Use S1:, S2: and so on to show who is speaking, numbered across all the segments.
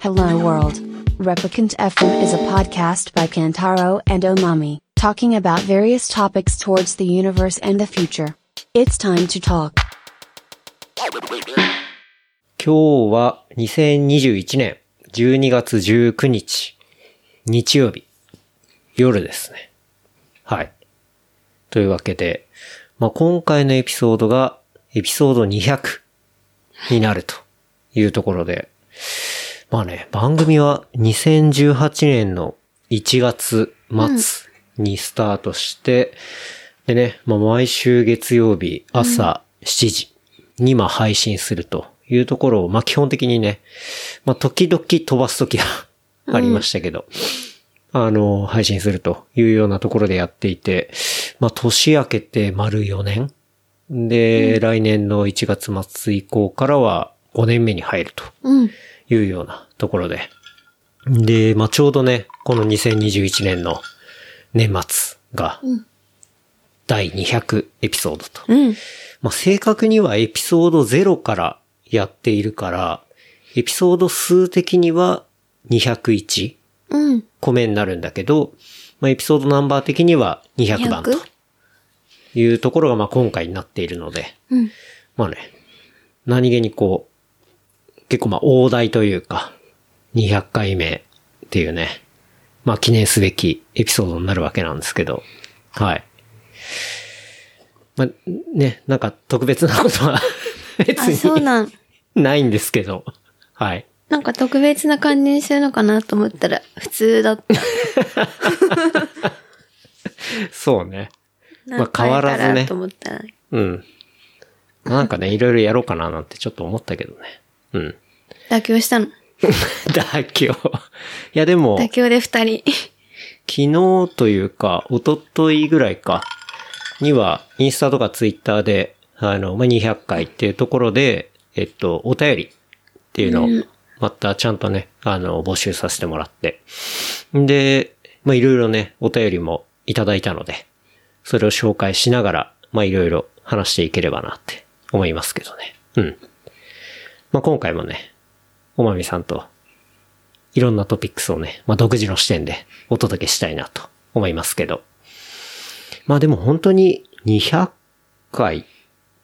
S1: Hello World. Replicant FM is a podcast by Kantaro and Omami, talking about various topics towards the universe and the future. It's time to talk.
S2: 今日は2021年12月19日、日曜日、夜ですね。はい。というわけで、まあ、今回のエピソードが、エピソード200になるというところで、まあね、番組は2018年の1月末にスタートして、でね、まあ、毎週月曜日朝7時にまあ配信するというところを、まあ、基本的にね、まあ、時々飛ばすときはありましたけど、あの、配信するというようなところでやっていて、まあ、年明けて丸4年で、来年の1月末以降からは5年目に入るというようなところで。で、まあ、ちょうどね、この2021年の年末が、第200エピソードと。まあ、正確にはエピソード0からやっているから、エピソード数的には201個目になるんだけど、まあ、エピソードナンバー的には200番というところが、まあ、今回になっているので、まあね、何気にこう、結構まあ、大台というか、200回目っていうね、まあ、記念すべきエピソードになるわけなんですけど、はい。まあ、ね、なんか特別なことは 別
S3: あ、そう
S2: に
S3: なん。
S2: ないんですけど、はい。
S3: なんか特別な感じにするのかなと思ったら、普通だった。
S2: そうね。
S3: なんか
S2: 変わらずね
S3: あれかなと思ったら。
S2: うん。なんかね、いろいろやろうかななんてちょっと思ったけどね。うん。
S3: 妥協したの。
S2: 妥協。いやでも、
S3: 妥
S2: 昨
S3: 協で二人。
S2: 日というか、一昨日ぐらいか、には、インスタとかツイッターで、あの、まあ、200回っていうところで、えっと、お便りっていうのを、またちゃんとね、あの、募集させてもらって。で、まあ、いろいろね、お便りもいただいたので、それを紹介しながら、まあ、いろいろ話していければなって思いますけどね。うん。まあ、今回もね、おまみさんと、いろんなトピックスをね、まあ、独自の視点でお届けしたいなと思いますけど。まあでも本当に200回っ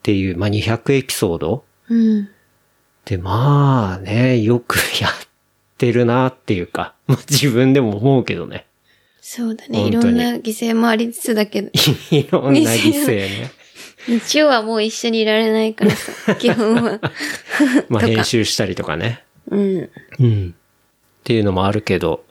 S2: ていう、まあ200エピソード
S3: うん。
S2: で、まあね、よくやってるなっていうか、まあ自分でも思うけどね。
S3: そうだね。い
S2: 本当
S3: ろ
S2: に
S3: んな犠牲もありつつだけど、
S2: いろんな犠牲ね。
S3: 日曜はもう一緒にいられないか らさ、基本は。
S2: まあ
S3: とか
S2: 編集したりとかね。
S3: うん。
S2: うん。っていうのもあるけど、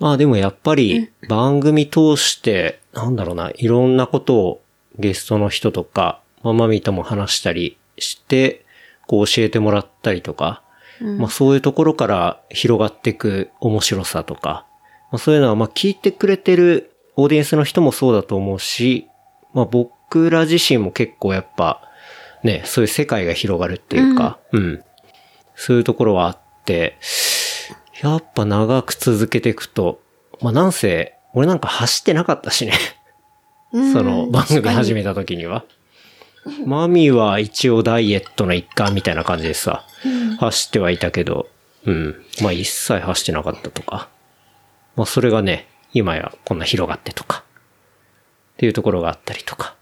S2: まあでもやっぱり番組通して、なんだろうな、いろんなことをゲストの人とか、まあマミとも話したりして、こう教えてもらったりとか、まあそういうところから広がっていく面白さとか、まあそういうのはまあ聞いてくれてるオーディエンスの人もそうだと思うし、まあ僕ら自身も結構やっぱ、ね、そういう世界が広がるっていうか、うん、そういうところはあって、やっぱ長く続けていくと、まあなんせ、俺なんか走ってなかったしね。
S3: うん
S2: その番組始めた時には。マミは一応ダイエットの一環みたいな感じでさ、走ってはいたけど、うん。まあ一切走ってなかったとか。まあそれがね、今やこんな広がってとか。っていうところがあったりとか。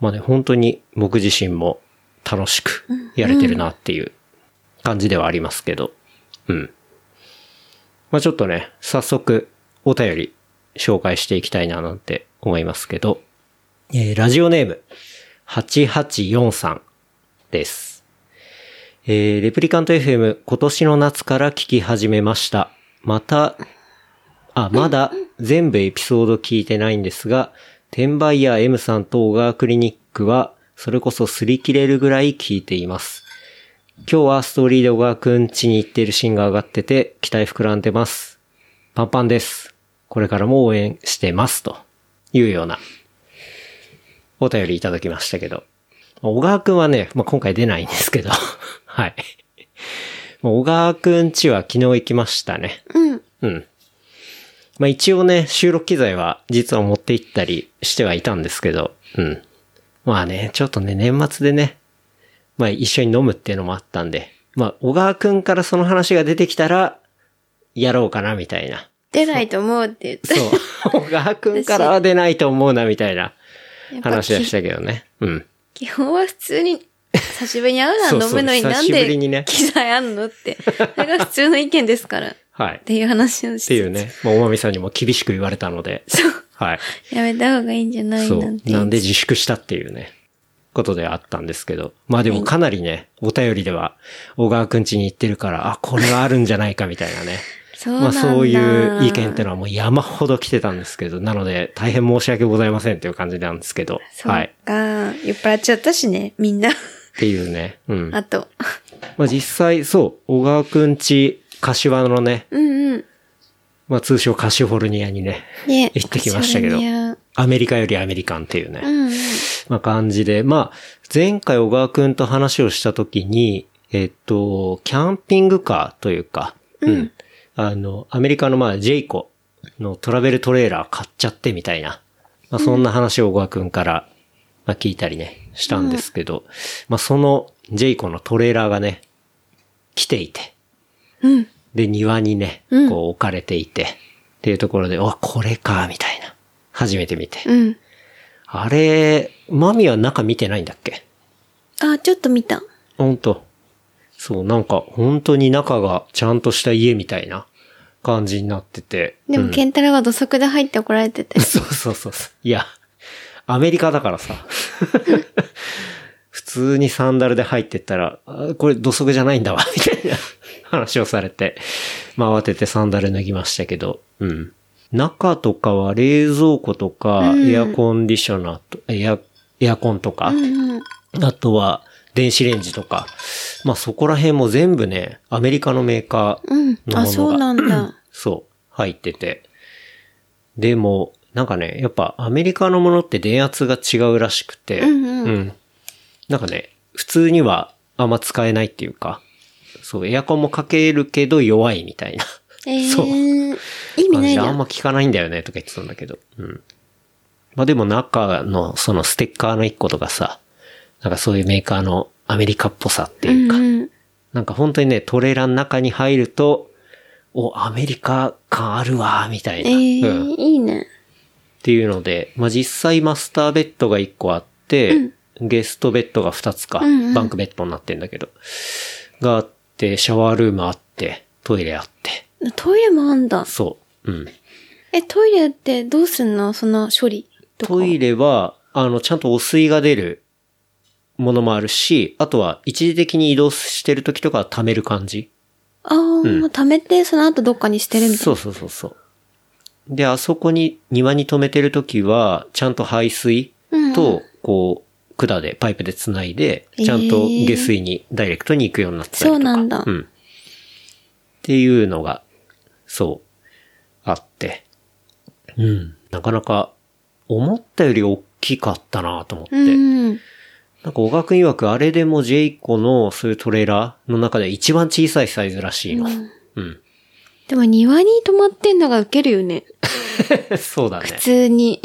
S2: まあね、本当に僕自身も楽しくやれてるなっていう感じではありますけど。うん。まあちょっとね、早速お便り紹介していきたいななんて思いますけど、えーラジオネーム884さんです。えーレプリカント FM 今年の夏から聞き始めました。また、あ、まだ全部エピソード聞いてないんですが、転売屋 M さんと小川クリニックは、それこそ擦り切れるぐらい聞いています。今日はストーリーで小川くん家に行っているシーンが上がってて、期待膨らんでます。パンパンです。これからも応援してます。というような、お便りいただきましたけど。小川くんはね、まあ、今回出ないんですけど、 はい。まあ小川くん家は昨日行きましたね。
S3: うん。
S2: うん。まあ一応ね、収録機材は実は持って行ったりしてはいたんですけど、うん。まあね、ちょっとね、年末でね、まあ一緒に飲むっていうのもあったんで、まあ、小川くんからその話が出てきたら、やろうかな、みたいな。
S3: 出ないと思うって言った。
S2: そう。小川くんからは出ないと思うな、みたいな
S3: やっぱ
S2: 話でし
S3: き
S2: たけどね。うん。
S3: 基本は普通に、久しぶりに会う
S2: そう
S3: な、
S2: そう
S3: 飲むのになん
S2: 久しぶりにね
S3: で機材あん のって。それが普通の意見ですから。っ
S2: はい。って
S3: いう話をして。
S2: ていう。ね、まあ、おまみさんにも厳しく言われたので。
S3: そう。
S2: はい。
S3: やめた方がいいんじゃない
S2: そ
S3: な。
S2: うん
S3: て。
S2: なんで自粛したっていうね、ことであったんですけど。まあでもかなりね、お便りでは、小川くん家に行ってるから、あ、これはあるんじゃないかみたいなね。
S3: そうなんだ。
S2: まあそういう意見ってのはもう山ほど来てたんですけど、なので大変申し訳ございませんっていう感じなんですけど。
S3: そう
S2: はい。っ
S3: か。酔っ払っちゃったしね、みんな。
S2: ていうね。うん。
S3: あと。
S2: まあ実際、そう、小川くん家、柏のね、
S3: うんうん。
S2: まあ通称カシフォルニアにね、
S3: ね
S2: 行ってきましたけど
S3: カリフォルニア
S2: アメリカよりアメリカンっていうね。
S3: うんうん。
S2: まあ、感じで。まあ、前回小川くんと話をしたときに、えっと、キャンピングカーというか、うん。あの、アメリカのまあ、ジェイコのトラベルトレーラー買っちゃってみたいな。まあ、そんな話を小川くんから、まあ、聞いたりね、したんですけど、まあ、そのジェイコのトレーラーがね、来ていて。
S3: うん。
S2: で、庭にね、
S3: うん
S2: こう置かれていて、っていうところで、あ、これか、みたいな。初めて見て。
S3: うん。
S2: あれ、マミは中見てないんだっけ
S3: あ、ちょっと見た。
S2: ほんと。そう、なんか、本当に中がちゃんとした家みたいな感じになってて。
S3: で
S2: う
S3: も、
S2: ん。
S3: ケンタラが土足で入って怒られて て
S2: そうそうそうそう。いや、アメリカだからさ。 普通にサンダルで入ってったら、あこれ土足じゃないんだわ、み たいな話をされて、まあ慌ててサンダル脱ぎましたけど、うん。中とかは冷蔵庫とか、
S3: うん
S2: エアコンディショナーと、エア、エアコンとか、
S3: うんうん。
S2: あとは、電子レンジとか。まあそこら辺も全部ね、アメリカのメーカーの
S3: う
S2: も
S3: ん。
S2: のが、
S3: あ、そうなんだ。
S2: そう、入ってて。でも、なんかね、やっぱアメリカのものって電圧が違うらしくて、
S3: うんうん
S2: なんかね、普通にはあんま使えないっていうか、そう、エアコンもかけるけど弱いみたいな。
S3: ええ
S2: そう
S3: ー。意味
S2: 感
S3: な
S2: じ
S3: い
S2: であんま
S3: な。
S2: 聞かないんだよねとか言ってたんだけど。うん。まあでも中のそのステッカーの一個とかさ、なんかそういうメーカーのアメリカっぽさって
S3: う
S2: いうか、
S3: んうん。
S2: なんか本当にね、トレーラーの中に入ると、お、アメリカ感あるわ、みたい
S3: え
S2: な、
S3: え
S2: うん。っ
S3: ー、いいね。
S2: ていうので、まあ実際マスターベッドが一個あって、ゲストベッドが二つか、
S3: うんうん
S2: バンクベッドになってんだけど、があって、シャワールームあって、トイレあって、
S3: トイレもあんだ。
S2: そう、うん。
S3: え、トイレってどうすんのその処理とか。
S2: トイレは、あの、ちゃんと汚水が出るものもあるし、あとは一時的に移動してる時とかは溜める感じ。
S3: ああ、溜めて、その後どっかに捨てるみたいな。
S2: そうそうそうそう。で、あそこに庭に止めてる時は、ちゃんと排水
S3: うんう
S2: と、こう、管で、パイプで繋いで、
S3: えー
S2: ちゃんと下水にダイレクトに行くようになってたりとか。
S3: そうなんだ
S2: うん。っていうのが、そう、あって。うん。なかなか、思ったより大きかったなと思って。
S3: うんうん。
S2: なんか、小川くん曰く、あれでもジェイコの、そういうトレーラーの中で一番小さいサイズらしいの。うん。
S3: でも庭に泊まってんのがウケるよね。
S2: そうだね。
S3: 普通に。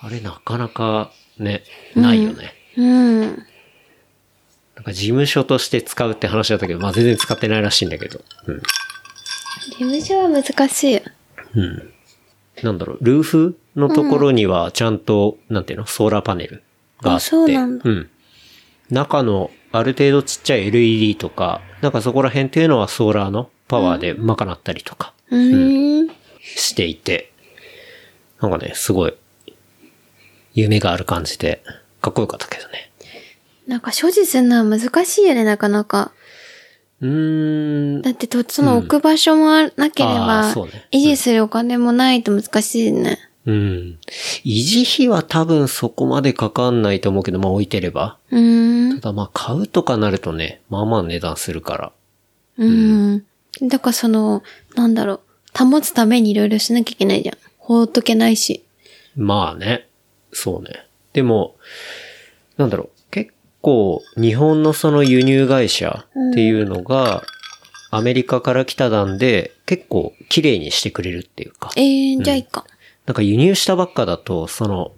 S2: あれ、なかなか、ね、ないよね。
S3: うん。
S2: なんか、事務所として使うって話だったけど、まあ、全然使ってないらしいんだけど。うん。
S3: 事務所は難しいよ。
S2: うん。なんだろう、ルーフのところには、ちゃんと、なんていうの、ソーラーパネルがあっ
S3: あ
S2: て。
S3: そうなんだ
S2: うん。中の、ある程度ちっちゃい LED とか、なんかそこら辺っていうのはソーラーのパワーで賄ったりとか。
S3: うーん。
S2: していて、なんかね、すごい、夢がある感じで、かっこよかったけどね。
S3: なんか所持するのは難しいよね、なかなか。
S2: うーん
S3: だ。ってと、その置く場所もあなけれ
S2: あ
S3: ば、
S2: ーそうね
S3: 維持するお金もないと難しいね。
S2: うん。維持費は多分そこまでかかんないと思うけど、まあ置いてれば。
S3: うー
S2: た
S3: ん。
S2: だまあ買うとかなるとね、まあまあ値段するから。
S3: うん。だからその、なんだろう、保つためにいろいろしなきゃいけないじゃん。放っとけないし。
S2: まあね。そうね。でも、なんだろう。結構、日本のその輸入会社っていうのが、アメリカから来た団で、結構綺麗にしてくれるっていうか。
S3: えー、じゃあいいか。
S2: なんか輸入したばっかだと、その、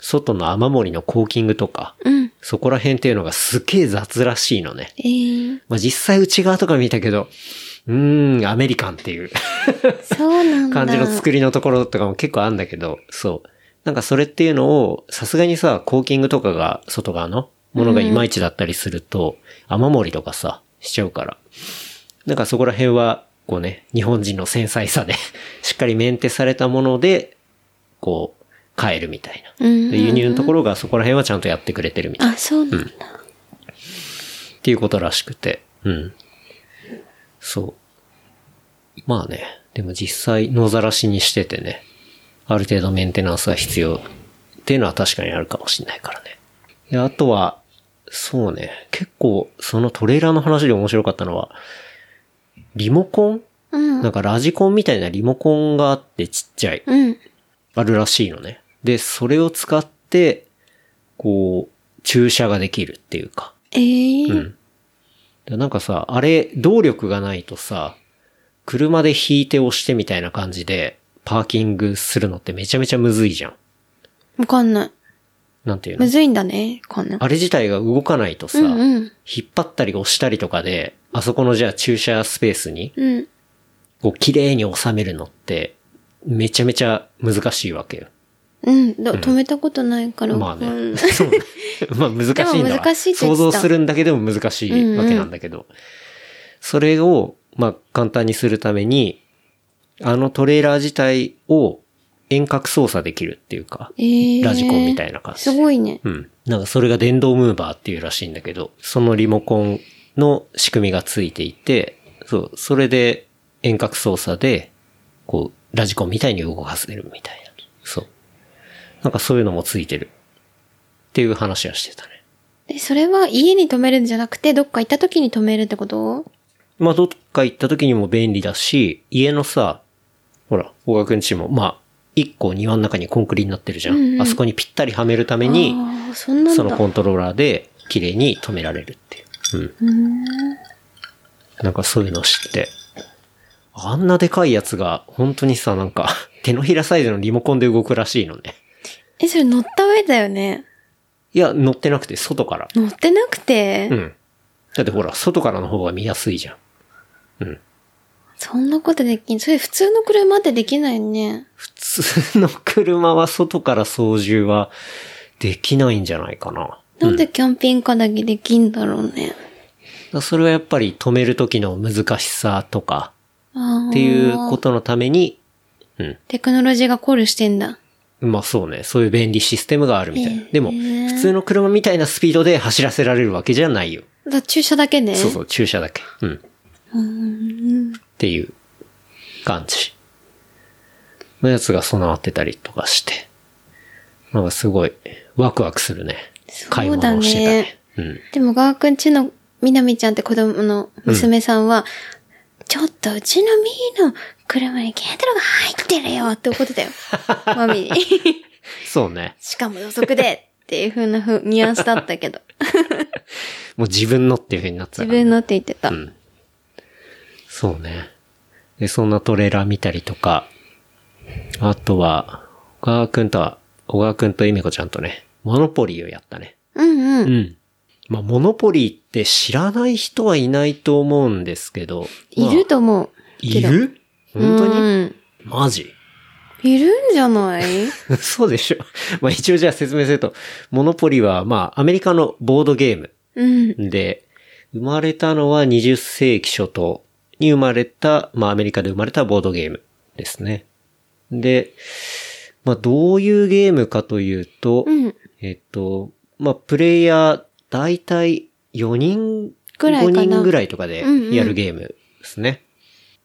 S2: 外の雨漏りのコーキングとか、
S3: うん。
S2: そこら辺っていうのがすげえ雑らしいのね。
S3: えー、
S2: まあ、実際内側とか見たけど、うーん、アメリカンっていう。
S3: そうなんだ。
S2: 感じの作りのところとかも結構あんだけど、そう。なんかそれっていうのを、さすがにさ、コーキングとかが、外側のものがいまいちだったりすると、雨漏りとかさ、しちゃうから。なんかそこら辺は、こうね、日本人の繊細さで、 しっかりメンテされたもので、こう、買えるみたいな。
S3: うんうんうん
S2: で輸入のところがそこら辺はちゃんとやってくれてるみたいな。
S3: あ、そうなんだ。
S2: っていうことらしくて。うん。そう。まあね。でも実際野ざらしにしててね。ある程度メンテナンスが必要っていうのは確かにあるかもしれないからね。で、あとは、そうね。結構、そのトレーラーの話で面白かったのは、リモコン
S3: うん。
S2: なんかラジコンみたいなリモコンがあってちっちゃい。
S3: うん。
S2: あるらしいのね。で、それを使って、こう、駐車ができるっていうか。
S3: えー、
S2: うん。でなんかさ、あれ、動力がないとさ、車で引いて押してみたいな感じで、パーキングするのってめちゃめちゃむずいじゃん。
S3: わかんない。
S2: なんていうの
S3: むずいんだね、わかんない。
S2: あれ自体が動かないとさ、
S3: うんうん。
S2: 引っ張ったり押したりとかで、あそこのじゃあ駐車スペースに、
S3: うん。
S2: こう、綺麗に収めるのって、めちゃめちゃ難しいわけよ。
S3: うん。だ止めたことないから。
S2: まあ
S3: わかん
S2: ね。
S3: ない
S2: そうね。まあ難しいんだわ。
S3: でも難しいって言
S2: 想
S3: っ
S2: 像
S3: てた
S2: するんだけでも難しいわけなんだけど。それを、まあ簡単にするために、あのトレーラー自体を遠隔操作できるっていうか、
S3: えー、
S2: ラジコンみたいな感じ
S3: すごいね。
S2: うん。なんかそれが電動ムーバーっていうらしいんだけど、そのリモコンの仕組みがついていて、そう、それで遠隔操作で、こう、ラジコンみたいに動かせるみたいな。そう。なんかそういうのもついてる。っていう話はしてたね。
S3: え、それは家に止めるんじゃなくて、どっか行った時に止めるってこと
S2: まあ、どっか行った時にも便利だし、家のさ、ほら、小川くんちも、まあ、一個庭の中にコンクリになってるじゃん。
S3: うんうん
S2: あそこにぴったりはめるために、
S3: ああ、そんなんだ。
S2: そのコントローラーで綺麗に止められるっていう。うん。なんかそういうの知って。あんなでかいやつが、本当にさ、なんか、 手のひらサイズのリモコンで動くらしいのね。
S3: え、それ乗った上だよね。
S2: いや、乗ってなくて、外から。
S3: 乗ってなくて、
S2: うん。だってほら、外からの方が見やすいじゃん。
S3: そんなことできん。それ普通の車ってできないよね。
S2: 普通の車は外から操縦はできないんじゃないかな。
S3: なんでキャンピングカーだけできんだろうね。
S2: だそれはやっぱり止める時の難しさとか、
S3: ああ。
S2: っていうことのために、うん。
S3: テクノロジーがコールしてんだ。
S2: まあそうね。そういう便利システムがあるみたいな。
S3: ええ
S2: でも、普通の車みたいなスピードで走らせられるわけじゃないよ。
S3: だから駐車だけで。
S2: そうそう、駐車だけ。うん。っていう感じ。のやつが備わってたりとかして。なんかすごい、ワクワクするね。買い
S3: そうだね
S2: 物をしてたね。うん。
S3: でも、ガーくんちのみなみちゃんって子供の娘さんは、ちょっとうちのみーの車に軽トラが入ってるよって怒っ てたよ。マミに。
S2: そうね。
S3: しかも予測でっていう風な風ニュアンスだっ たけど。
S2: もう自分のっていう風になってた
S3: 自
S2: からね
S3: 分のって言ってた。
S2: うん。そうね。で、そんなトレーラー見たりとか、あとは、小川くんとは、小川くんとゆめこちゃんとね、モノポリーをやったね。
S3: うんう。
S2: うんん。まあ、モノポリーって知らない人はいないと思うんですけど。
S3: いる
S2: と、
S3: と思う。
S2: いる本当に
S3: に
S2: マジ
S3: いるんじゃない
S2: そうでしょ。まあ、一応じゃあ説明すると、モノポリーは、まあ、アメリカのボードゲーム。
S3: うん。
S2: で、生まれたのは20世紀初頭に生まれた、まあアメリカで生まれたボードゲームですね。で、まあどういうゲームかというと、
S3: うん。
S2: えっと、まあプレイヤー大体4人、
S3: ぐらいかな
S2: 5人ぐらいとかで
S3: うんうん
S2: やるゲームですね。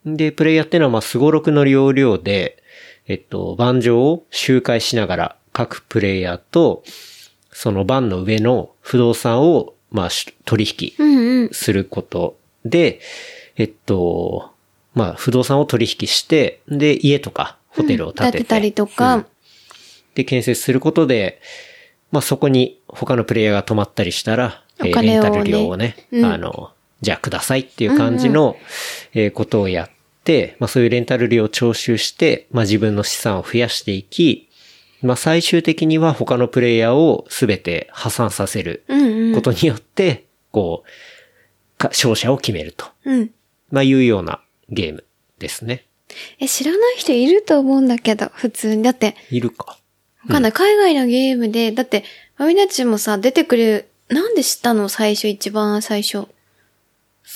S2: で、プレイヤーってのはまあスゴロクの要領で、えっと、盤上を周回しながら各プレイヤーと、その盤の上の不動産を、まあ、し取引
S3: うんうん。
S2: することで、えっと、まあ、不動産を取引して、で、家とかホテルを建てて。
S3: うん建てたりとか
S2: うんで、建設することで、まあ、そこに他のプレイヤーが泊まったりしたら、えー
S3: お金を
S2: レ
S3: ね
S2: ンタル料をね、
S3: うん
S2: あの、じゃあくださいっていう感じの、えーことをやって、まあ、そういうレンタル料を徴収して、まあ、自分の資産を増やしていき、まあ最終的には他のプレイヤーを全て破産させる
S3: うんうん
S2: こ。とによって、こう、か勝者を決めると。
S3: うん。
S2: まあいうようなゲームですね。
S3: え、知らない人いると思うんだけど、普通に。だって、
S2: いるか。
S3: わかんない。海外のゲームで、だって、マミナッチもさ、出てくる、なんで知ったの最初、一番最初。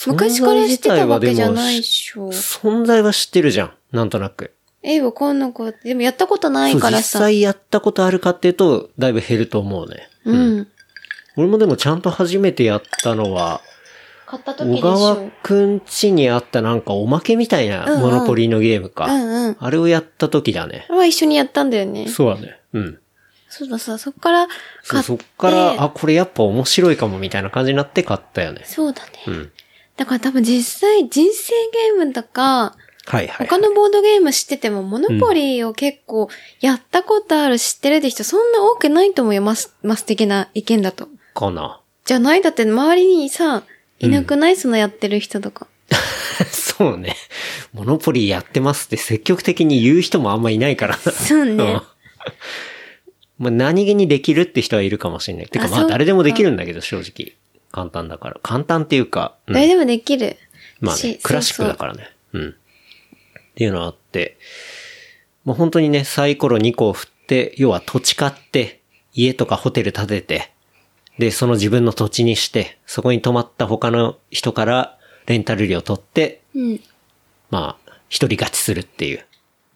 S3: 昔から知ってたわけじゃないでしょ。
S2: 存在は知ってるじゃん。なんとなく。
S3: え、わかんなかった。でもやったことない
S2: そう
S3: から
S2: 実
S3: さ。
S2: 際やったことあるかっていうと、だいぶ減ると思うね。
S3: うん。
S2: 俺もでもちゃんと初めてやったのは、
S3: 買った時で
S2: 小
S3: しょ。
S2: 川くん家にあったなんかおまけみたい
S3: うんう
S2: なんモノポリのゲームか。
S3: うんうん。
S2: あれをやった時だね
S3: あ。れは一緒にやったんだよね。
S2: そうだね。うん。
S3: そうださ、そっから
S2: そう
S3: 買って。
S2: そっから、あ、これやっぱ面白いかもみたいな感じになって買ったよね。
S3: そうだね。
S2: うん。
S3: だから多分実際人生ゲームとか、
S2: はいはい。
S3: 他のボードゲーム知ってても、モノポリーを結構やったことある知ってるって人そんな多くないと思います、ます的な意見だと。
S2: かな。
S3: じゃないだって周りにさ、いなくない、そのやってる人とか。
S2: そうね。モノポリやってますって積極的に言う人もあんまいないからな。
S3: そうね。
S2: まあ何気にできるって人はいるかもしれない。てか
S3: あ
S2: まあ
S3: そう
S2: 誰でもできるんだけど、正直。簡単だから。簡単っていうか、うん
S3: 誰でもできる。
S2: まあ
S3: し
S2: ね、クラシックだからね。うん。っていうのがあって、まあ本当にね、サイコロ2個を振って、要は土地買って、家とかホテル建てて、で、その自分の土地にして、そこに泊まった他の人からレンタル料取って、
S3: そうそううん。
S2: まあ、一人勝ちするっていう。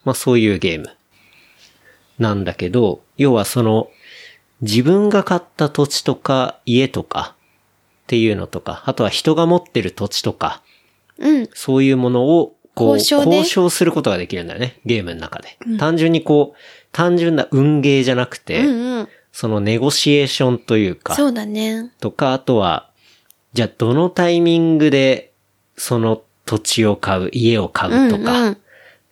S2: まあそういうゲーム。なんだけど、要はその、自分が買った土地とか家とかっていうのとか、あとは人が持ってる土地とか、
S3: うん。
S2: そういうものを、こう、
S3: 交渉
S2: 交
S3: で
S2: 渉することができるんだよね。ゲームの中で。単純にこう、単純な運ゲーじゃなくて、
S3: うんうん。
S2: そのネゴシエーションというか、
S3: そうだね。
S2: とか、あとは、じゃあどのタイミングで、その土地を買う、家を買うとか、
S3: うんうん。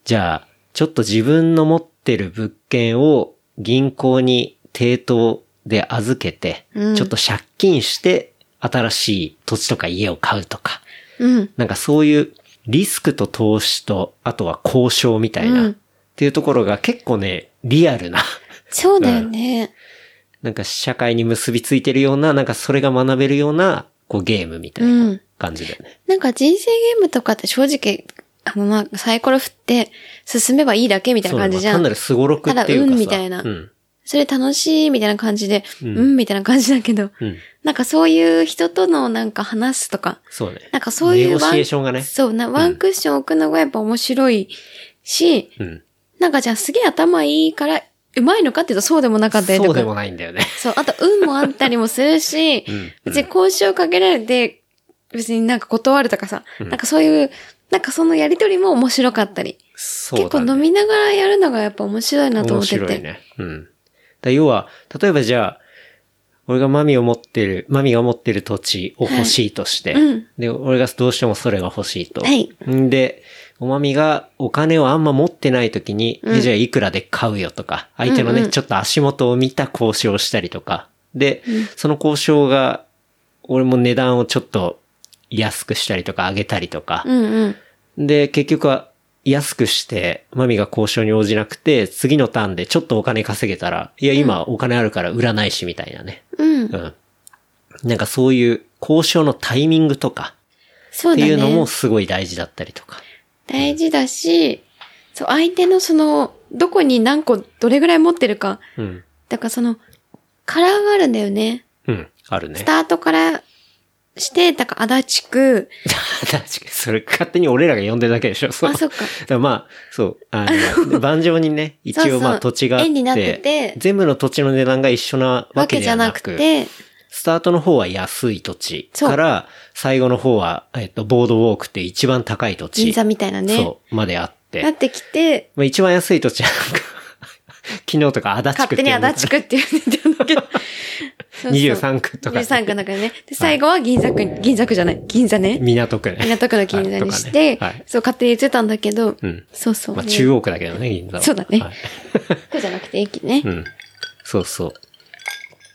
S2: じゃあ、ちょっと自分の持ってる物件を銀行に抵当で預けて、
S3: うん
S2: ちょっと借金して、新しい土地とか家を買うとか、
S3: うん。
S2: なんかそういうリスクと投資と、あとは交渉みたいな、
S3: うん
S2: っていうところが結構ね、リアルな、
S3: そうだよね。
S2: なんか社会に結びついてるような、なんかそれが学べるような、こうゲームみたいな感じだよね。
S3: なんか人生ゲームとかって正直、あのまあ、サイコロ振って進めばいいだけみたい
S2: そ
S3: な
S2: うね
S3: 感じじゃ
S2: 単
S3: ん。
S2: なるすごろくっていうかさ。
S3: ただ運みたいな
S2: うん。
S3: それ楽しいみたいな感じで、う
S2: うん
S3: ん、みたいな感じだけど、
S2: うん。
S3: なんかそういう人とのなんか話すとか、
S2: そうね。
S3: なんかそういう
S2: ネゴ
S3: ワン
S2: シエーションがね。
S3: そうな、ワンクッション置くのがやっぱ面白いし、
S2: うん。
S3: なんかじゃあすげえ頭いいから、うまいのかっていうとそうでもなかったりとか。
S2: そうでもないんだよね。
S3: そう、あと運もあったりもするし、
S2: ん
S3: 別に交渉かけられて、別になんか断るとかさ、なんかそういう、なんかそのやりとりも面白かったり。
S2: そう
S3: 結
S2: だ
S3: 構
S2: ね。
S3: 飲みながらやるのがやっぱ面白いなと
S2: 面
S3: 思ってて。
S2: 白いね。うん。だから要は、例えばじゃあ、俺がマミを持ってる、マミが持ってる土地を欲しいとして、
S3: はいうん
S2: で、俺がどうしてもそれが欲しいと。
S3: はい
S2: んで、おまみがお金をあんま持ってない時に、えじゃあいくらで買うよとか、相手のね、ちょっと足元を見た交渉をしたりとか、で、その交渉が、俺も値段をちょっと安くしたりとか上げたりとか、
S3: うんうん。
S2: で、結局は安くして、マミが交渉に応じなくて、次のターンでちょっとお金稼げたら、いや、今お金あるから売らないし、みたいなね。
S3: う
S2: う
S3: ん。
S2: ん。なんかそういう交渉のタイミングとか、
S3: そう
S2: っ
S3: だ
S2: て
S3: ね。
S2: いうのもすごい大事だったりとか。
S3: 大事だし、そう、相手のその、どこに何個、どれぐらい持ってるか。
S2: うん。
S3: だからその、カラーがあるんだよね。
S2: うん。あるね
S3: ス。タートからして、だから足立区。
S2: 確かに、それ勝手に俺らが呼んでるだけでしょ。そう
S3: あ、そっか。
S2: だからまあ、そう、あの、 盤上にね、一
S3: そ
S2: 応
S3: う
S2: まあ土地があっ
S3: 円になっててて
S2: 全部の土地の値段が一緒なわ
S3: わ
S2: け
S3: け
S2: じ
S3: じ
S2: ゃ
S3: ゃ
S2: な
S3: な
S2: く
S3: くて、
S2: スタートの方は安い土地
S3: そう
S2: から、最後の方は、えっと、ボードウォークって一番高い土地。
S3: 銀座みたいなね。
S2: そう、まであっ。
S3: なっててきて、
S2: まあ、一番安い土地はなんか、 昨日とか足立区
S3: 勝
S2: っ
S3: 手
S2: て
S3: に
S2: いうの
S3: 足
S2: が
S3: 立区って言ってたんだけど。そうそう
S2: 23区とか、
S3: 23区の中でね。で、最後は銀座区に、銀座区じゃない、銀座ね。
S2: 港区ね。
S3: 港区の銀座にして、
S2: とかねはい
S3: そう、勝手に言ってたんだけど、
S2: うん
S3: そうそう、
S2: まあ、中央区だけどね、銀座は
S3: そうだね
S2: はい
S3: 区じゃなくて駅ね。
S2: うん。そうそう。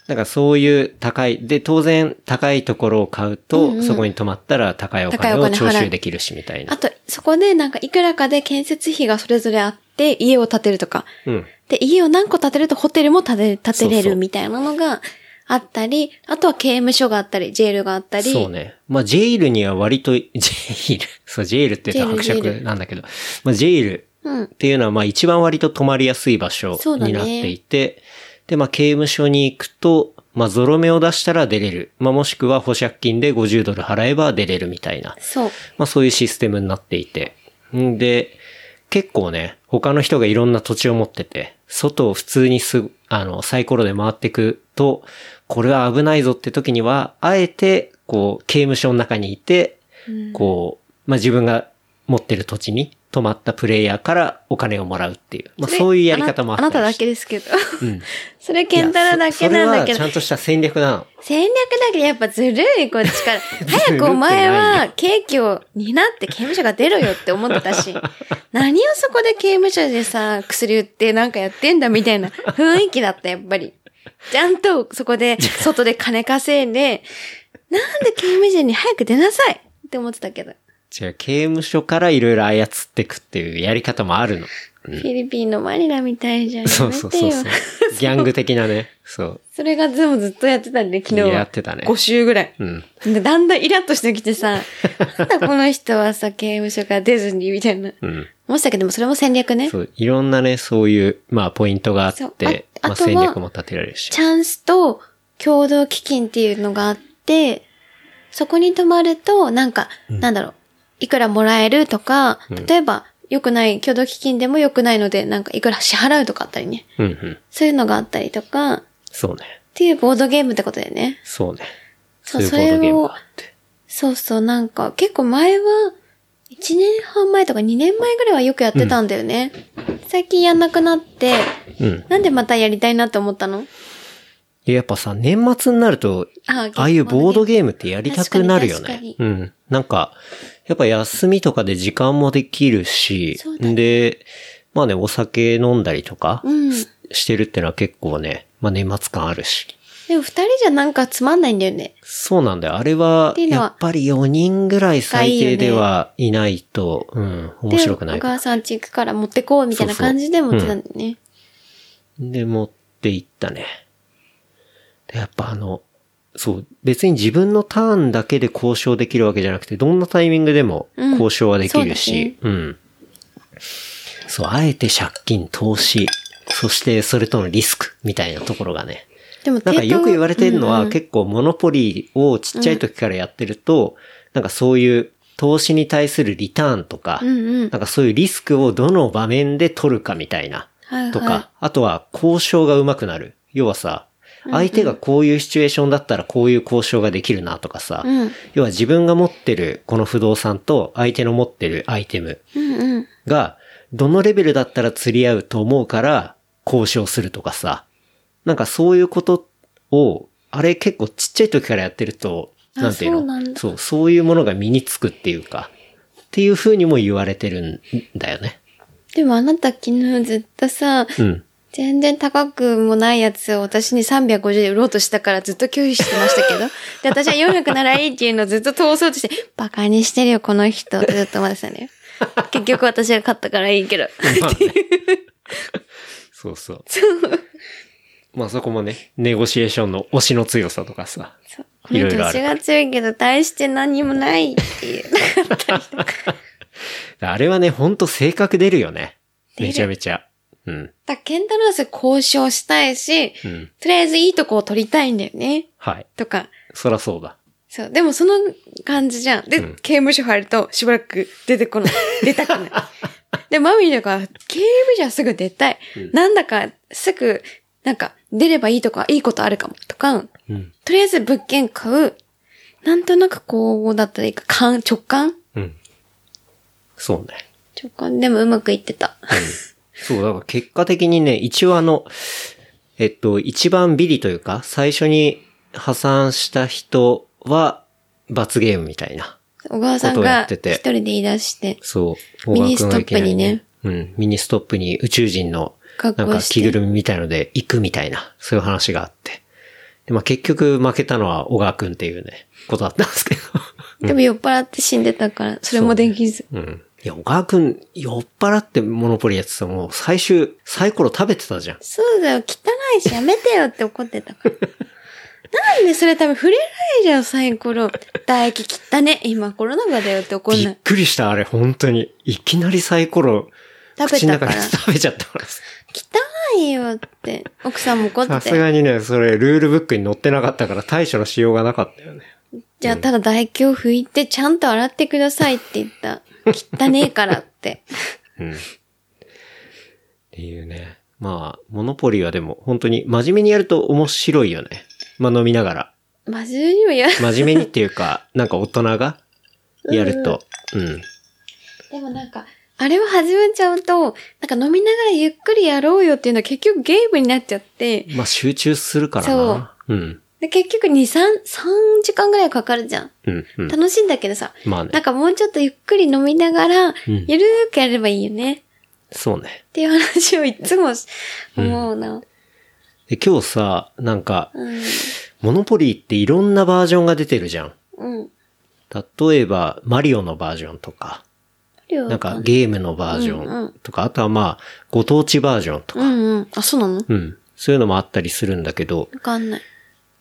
S2: だからそういう高い、で、当然高いところを買うと、
S3: うんうん
S2: そこに泊まったら高いお
S3: 高い
S2: 金
S3: お
S2: を
S3: 金払う
S2: 徴収できるしみたいな
S3: あ。と、そこでなんかいくらかで建設費がそれぞれあっって家を建てるとか。
S2: うん。
S3: で、家を何個建てるとホテルも建て建てれ
S2: そうそう
S3: るみたいなのがあったり、あとは刑務所があったり、ジェールがあったり。
S2: そうね。まあ、ジェイルには割と、 ジェイル。そう、ジェイルって言ったら
S3: ジェイル
S2: 伯爵なんだけど。まあ、ジェイル
S3: うん
S2: っ。ていうのは、まあ、一番割と泊まりやすい場所
S3: そうだね
S2: になっていて、で、まあ、刑務所に行くと、まあ、ゾロ目を出したら出れる。まあ、もしくは保釈金で50ドル払えば出れるみたいな。
S3: そう。
S2: まあ、そういうシステムになっていて。んで、結構ね、他の人がいろんな土地を持ってて、外を普通にす、あの、サイコロで回ってくと、これは危ないぞって時には、あえて、こう、刑務所の中にいて、こう、まあ、自分が持ってる土地に泊まったプレイヤーからお金をもらうっていう。まあ、
S3: それ
S2: そういうやり方もあった
S3: あ
S2: り
S3: なただ
S2: して
S3: けですけど。
S2: うん。
S3: それケンタラだけなんだ
S2: いやそそれは
S3: け
S2: ちゃ
S3: ど
S2: ん。とした戦略なの。
S3: 戦略だけどやっぱずるい、こっち から。早くお前はケーキを担って刑務所が出ろよって思って たし。何をそこで刑務所でさ、薬売ってなんかやってんだみたいな雰囲気だった、やっぱり。ちゃんとそこで、外で金稼いで、なんで刑務所に早く出なさいって思ってたけど。
S2: 違う、刑務所からいろいろ操ってくっていうやり方もあるの。
S3: フィリピンのマニラみたいじゃん。
S2: そ
S3: や
S2: う
S3: め
S2: そう
S3: て
S2: そう
S3: よ。
S2: そう。ギャング的なね。そう。
S3: それがでもずっとやってたんで、昨日は。
S2: やってたね
S3: 5週ぐらい。
S2: うん。
S3: でだんだんイラッとしてきてさ、なんだこの人はさ、刑務所から出ずに、みたいな。
S2: うん。
S3: 思ってたけどでもそれも戦略ね。
S2: そう、いろんなね、そういう、まあ、ポイントがあっ
S3: そう
S2: て、ま
S3: あ
S2: あ、
S3: あとは
S2: 戦略も立てられるし。
S3: チャンスと共同基金っていうのがあって、そこに泊まると、なんか、なんだろう、いくらもらえるとか、例えば、良くない、共同基金でも良くないので、なんか、いくら支払うとかあったりね。
S2: うんうん。
S3: そういうのがあったりとか、っ
S2: そうね。
S3: ていうボードゲームってことだよね。
S2: そうね。
S3: そう
S2: そういうボードゲームがあって。
S3: そうそう、なんか、結構前は、1年半前とか2年前ぐらいはよくやってたんだよね。最近やんなくなって、
S2: うん。
S3: なんでまたやりたいなって思ったの
S2: いややっぱさ、年末になると、
S3: あ
S2: ああいうボードゲームってやりたくなるよ
S3: 確かに
S2: ね
S3: 確。か
S2: うん。なんか、やっぱ休みとかで時間もできるし
S3: そう、だね
S2: で、まあね、お酒飲んだりとか
S3: うん。
S2: してるってのは結構ね、まあ年末感あるし。
S3: でも二人じゃなんかつまんないんだよね。
S2: そうなんだよ。あれは
S3: っ、ていうのは
S2: やっぱり4人ぐらい最低ではいないと、うん、面白くな
S3: で
S2: い
S3: お。母さん家行くから持ってこうみたいな感じで持ってたんだよね。
S2: で、持っていったね。で、やっぱあの、そう、別に自分のターンだけで交渉できるわけじゃなくて、どんなタイミングでも
S3: うん
S2: 交渉はできるし、うん。そうあえて借金、投資、そしてそれとのリスクみたいなところがね。
S3: でも
S2: なんか
S3: 抵当
S2: よく言われてるの
S3: うん
S2: は
S3: うん
S2: 結構モノポリーをちっちゃい時からやってると、なんかそういう投資に対するリターンとか、
S3: うんう
S2: なん
S3: ん
S2: かそういうリスクをどの場面で取るかみたいな
S3: はいはい、
S2: とか、あとは交渉が上手くなる。要はさ、相手がこういうシチュエーションだったらこういう交渉ができるなとかさ、
S3: うん
S2: 要は自分が持ってるこの不動産と相手の持ってるアイテム
S3: うんうん。
S2: が、どのレベルだったら釣り合うと思うから、交渉するとかさ。なんかそういうことを、あれ結構ちっちゃい時からやってると、
S3: あ
S2: なんていうの
S3: そうなんだ
S2: そう、そういうものが身につくっていうか、っていう風にも言われてるんだよね。
S3: でもあなた昨日ずっとさ、
S2: うん。
S3: 全然高くもないやつを私に350で売ろうとしたからずっと拒否してましたけど。で、私は400ならいいっていうのをずっと通そうとして、バカにしてるよ、この人。ずっと思ってたね。結局私が勝ったからいいけど。
S2: そうそう。まあそこもね、ネゴシエーションの推しの強さとかさ。
S3: そうこ
S2: いろ
S3: の
S2: いろあ
S3: 年
S2: る
S3: が強いけど、大して何もないっていう。
S2: あれはね、ほんと性格出るよね。
S3: る
S2: めちゃめちゃ。うん。
S3: だからケンタロウス交渉したいし、
S2: うん。
S3: とりあえずいいとこを取りたいんだよね。
S2: はい。
S3: とか。
S2: そらそうだ。
S3: そう。でもその感じじゃん。で、刑務所入るとしばらく出てこ ない。出たくない。で、マミーだから、刑務所はすぐ出たい。なんだか、すぐ、なんか、出ればいいとか、いいことあるかも。とか、
S2: うん。
S3: とりあえず物件買う。なんとなくこうだったらいいか。感、直感
S2: うん。そうね。
S3: 直感。でもうまくいってた。
S2: そう、だから結果的にね、一応あの、えっと、一番ビリというか、最初に破産した人は、罰ゲームみたいな。
S3: 小川さん
S2: ことをや
S3: が
S2: っ
S3: 一
S2: てて
S3: 人で言い出して、
S2: そう。
S3: ミニストップにね
S2: 大学のいきなりね。うん。ミニストップに宇宙人の、なん
S3: 格好
S2: か
S3: して
S2: 着ぐるみみたいので行くみたいな、そういう話があって。で、まあ結局負けたのは小川くんっていうね、ことだったんですけど。
S3: でも酔っ払って死んでたから、それもできず。
S2: うん。いや、小川くん、酔っ払ってモノポリやってたらもう最終、サイコロ食べてたじゃん。
S3: そうだよ、汚いしやめてよって怒ってたから。なんでそれ多分触れないじゃん、サイコロ。唾液切ったね。今コロナ禍だよって怒ん
S2: び
S3: な
S2: っ
S3: い。
S2: くりした、あれ、本当に。いきなりサイコロ、
S3: 食べ
S2: 口の
S3: たか
S2: 中
S3: ら
S2: で。食べちゃったから。
S3: 汚いよって。奥さんも怒って
S2: さ
S3: た
S2: す
S3: よ。
S2: がにね、それ、ルールブックに載ってなかったから対処のしようがなかったよね。
S3: じゃあただ唾液を拭いてちゃんと洗ってくださいって言った。汚ねえからって。
S2: っていうね。まあ、モノポリはでも、本当に真面目にやると面白いよね。まあ飲みながら。
S3: 真面目にも言わない。
S2: 真面目にっていう か、なんか大人がやると。うん。
S3: でもなんか、あれを始めちゃうと、なんか飲みながらゆっくりやろうよっていうのは結局ゲームになっちゃって、
S2: まあ集中するからな。うん。
S3: で結局2、3、3時間ぐらいかかるじゃん。
S2: うん。うん。
S3: 楽しいんだけどさ、
S2: まあね
S3: なんかもうちょっとゆっくり飲みながら、ゆ
S2: ん
S3: るーくやればいいよね。っ
S2: そうね。
S3: ていう話をいつもし思うな。
S2: で、今日さ、なんか、
S3: うん。
S2: モノポリっていろんなバージョンが出てるじゃん。
S3: うん。
S2: 例えば、マリオのバージョンとか、
S3: 量
S2: なんかゲームのバージョンとか、あとはまあ、ご当地バージョンとか、
S3: うんうん。あ、そうなの
S2: うん。そういうのもあったりするんだけど、
S3: わかんない。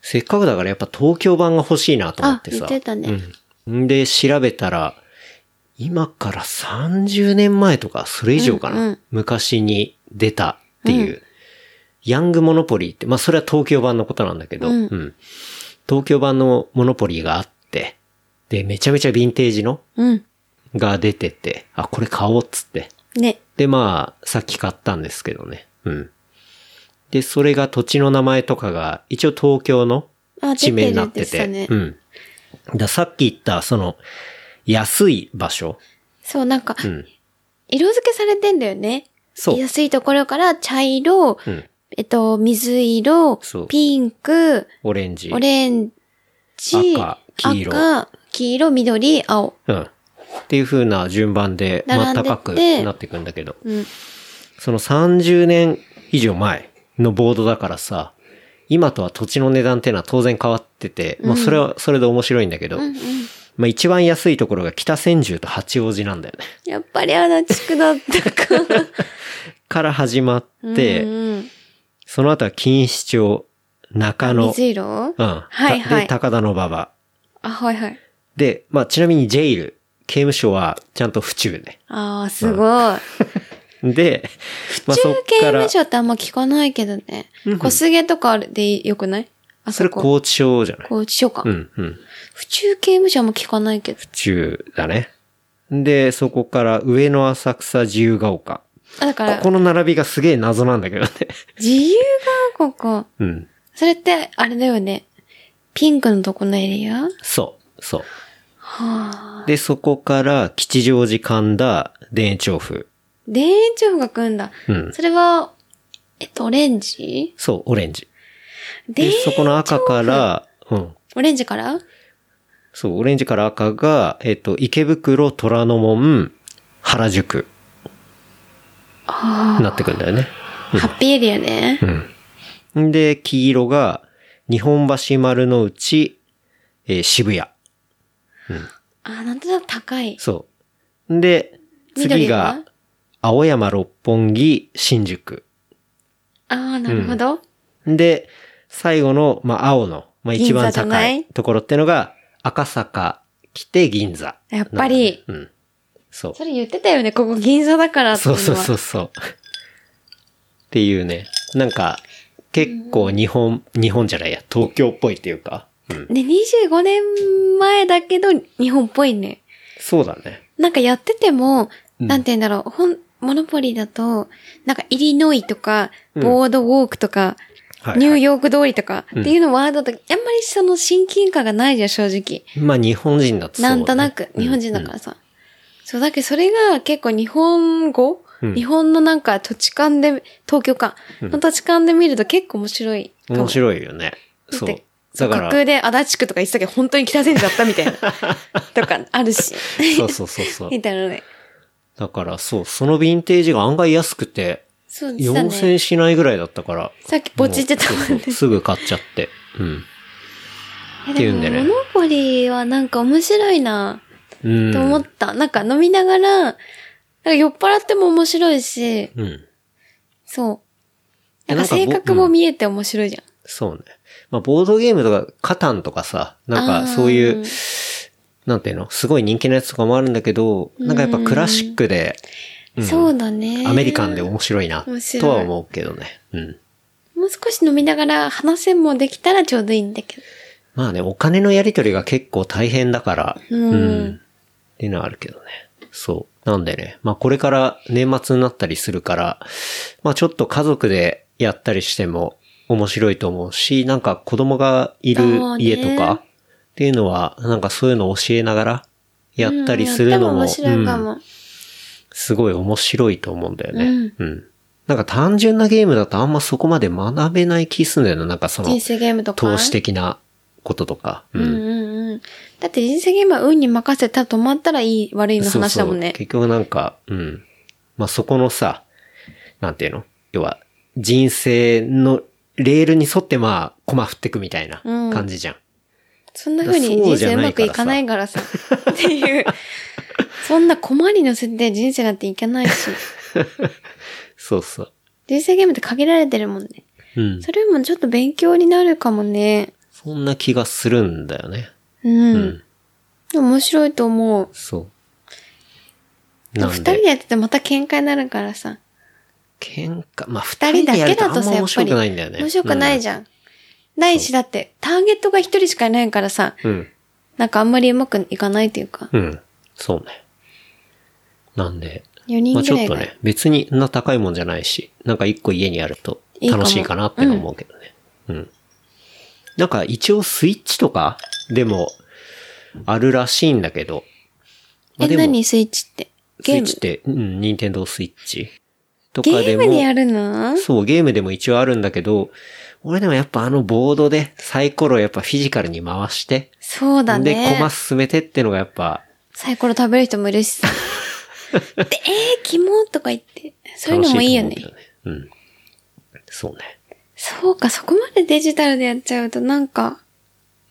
S2: せっかくだからやっぱ東京版が欲しいなと思ってさ。
S3: あ言ってたね
S2: うん。んで、調べたら、今から30年前とか、それ以上かな、
S3: うんうん
S2: 昔に出たっていう、ヤングモノポリーって、まあそれは東京版のことなんだけど、
S3: うん
S2: うん東京版のモノポリーがあって、で、めちゃめちゃヴィンテージの
S3: うん。
S2: が出てて、あ、これ買おうっつって。
S3: ね。
S2: で、まあ、さっき買ったんですけどね。うん。で、それが土地の名前とかが、一応東京の
S3: あ、
S2: 地
S3: 出
S2: 名
S3: て
S2: に
S3: る
S2: なっ
S3: って
S2: て
S3: 言ってた
S2: て。
S3: ね
S2: う。ん。ださっき言った、その、安い場所。
S3: そう、なんか、
S2: うん。
S3: 色付けされてんだよね。
S2: そう。
S3: 安いところから茶色、
S2: うん。
S3: えっと、水色
S2: そう、
S3: ピンク、
S2: オレンジ。
S3: オレンジ、
S2: 赤黄色
S3: 赤黄色緑、青。
S2: うん。っていう風な順番で、まあ、
S3: 並んで
S2: 高
S3: て
S2: くなっていくんだけど。
S3: うん。
S2: その30年以上前のボードだからさ、今とは土地の値段ってのは当然変わってて、まあそれは、それで面白いんだけど、
S3: うんうん。
S2: まあ一番安いところが北千住と八王子なんだよね。
S3: やっぱりあの地区だった か。
S2: から始まって、
S3: うん
S2: その後は錦糸町、中
S3: うん、
S2: 野、
S3: 水色
S2: うん。
S3: はいはい
S2: で、高田の馬場。
S3: あ、はいはい。
S2: で、まあちなみにジェイル、刑務所はちゃんと府中ね。
S3: ああ、すごい。
S2: で、まあ
S3: 中
S2: そっ
S3: 刑
S2: から
S3: 務、所ってあんま聞かないけどね。小菅とかでよくないあ
S2: そ
S3: そ
S2: れ
S3: こ。
S2: 高知省じゃない
S3: 拘置所か
S2: う。んうん。
S3: 府中刑務所も聞かないけど。
S2: 府中だね。で、そこから上野浅草自由が丘。
S3: あ、だか
S2: こ
S3: ら
S2: こ、の並びがすげえ謎なんだけどね。
S3: 自由が丘か。
S2: うん。
S3: それって、あれだよね。ピンクのとこのエリアは
S2: そう、そう。
S3: あ。
S2: で、そこから吉祥寺神田、田園調布。
S3: 田園調布が来るんだ。
S2: うん
S3: それは、えっと、オレンジ
S2: そう、オレンジ。
S3: 田
S2: で、
S3: 園
S2: そこの赤から、うん。
S3: オレンジから
S2: そう、オレンジから赤が、えっ、と、池袋、虎ノ門、原宿。なってくんだよね。
S3: ハッピーエリアね。
S2: んで、黄色が、日本橋丸の内、えー渋谷。
S3: あ、なんとなく高い。
S2: そう。で、次
S3: 緑
S2: が
S3: は、
S2: 青山六本木、新宿。
S3: ああ、なるほど。
S2: で、最後の、まあ、青の、まあ、一番
S3: 銀座じゃな
S2: 高
S3: い
S2: いところってのが、赤坂、来て銀座。
S3: やっぱり、
S2: うん。そう。
S3: それ言ってたよね。ここ銀座だからってい
S2: そうう
S3: の
S2: そう
S3: は。
S2: そうそう。っていうね。なんか、結構日本、日本じゃないや、東京っぽいっていうか。うん。
S3: で、25年前だけど、日本っぽいね。
S2: そうだね。
S3: なんかやってても、
S2: うん
S3: なんて言うんだろう、ほん、モノポリだと、なんかイリノイとか、
S2: うん
S3: ボードウォークとか、
S2: はい、
S3: ニュー
S2: ー
S3: ヨーク通りとか、
S2: うん
S3: っていうのワードと、あんまりその親近感がないじゃん、正直。
S2: ク。まあ日本人だとそう
S3: な
S2: だね
S3: んとなく、
S2: うん
S3: 日本人だからさ。そう、だけどそれが結構日本語、
S2: うん
S3: 日本のなんか土地勘で、東京か、の土地勘で見ると結構面白いかも。
S2: 面白いよね。そ
S3: だっ
S2: う
S3: て。
S2: だか
S3: 架
S2: ら、
S3: 空で足立区とか言ってたけど、本当に北千住だっ たみたいな。とか、あるし。
S2: そうそうそうそう。
S3: みた いなのね。
S2: だから、そう、そのヴィンテージが案外安くて、
S3: そうでしたね。
S2: 4000しないぐらいだったから。
S3: さっきポチってたもん
S2: そう
S3: ね
S2: そう。すぐ買っちゃって。うん。
S3: え
S2: っていうんでね
S3: もモノポリはなんか面白いな。
S2: うん。
S3: と思った。なんか飲みながら、なんか酔っ払っても面白いし、
S2: うん。
S3: そう。
S2: え
S3: なんか
S2: なん
S3: 性
S2: かぼ
S3: 格も見えて面白いじゃん。
S2: そうね。まあ、ボードゲームとか、カタンとかさ、なん
S3: あー
S2: かそういう、なんていうの、すごい人気のやつとかもあるんだけど、なんかやっぱクラシックで、
S3: そうだね。
S2: アメリカンで面白いな、
S3: 面白
S2: と
S3: い
S2: は思うけどね。うん。
S3: もう少し飲みながら話せんもできたらちょうどいいんだけど。
S2: まあね、お金のやり取りが結構大変だから、
S3: うん
S2: っていうのはあるけどね。そう。なんでね、まあこれから年末になったりするから、まあちょっと家族でやったりしても面白いと思うし、なんか子供がいる
S3: そうね
S2: 家とか、っていうのは、なんかそういうのを教えながらやったりするのも、
S3: うんやって面白いか
S2: うん
S3: も。
S2: すごい面白いと思うんだよね。
S3: うん
S2: うんなんか単純なゲームだとあんまそこまで学べない気すんだよな、なんかその。
S3: 人生ゲームとか。
S2: 投資的なこととか。
S3: うんうんうん。だって人生ゲームは運に任せたら止まったらいい悪いの話だもん
S2: そうそう
S3: ね。
S2: 結局なんか、うん。まあ、そこのさ、なんていうの要は、人生のレールに沿ってまあ、コマ振ってくみたいな
S3: うん
S2: 感じじゃん。
S3: そんな風に
S2: そう
S3: 人
S2: じ
S3: 生
S2: ゃ
S3: う
S2: な
S3: ま
S2: い
S3: く
S2: からさ
S3: いかないからさ。っていう。そんな困り乗せて人生なんていけな いし。
S2: そうそう。
S3: 人生ゲームって限られてるもんね。
S2: うん。
S3: それもちょっと勉強になるかもね。
S2: そんな気がするんだよね。
S3: うん。
S2: うん
S3: 面白いと思う。
S2: そう。
S3: 二
S2: なん
S3: 人で
S2: で、
S3: やっててまた喧嘩になるからさ。
S2: 喧嘩、まあ、二
S3: 二
S2: 人
S3: 人だ
S2: でや
S3: け
S2: ると
S3: だ
S2: あ
S3: と
S2: ん
S3: さ、
S2: ま
S3: やっ
S2: 面
S3: ぱ
S2: 白
S3: り。
S2: くないんだよね。
S3: 面白くないじ
S2: ゃん。
S3: ゃん。ないし、だって、ターゲットが一人しかいないからさ、
S2: うん。
S3: なんかあんまりうまくいかないっていうか、
S2: うん。そうね。なんで、
S3: 4
S2: ま
S3: 人
S2: あち
S3: ぐら
S2: ょっ
S3: い
S2: と
S3: が。
S2: ね、別にそんな高いもんじゃないし、なんか一個家にあると楽しいかなってのは思うけどね。うん。なんか一応スイッチとかでもあるらしいんだけど。まあ
S3: え、
S2: でも
S3: 何スイッチって。
S2: ス
S3: ゲ
S2: イ
S3: ー
S2: ッ
S3: ム
S2: チって、うん、ニンテンドースイッチと
S3: ゲ
S2: かで
S3: ー
S2: も。
S3: ムでやるの
S2: そう、ゲームでも一応あるんだけど、俺でもやっぱあのボードでサイコロをやっぱフィジカルに回して、
S3: そうだ
S2: で、コ
S3: ね
S2: マ。進めてってのがやっぱ
S3: サイコロ食べる人もいるし さ。で、えー、キモとか言って。そういう
S2: 楽し
S3: の
S2: いと思う
S3: もいいよ
S2: けど
S3: ね。
S2: うん。そうね。
S3: そうか、そこまでデジタルでやっちゃうとなんか、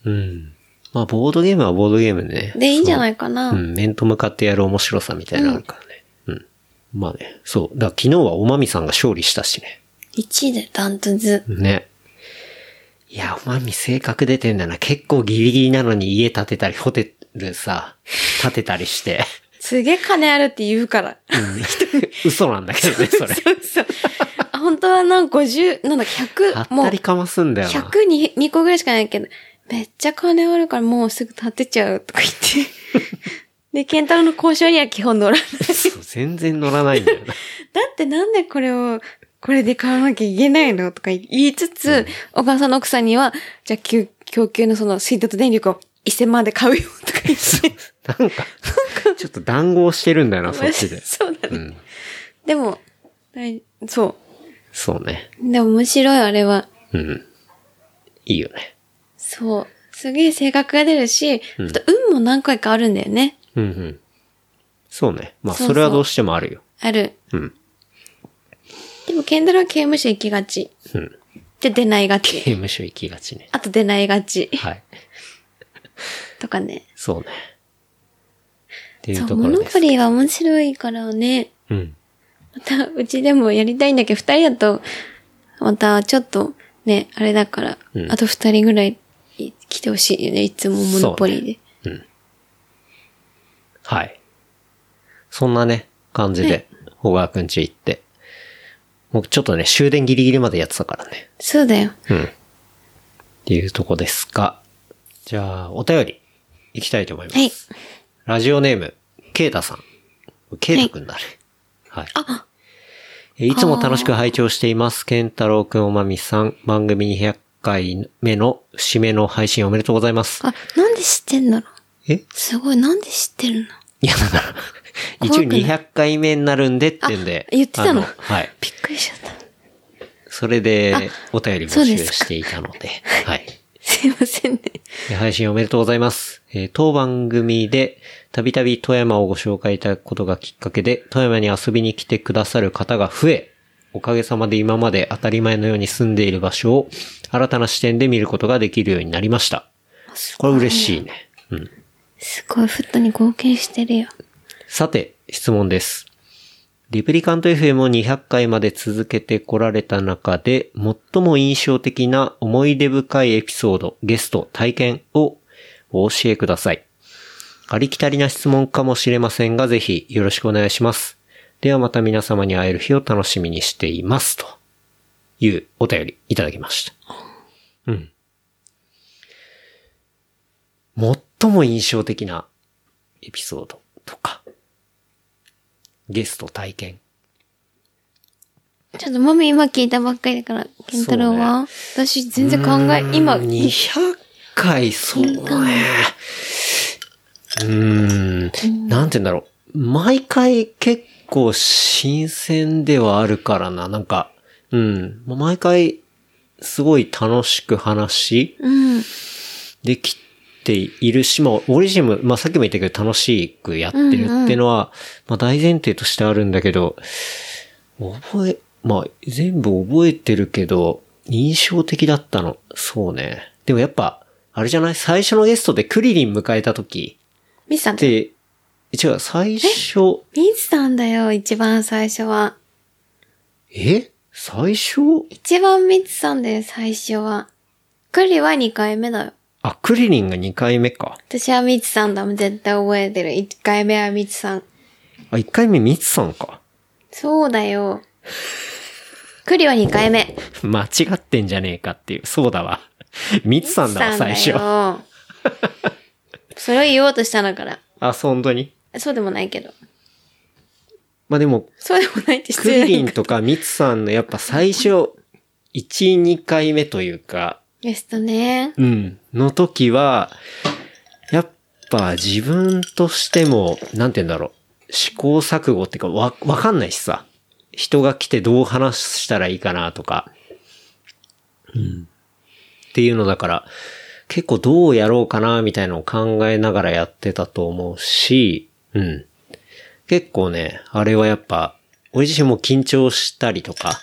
S2: うん。まあ、ボードゲームはボードゲームでね。
S3: でいいんじゃないいかな。
S2: うん、面と向かってやる面白さみたいなのあるからね。うん。まあね、そう。だから昨日はおまみさんが勝利したしね。
S3: 1位でダントツ。
S2: ね。いや、おまみ性格出てんだな。結構ギリギリなのに家建てたり、ホテルさ、建てたりして。
S3: すげえ金あるって言う から。
S2: 嘘なんだけどね、それ。
S3: そうそう。あ本当はなんか50、なんだ、
S2: あっ
S3: 100、もう
S2: たりかますんだよな。
S3: 100に2個ぐらいしかないけど、めっちゃ金あるからもうすぐ建てちゃうとか 言って。で、ケンタロウの交渉には基本乗らない。
S2: そう全然乗らないんだ よな。
S3: だってなんでこれを、これで買わなきゃいけないのとか言いつつ、お母さんの奥さんには、じゃあ供供給のその水道と電力を1000万で買うよとか言って。
S2: なんか、ちょっと談合してるんだよな、そっちで。
S3: そうだね。
S2: うん。
S3: でも、はいそ
S2: そうね。
S3: う。でも面白いあれは。
S2: うん。いいよね。
S3: そう。すげえ性格が出るし、あと運も何回かあるんだよね。
S2: うんうん。そうね。まあ、
S3: そうそ
S2: そ
S3: う
S2: れはどうしてもあるよ。
S3: ある。
S2: うん。
S3: でも、ケンドラは刑務所行きがち。
S2: うん。
S3: で、出ないが
S2: 刑
S3: ち。
S2: 務所行きがちね。
S3: あと出ないがち。
S2: はい。
S3: とかね。
S2: そうね。ってい
S3: そうう、
S2: と
S3: モ
S2: ころ
S3: ノ
S2: で
S3: ポ
S2: す。
S3: リーは面白いからね。
S2: うん。
S3: また、うちでもやりたいんだけど、二人だと、また、ちょっと、ね、あれだから、
S2: うん
S3: あと二人ぐらいい来てほしいよね。いつもモノポリーで。
S2: はい。そんなね、感じで、小川くんち行って。もうちょっとね、終電ギリギリまでやってたからね。
S3: そうだよ。
S2: うん。っていうとこですが。じゃあ、お便り、行きたいと思います。
S3: はい。
S2: ラジオネーム、ケイタさん。ケイタくんだね。はい。
S3: あ、
S2: えいつも楽しく拝聴しています。ケンタロウくん、おまみさん。番組200回目の節目の配信おめでとうございます。
S3: あ、なんで知ってんだろう。
S2: え
S3: すごい、なんで知ってるの
S2: いや、だから、一応
S3: 怖くない
S2: 200回目になるんでってんで
S3: あ。言ってたの
S2: あはい。
S3: びっくりしちゃった。
S2: それで、お便り
S3: そう
S2: 募集
S3: ですか
S2: していたので。はい。
S3: すいませんね。
S2: え配信おめでとうございます。えー当番組で、たびたび富山をご紹介いただくことがきっかけで、富山に遊びに来てくださる方が増え、おかげさまで今まで当たり前のように住んでいる場所を、新たな視点で見ることができるようになりました。これ嬉しいね。うん。
S3: すごい、フットに貢献してるよ。
S2: さて、質問です。リプリカント FM を200回まで続けてこられた中で、最も印象的な思い出深いエピソード、ゲスト、体験をお教えください。ありきたりな質問かもしれませんが、ぜひよろしくお願いします。ではまた皆様に会える日を楽しみにしています。というお便りいただきました。うん。最も印象的なエピソードとか。ゲスト体験。
S3: ちょっとマミ今聞いたばっかりだから、ケンタロウは、私全然考え、今、
S2: 200回、そうね。うーん。なんて言うんだろう。毎回結構新鮮ではあるからな。なんか、うん。毎回、すごい楽しく話
S3: うん。
S2: できているし、まあ、オリジム、まあ、さっきも言ったけど、楽しくやってるっていうのは、まあ、大前提としてあるんだけど、覚え、まあ、全部覚えてるけど、印象的だったの。そうね。でもやっぱ、あれじゃない最初のゲストでクリリン迎えた時
S3: ミスさん
S2: っ、て、違う、最初、
S3: ミスさんだよ、一番最初は。
S2: え最初
S3: 一番ミツさんだよ、最初は。クリは2回目だよ。
S2: あ、クリリンが2回目か。
S3: 私はミツさんだもん、絶対覚えてる。1回目はミツさん。
S2: あ、1回目ミツさんか。
S3: そうだよ。クリは2回目。
S2: 間違ってんじゃねえかっていう。そうだわ。ミツさんだわ、最初。
S3: 初。それを言おうとしたのから。
S2: あ、そう本当に
S3: そうでもないけど。
S2: まあでも、
S3: そうでもないって失
S2: ク
S3: 礼
S2: リ
S3: だけ
S2: リ
S3: ど
S2: ンとかミツさんのやっぱ最初、1、2回目というか、
S3: ゲストね。
S2: うん、の時は、やっぱ自分としても、なんて言うんだろう、試行錯誤っていうか、わ、わかんないしさ。人が来てどう話したらいいかなとか、うん。っていうのだから、結構どうやろうかなみたいなのを考えながらやってたと思うし、うん。結構ね、あれはやっぱ、俺自身も緊張したりとか、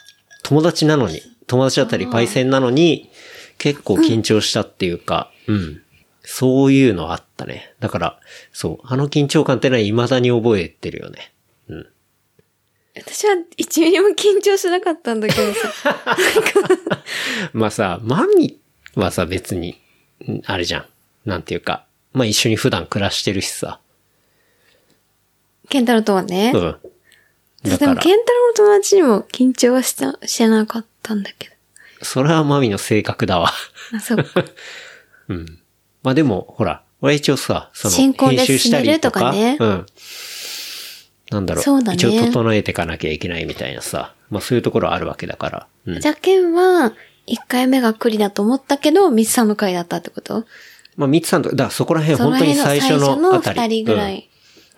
S2: 友達なのに、友達だったりパイセンなのに、結構緊張したっていうか、うん。そういうのあったね。だから、そう、あの緊張感ってのは未だに覚えてるよね。
S3: 私は一ミリも緊張しなかったんだけ どさ。
S2: まあさ、マミはさ、別に、んあれじゃん。なんていうか、まあ一緒に普段暮らしてるしさ。
S3: ケンタロウとはね
S2: う。ん。だ
S3: で
S2: か
S3: も
S2: ら
S3: ケ、ンタロウの友達にも緊張はしたしてなかったんだけど。
S2: それはマミの性格だわ。
S3: あ、そうか。
S2: まあでも、ほら、俺は一応さ、その、
S3: 進行で
S2: 編集したりとか、
S3: 進めると
S2: うん。なんだろう、
S3: そうだね
S2: 一応整えていかなきゃいけないみたいなさ、まあそういうところあるわけだから。うん。
S3: じゃあケンは、1回目がクリだと思ったけど、ミスさんの回だったってこと
S2: まあミツさんとか、だからそこら辺
S3: その
S2: 本当に
S3: 辺の最
S2: 最
S3: 初
S2: 初
S3: の
S2: のあた
S3: 2
S2: り。
S3: 人ぐら
S2: うん
S3: い。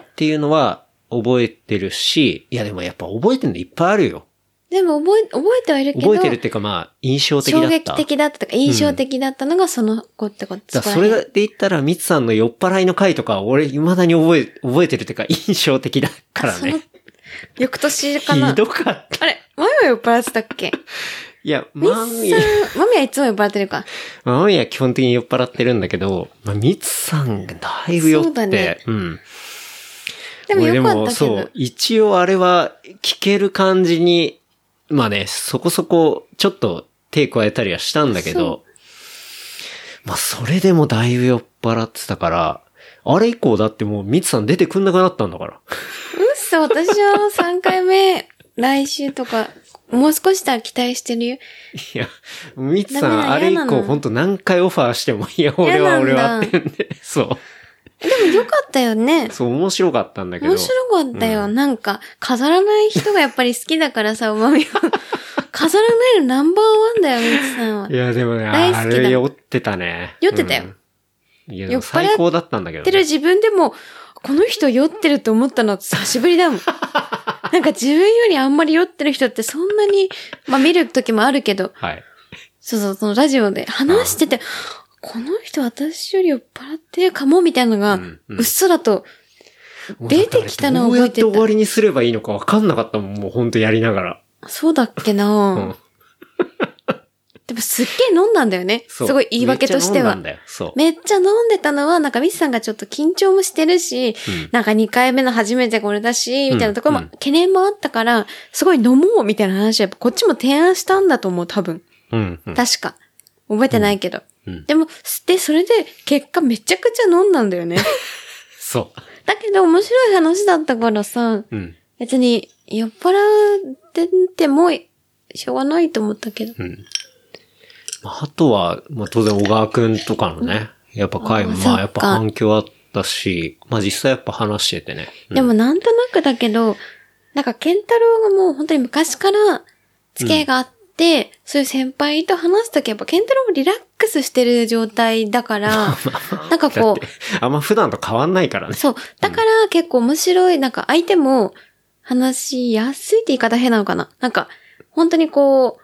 S2: っていうのは覚えてるし、いやでもやっぱ覚えてるのいっぱいあるよ。
S3: でも覚え、覚えてはいるけど、
S2: 覚えてるっていうかまあ印象的だ
S3: 衝
S2: った。
S3: 撃的だったとか、印象的だったのがその子ってこと、
S2: だからそれで言ったら、ミツさんの酔っ払いの回とか、俺未だに覚え、覚えてるっていうか印象的だから
S3: その
S2: ね。、
S3: 翌年かな
S2: ひ。どかった。
S3: あれ、マミは酔っ払ってたっけ
S2: いや、
S3: ミ
S2: マ
S3: ス
S2: ミ
S3: さ、ん、マミはいつも酔っ払ってるか。
S2: マミは基本的に酔っ払ってるんだけど、まあ、ミツさんがだいぶ酔って、
S3: そうだね
S2: うん。
S3: でも
S2: 俺
S3: よかったけ
S2: そ
S3: ど
S2: う、。一応あれは聞ける感じに、まあね、そこそこちょっと手加えたりはしたんだけど、まあそれでもだいぶ酔っ払ってたから、あれ以降だってもうミツさん出てくんなくなったんだから。
S3: 嘘、私は3回目、来週とか、もう少したら期待してるよ。
S2: いや、ミツさ
S3: ダメ
S2: ん
S3: だ
S2: あれ以
S3: 嫌な
S2: 降
S3: の
S2: ほんと何回オファーしても、いや、俺
S3: 嫌な
S2: は
S3: んだ
S2: 俺はって言うんで、そ
S3: でもよかったよね
S2: う、。そう面白かったんだけど。
S3: 面白かったよ。なんか、飾らない人がやっぱり好きだか らさ、うまみは。飾らないのナンバーワンだよ、みつさんは。
S2: い
S3: や
S2: や、でもね、
S3: 大好きだ
S2: あれ酔ってたね。
S3: 酔ってたよ
S2: うん。いや、で
S3: 酔っ払
S2: も
S3: っ
S2: 最高だったんだけど
S3: って
S2: ね、
S3: る自分でも、この人酔ってると思ったの久しぶり だもん。なんか自分よりあんまり酔ってる人ってそんなに、まあ見る時もあるけど、
S2: はい。
S3: そうそう、そのラジオで話してて、この人私より酔っ払ってるかも、みたいなのが、
S2: んうん
S3: うっそらと、出てきたのは覚えてた
S2: どうやって終わりにすればいいのか分かんなかったもん、もうほんとやりながら。
S3: そうだっけな、
S2: うん。
S3: ででもすっげえ飲んだんだよね。す
S2: そう
S3: ごい言い訳としては。
S2: めっちゃ飲んだんだよ。そう。
S3: めっちゃ飲んでたのは、なんかミスさんがちょっと緊張もしてるし、
S2: うん
S3: なんか2回目の初めてこれだし、みたいなところも、
S2: うんうん
S3: 懸念もあったから、すごい飲もうみたいな話をやっぱこっちも提案したんだと思う、多分。
S2: うん、うん。
S3: 確か。覚えてないけど。
S2: うん
S3: でも、で、それで結果めちゃくちゃ飲んだんだ よね。
S2: そ
S3: だけど面白い話だったからさ、
S2: う。うん。
S3: 別に酔っ払っててもしょうがないと思ったけど。
S2: うん。まああとは、まあ当然小川くんとかのね、やっぱ回も、
S3: あー
S2: まあ
S3: そ
S2: や
S3: っ
S2: っ
S3: か
S2: ぱ反響あったし、まあ実際やっぱ話しててね。うん
S3: でもなんとなくだけど、なんかケンタロウがもう本当に昔から付き合いがあって、そういう先輩と話すときやっぱケンタロウもリラックスしてる状態だ から、なんか
S2: だっ
S3: こ
S2: て
S3: う、
S2: あんま普段と変わんないからね。
S3: そう。だから結構面白い、なんか相手も話しやすいって言い方変なのかななんか、本当にこ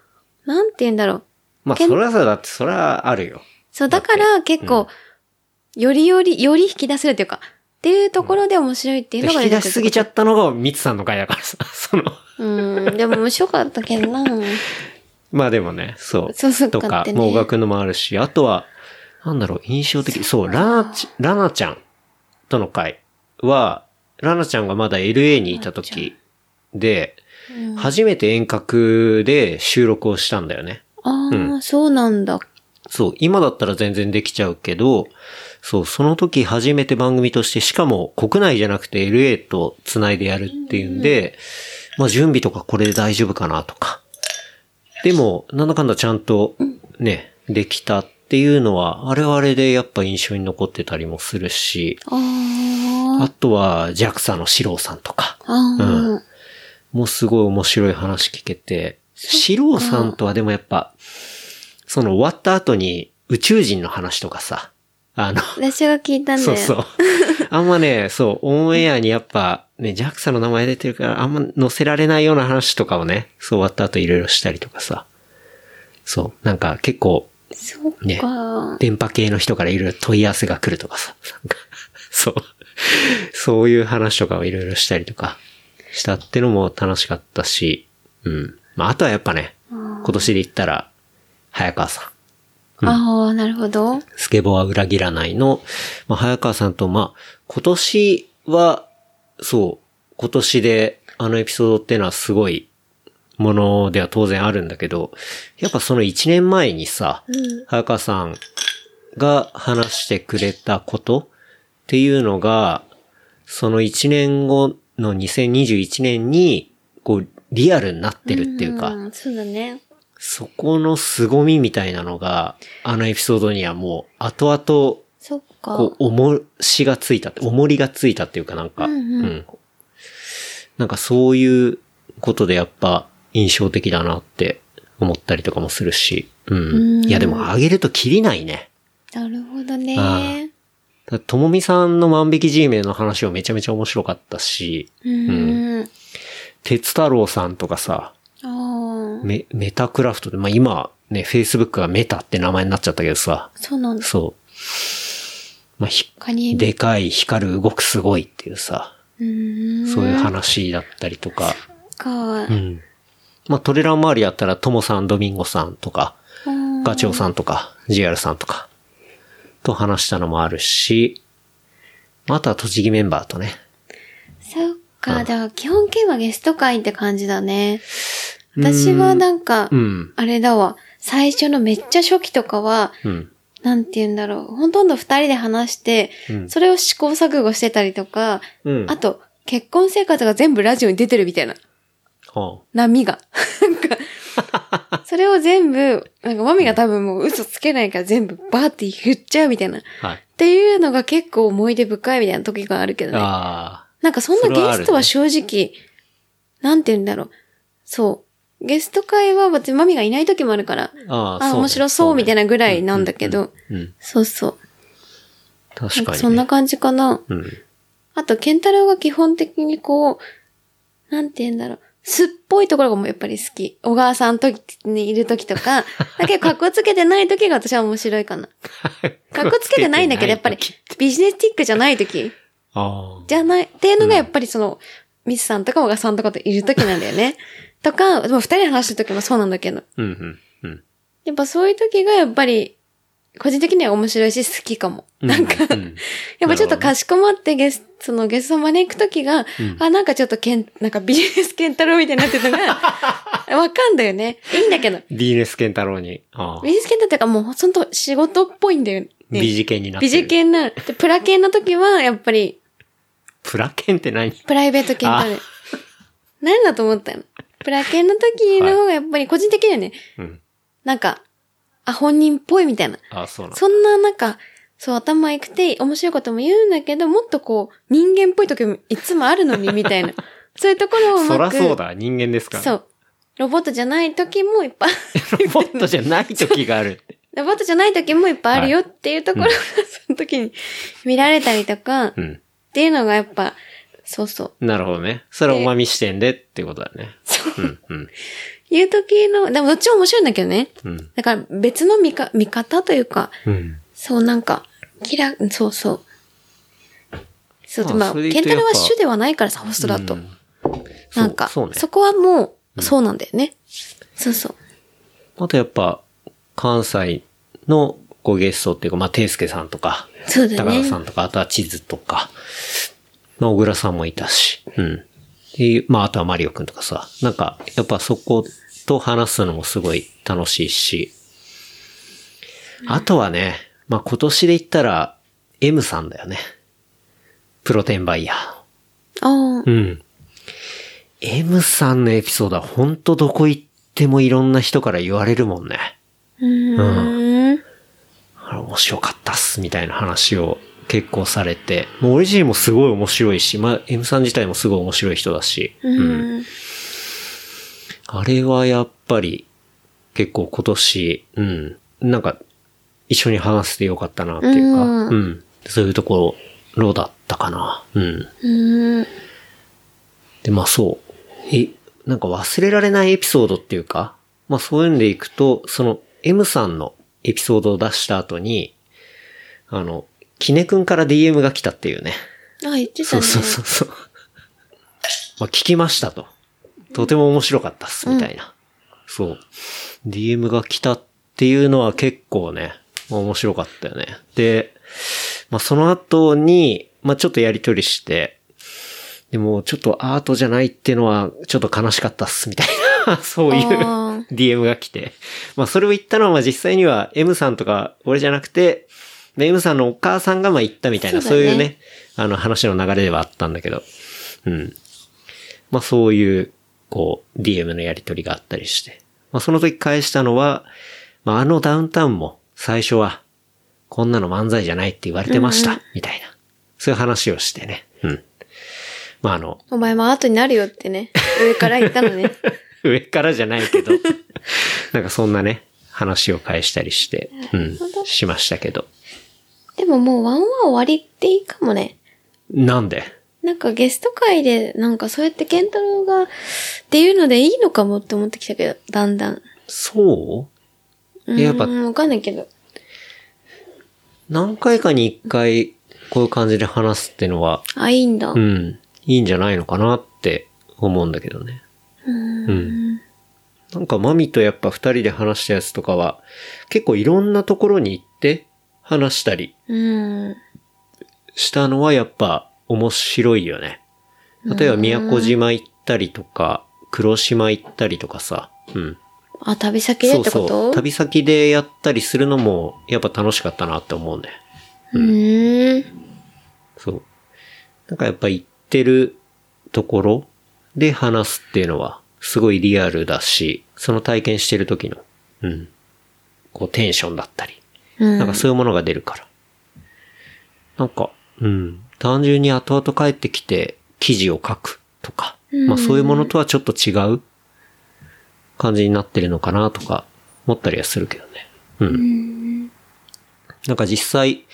S3: う、なんて言うんだろう。
S2: まあ
S3: けん
S2: それはさ、だってそれはあるよ。
S3: そう、だから結構、よりより、より引き出せるというか、っていうところで面白いっていう
S2: 引
S3: のが
S2: き出しすぎちゃ
S3: っ
S2: ったのがミツさんの回だからさ、 その、
S3: た。うん、でも面白かったけどな
S2: まあでもね、そう。
S3: そうそう
S2: と
S3: 買っ
S2: か
S3: て、ね
S2: もう小川くんのもあるし、あとは、なんだろう、印象的。そう、ラナち、ラナちゃんとの回は、ラナちゃんがまだ LA にいた時で、
S3: うん
S2: 初めて遠隔で収録をしたんだよね。
S3: ああ、
S2: うん
S3: そうなんだ。
S2: そう、今だったら全然できちゃうけど、そう、その時初めて番組として、しかも国内じゃなくて LA と繋いでやるっていうんで、まあ準備とかこれで大丈夫かなとか。でも、なんだかんだちゃんとね、できたっていうのは、あれはあれでやっぱ印象に残ってたりもするし、
S3: ああ、
S2: あとは JAXA の四郎さんとか、
S3: ああ、
S2: うんもうすごい面白い話聞けて、シローさんとはでもやっぱ、その終わった後に宇宙人の話とかさ、あの、
S3: 私が聞いたんだ
S2: そ
S3: よ。
S2: う そう。あんまね、そう、オンエアにやっぱ、ね、JAXA の名前出てるから、あんま載せられないような話とかをね、そう終わった後いろいろしたりとかさ、そう、なんか結構、
S3: そっか。
S2: ね電波系の人からいろいろ問い合わせが来るとかさ、なんか、そう、そういう話とかをいろいろしたりとかしたってのも楽しかったし、うん。まあ、あとはやっぱね、今年で言ったら、早川さん。
S3: ああ、なるほど。
S2: スケボーは裏切らないの、まあ、早川さんと、まあ、今年は、そう、今年で、あのエピソードっていうのはすごいものでは当然あるんだけど、やっぱその1年前にさ、早川さんが話してくれたことっていうのが、その1年後の2021年に、こう、リアルになってるっていうか、
S3: んそうだね。
S2: そこの凄みみたいなのが、あのエピソードにはもう、後々、
S3: そっか。
S2: こう、重しがついたって、重りがついたっていうかなんか、
S3: うんうん
S2: なんかそういうことでやっぱ印象的だなって思ったりとかもするし、うん。
S3: うん
S2: いやでも上げると切りないね。
S3: なるほど
S2: あ
S3: ね。
S2: だともみさんの万引き G メの話もめちゃめちゃ面白かったし、
S3: うん。
S2: 鉄太郎さんとかさ、
S3: ああ、
S2: メメタクラフトで、まあ今ね、Facebook がメタって名前になっちゃったけどさ、
S3: そうなんだ。
S2: そう。まあ、ひ
S3: カニエミ
S2: でかい光る動くすごいっていうさ、
S3: うーん。
S2: そういう話だったりとか、
S3: か。
S2: うん。まあ、トレラン周りだったら、ともさん、ドミンゴさんとか、
S3: うん
S2: ガチョウさんとか、JR さんとか、と話したのもあるし、あとは栃木メンバーとね。
S3: そっか。だから基本系はゲスト会って感じだね。私はなんか
S2: う、ん。
S3: あれだわ。最初のめっちゃ初期とかは、
S2: うん。
S3: なんて言うんだろう。ほとんど二人で話して、
S2: うん
S3: それを試行錯誤してたりとか、
S2: うん。
S3: あと、結婚生活が全部ラジオに出てるみたいな。
S2: は
S3: 波が。 なん か、それを全部、なんかマミが多分もう嘘つけないから全部バーって言っちゃうみたいな。っ
S2: あはい。
S3: ていうのが結構思い出深いみたいな時があるけどね。
S2: ああ。
S3: なんかそんな
S2: それはあ
S3: ゲ
S2: るね
S3: ストは正直、なんて言うんだろう。そう。ゲスト会は別にマミがいない時もあるから、
S2: ああ、
S3: あ、面白そうみたい
S2: な。
S3: なぐらいなんだけど、
S2: うん。
S3: そうそう。
S2: 確
S3: なん
S2: かに、
S3: か
S2: ね。
S3: そんな感じかな。
S2: うん。
S3: あと、ケンタロウが基本的にこう、なんて言うんだろう。すっぽいところがもうやっぱり好き。小川さんとにいる時と か、だけど格好つけてない時が私は面白いかな。格好つけてないんだけど、やっぱりビジネスティックじゃない時
S2: あ
S3: じゃない、っていうのがやっぱりその、ミスさんとか小川さん とかといる時なんだよね。とか、まあ二人で話してる時もそうなんだけど。
S2: あ。うんうん。うん。
S3: やっぱそういう時がやっぱり、個人的には面白いし好きかも。なんか、
S2: うん
S3: やっぱちょっとかしこまってゲス、そのゲストを招くときが、あ、なんかちょっとけん、なんかビジネスケンタロウみたいにな ってるのが、わかんだよね。いいんだけど。
S2: ビーネスケンタロウに。ああ
S3: ビジネスケンタっていうかもうほんと仕事っぽいんだよね。
S2: 美事件になって
S3: ビ
S2: る。
S3: ジケンなる。でプラケンの時は、やっぱり、
S2: プラケンって何
S3: プライベートケンタロウ。何だと思ったのプラケンの時の方がやっぱり個人的にはね、
S2: うん。
S3: なんか、あ、本人っぽいみたいな。
S2: ああそうなんだ。
S3: そんななんか、そう頭良くて面白いことも言うんだけど、もっとこう、人間っぽい時もいつもあるのにみ たいな。そういうところをう
S2: そ
S3: ま
S2: ら
S3: く。
S2: そうだ、人間ですから。
S3: そ。う。ロボットじゃない時もいっ ぱい、
S2: ロボットじゃない時があ るって。
S3: ロボットじゃない時もいっぱいあるよっていうところが、その時に見られたりとか、っ
S2: うん。
S3: ていうのがやっぱ、そうそう。
S2: なるほどね。それはおまみ視点でってことだね。
S3: そう
S2: う。ん、うん、
S3: いう時の、でもどっちも面白いんだけどね。
S2: うん。
S3: だから別の見か見方というか、
S2: うん。
S3: そう、なんか、キラ、そうそう。そう、
S2: まあ
S3: まあ、
S2: それで
S3: ケ
S2: 言
S3: ン
S2: うと
S3: タ
S2: やっ
S3: ル
S2: ぱ
S3: は主ではないからさ、ホストだと。
S2: うんそう
S3: なんか、
S2: そ
S3: そう
S2: ね。
S3: こはもう、そうなんだよね。そうそう。
S2: あとやっぱ、関西のごゲストっていうか、まあ、ていすけさんとか、
S3: そうだ
S2: 高
S3: ね
S2: 田。さんとか、あとは地図とか、まあ、小倉さんもいたし、うん。でまあ、あとはマリオくんとかさ、なんか、やっぱそこと話すのもすごい楽しいし、あとはね、まあ、今年で言ったら、M さんだよね。プロ転売ヤー。
S3: ああ、
S2: うん。M さんのエピソードはほんとどこ行ってもいろんな人から言われるもんね。
S3: うーん。
S2: あれ面白かったっす、みたいな話を結構されて。もう俺自身もすごい面白いし、まあ M さん自体もすごい面白い人だし。
S3: うん。
S2: あれはやっぱり結構今年、うん。なんか一緒に話せてよかったなっていうか、
S3: うん
S2: うん、そういうところだったかな。うん。
S3: うん。
S2: で、まあそう。え、なんか忘れられないエピソードっていうか、まあそういうんでいくと、その M さんのエピソードを出した後に、あの、キネ君から DM が来たっていうね。
S3: あ、言ってた
S2: そう
S3: ね。
S2: そうそうそう。まあ聞きましたと。とても面白かったっす、みたいな。そう。DM が来たっていうのは結構ね、まあ面白かったよね。で、まあその後に、まあちょっとやりとりして、でもちょっとアートじゃないっていうのはちょっと悲しかったっす、みたいな。 そういう
S3: あ
S2: DM が来て。まあそれを言ったのはまあ実際には M さんとか俺じゃなくて、まあ M さんのお母さんがまあ言ったみたいな、
S3: そう
S2: そ
S3: だ
S2: う
S3: ね
S2: いうね、あの話の流れではあったんだけど。うん。まあそういう、こう、DM のやり取りがあったりして。まあその時返したのは、まああのダウンタウンも最初は、こんなの漫才じゃないって言われてました、みたいな。そういう話をしてね。うん。まああの、
S3: お前もアートになるよってね。上から言ったの ね。
S2: 上からじゃないけど、 なんかそんなね、話を返したりして、うん
S3: ほ、ど
S2: しましたけど。
S3: でももうワンワン終わりっていいかもね。
S2: なんで
S3: なんかゲスト会で、なんかそうやってケンタロウが、っていうのでいいのかもって思ってきたけど、だんだん。
S2: そうやっぱ
S3: ん、わかんないけど。
S2: う何回かに一回、こういう感じで話すっていうのは、
S3: あ、いいんだ。
S2: うん、いいんじゃないのかなって思うんだけどね。
S3: うん
S2: うん。なんかマミとやっぱ二人で話したやつとかは、結構いろんなところに行って話したり
S3: うん。
S2: したのはやっぱ面白いよね。例えば宮古島行ったりとか、黒島行ったりとかさ、うん。
S3: あ、旅先でってこと
S2: う。旅先でやったりするのもやっぱ楽しかったなって思うね。
S3: うーん。
S2: そう。なんかやっぱ行ってるところで話すっていうのは、すごいリアルだし、その体験してる時の、うん。こうテンションだったり、
S3: うん。
S2: なんかそういうものが出るから。なんか、うん。単純に後々帰ってきて記事を書くとか、まあそういうものとはちょっと違う感じになってるのかなとか思ったりはするけどね。うん。なんか実際、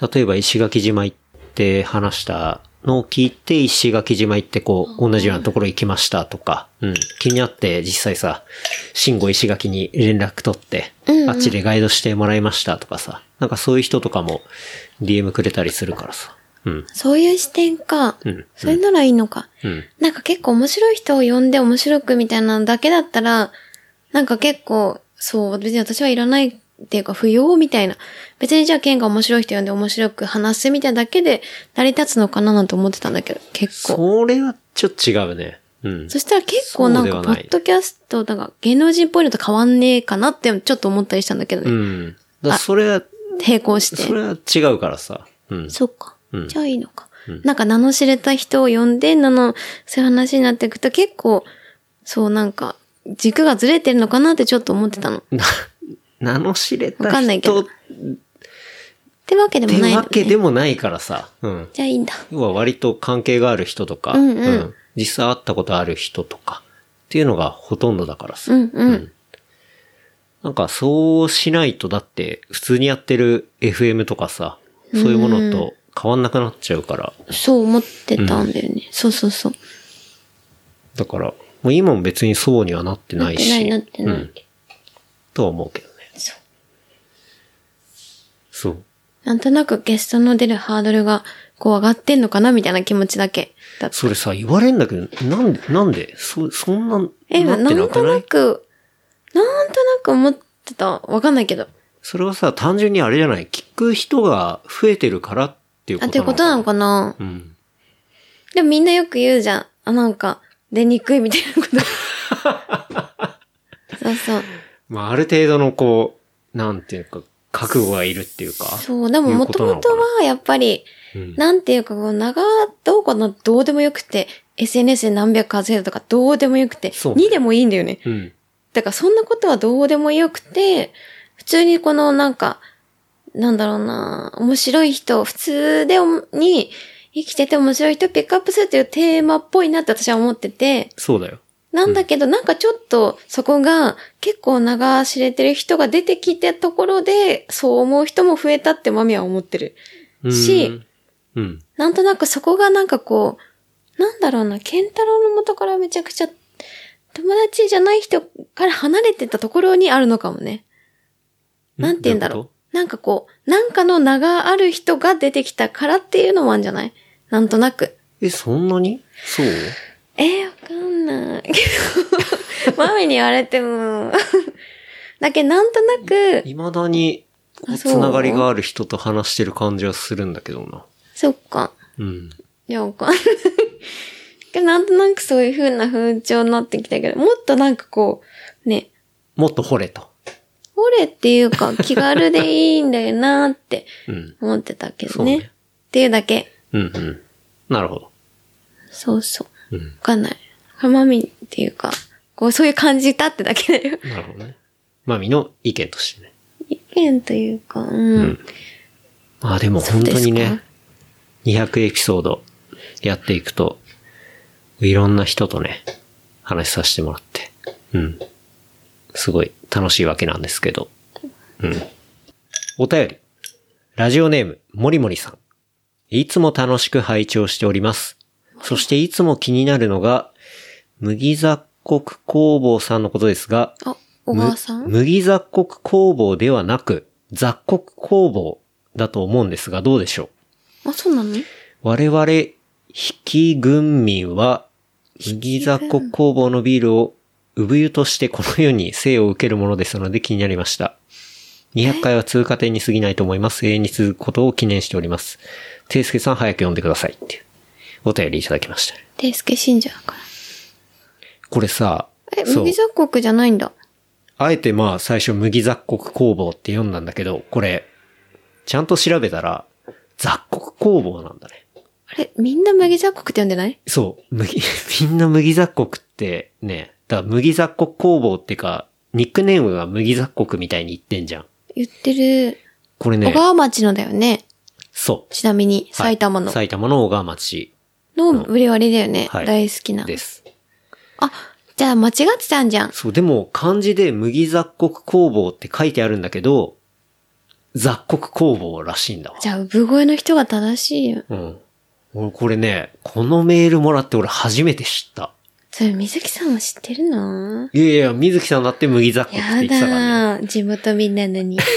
S2: 例えば石垣島行って話したのを聞いて石垣島行ってこう同じようなところ行きましたとか、うん。気になって実際さ、慎吾石垣に連絡取って、あっちでガイドしてもらいましたとかさ、なんかそういう人とかも DM くれたりするからさ。うん。
S3: そういう視点か。
S2: うん
S3: それならいいのか。
S2: うん。
S3: なんか結構面白い人を呼んで面白くみたいなのだけだったら、なんか結構、そう、別に私はいらないっていうか不要みたいな。別にじゃあ県が面白い人呼んで面白く話すみたいなだけで成り立つのかななんて思ってたんだけど、結構。
S2: それはちょっと違うね。うん。
S3: そしたら結構なん
S2: そ
S3: か、
S2: うで
S3: ポ
S2: はない
S3: ッドキャスト、なんか芸能人っぽいのと変わんねえかなってちょっと思ったりしたんだけど
S2: う
S3: ね。
S2: ん。だからそれは、
S3: 並行して。
S2: それは違うからさ。うん。
S3: そうか。
S2: うん
S3: じゃあいいのか。なんか名の知れた人を呼んで、名の、そういう話になっていくと結構、そうなんか、軸がずれてるのかなってちょっと思ってたの。っ
S2: な、名の知れ
S3: わか
S2: た
S3: んないけ
S2: 人
S3: ど
S2: って
S3: わけでもない
S2: て
S3: の
S2: わけ
S3: ね。
S2: でもないからさ。うん。
S3: じゃあいいんだ。
S2: 要は割と関係がある人とか、
S3: うんうん
S2: 実際会ったことある人とか、っていうのがほとんどだからさ。
S3: うんうん。
S2: なんかそうしないとだって、普通にやってる FM とかさ、そういうものと変わんなくなっちゃうから、
S3: そう思ってたんだよね。そうそうそう。
S2: だから、もう今も別にそうにはなってないし、
S3: なってないな
S2: う
S3: って
S2: ん、とは思うけどね。
S3: そう。
S2: そう。
S3: なんとなくゲストの出るハードルが、こう上がってんのかなみたいな気持ちだけだった。
S2: それさ、言われんだけど、なんで、なんで、そ、そんな、
S3: え、
S2: な
S3: な
S2: ってなんく
S3: と
S2: な
S3: ないく、なんとなく思ってた。わかんないけど。
S2: それはさ、単純にあれじゃない、聞く人が増えてるからっていうこ
S3: あ、
S2: と
S3: ということなのかな
S2: うん。
S3: でもみんなよく言うじゃん。あ、なんか、出にくいみたいな こと。そうそう。
S2: まあ、ある程度のこう、なんていうか、覚悟がいるっていうか。
S3: そう、でも
S2: いう
S3: も
S2: ことな
S3: も
S2: の
S3: と
S2: かな
S3: はやっぱり、
S2: うん
S3: なんていうか、こう、長、どうかな、どうでもよくて、SNS で何百稼いだとか、どうでもよくて、
S2: そうね
S3: 2でもいいんだよね。
S2: うん。
S3: だからそんなことはどうでもよくて、普通にこのなんか、なんだろうな、面白い人、普通でおも、に、生きてて面白い人をピックアップするっていうテーマっぽいなって私は思ってて、
S2: そうだよ。
S3: なんだけど、なんかちょっとそこが結構名が知れてる人が出てきたところで、そう思う人も増えたってマミは思ってる。
S2: うん
S3: し、
S2: うん。
S3: なんとなくそこがなんかこう、なんだろうな、ケンタロウの元からめちゃくちゃ友達じゃない人から離れてたところにあるのかもね。なんて言うんだろ
S2: どういうこ。
S3: なんかこう、なんかの名がある人が出てきたからっていうのもあるんじゃないなんとなく。
S2: え、そんなにそう
S3: えー、わかんない。けど、マミに言われても。だけど、なんとなく、
S2: 未だに、こう
S3: あそう
S2: つながりがある人と話してる感じはするんだけどな。
S3: そっか。
S2: うん。
S3: いや、わかんない。けど、なんとなくそういう風な風潮になってきたけど、もっとなんかこう、ね、
S2: もっと掘れと。
S3: 俺っていうか気軽でいいんだよなって
S2: うん。
S3: 思ってたけ
S2: そ
S3: ど
S2: う
S3: ね。
S2: ね
S3: っていうだけ。
S2: うんうん。なるほど。
S3: そうそう。
S2: うん
S3: わかんない。これマミっていうか、こう、そういう感じたってだけだよ。
S2: なるほどね。まみの意見としてね。
S3: 意見というか、うん。
S2: んまあでも本当に
S3: そうで
S2: ね、200エピソードやっていくと、いろんな人とね、話させてもらって、うん。すごい楽しいわけなんですけど、うん。お便り。ラジオネーム、もりもりさん。いつも楽しく拝聴しております。そしていつも気になるのが、麦雑穀工房さんのことですが、
S3: あ、小川さん
S2: む麦雑穀工房ではなく、雑穀工房だと思うんですが、どうでしょう
S3: あ、そうなの
S2: 我々、引き軍民は、麦雑穀工房のビールを、産湯としてこの世に生を受けるものですので気になりました。200回は通過点に過ぎないと思います。永遠に続くことを記念しております。ていすけさん早く読んでくださいっていう、お便りいただきました。
S3: ていすけ信者だから。
S2: これさ、
S3: え、
S2: そう
S3: 麦雑穀じゃないんだ。
S2: あえてまあ最初麦雑穀工房って読んだんだけど、これ、ちゃんと調べたら、雑穀工房なんだね。
S3: あれ、みんな麦雑穀って呼んでない
S2: そう、麦、 みんな麦雑穀ってね、だから麦雑穀工房ってか、ニックネームが麦雑穀みたいに言ってんじゃん。
S3: 言ってる。
S2: これ
S3: 小
S2: ね、
S3: 川町のだよね。
S2: そう。
S3: ちなみに、埼玉
S2: は
S3: の
S2: い。埼玉の小川町
S3: の売り割りだよね。
S2: はい
S3: 大好きな。
S2: です。
S3: あ、じゃあ間違ってたんじゃん。
S2: そう、でも漢字で麦雑穀工房って書いてあるんだけど、雑穀工房らしいんだわ。
S3: じゃあ、産声の人が正しいよ。
S2: うん。俺これね、このメールもらって俺初めて知った。
S3: それ、水木さんも知ってるの
S2: いやいや、水木さんだって麦雑穀って言
S3: や
S2: ってたからね。
S3: だー。地元みんなのに。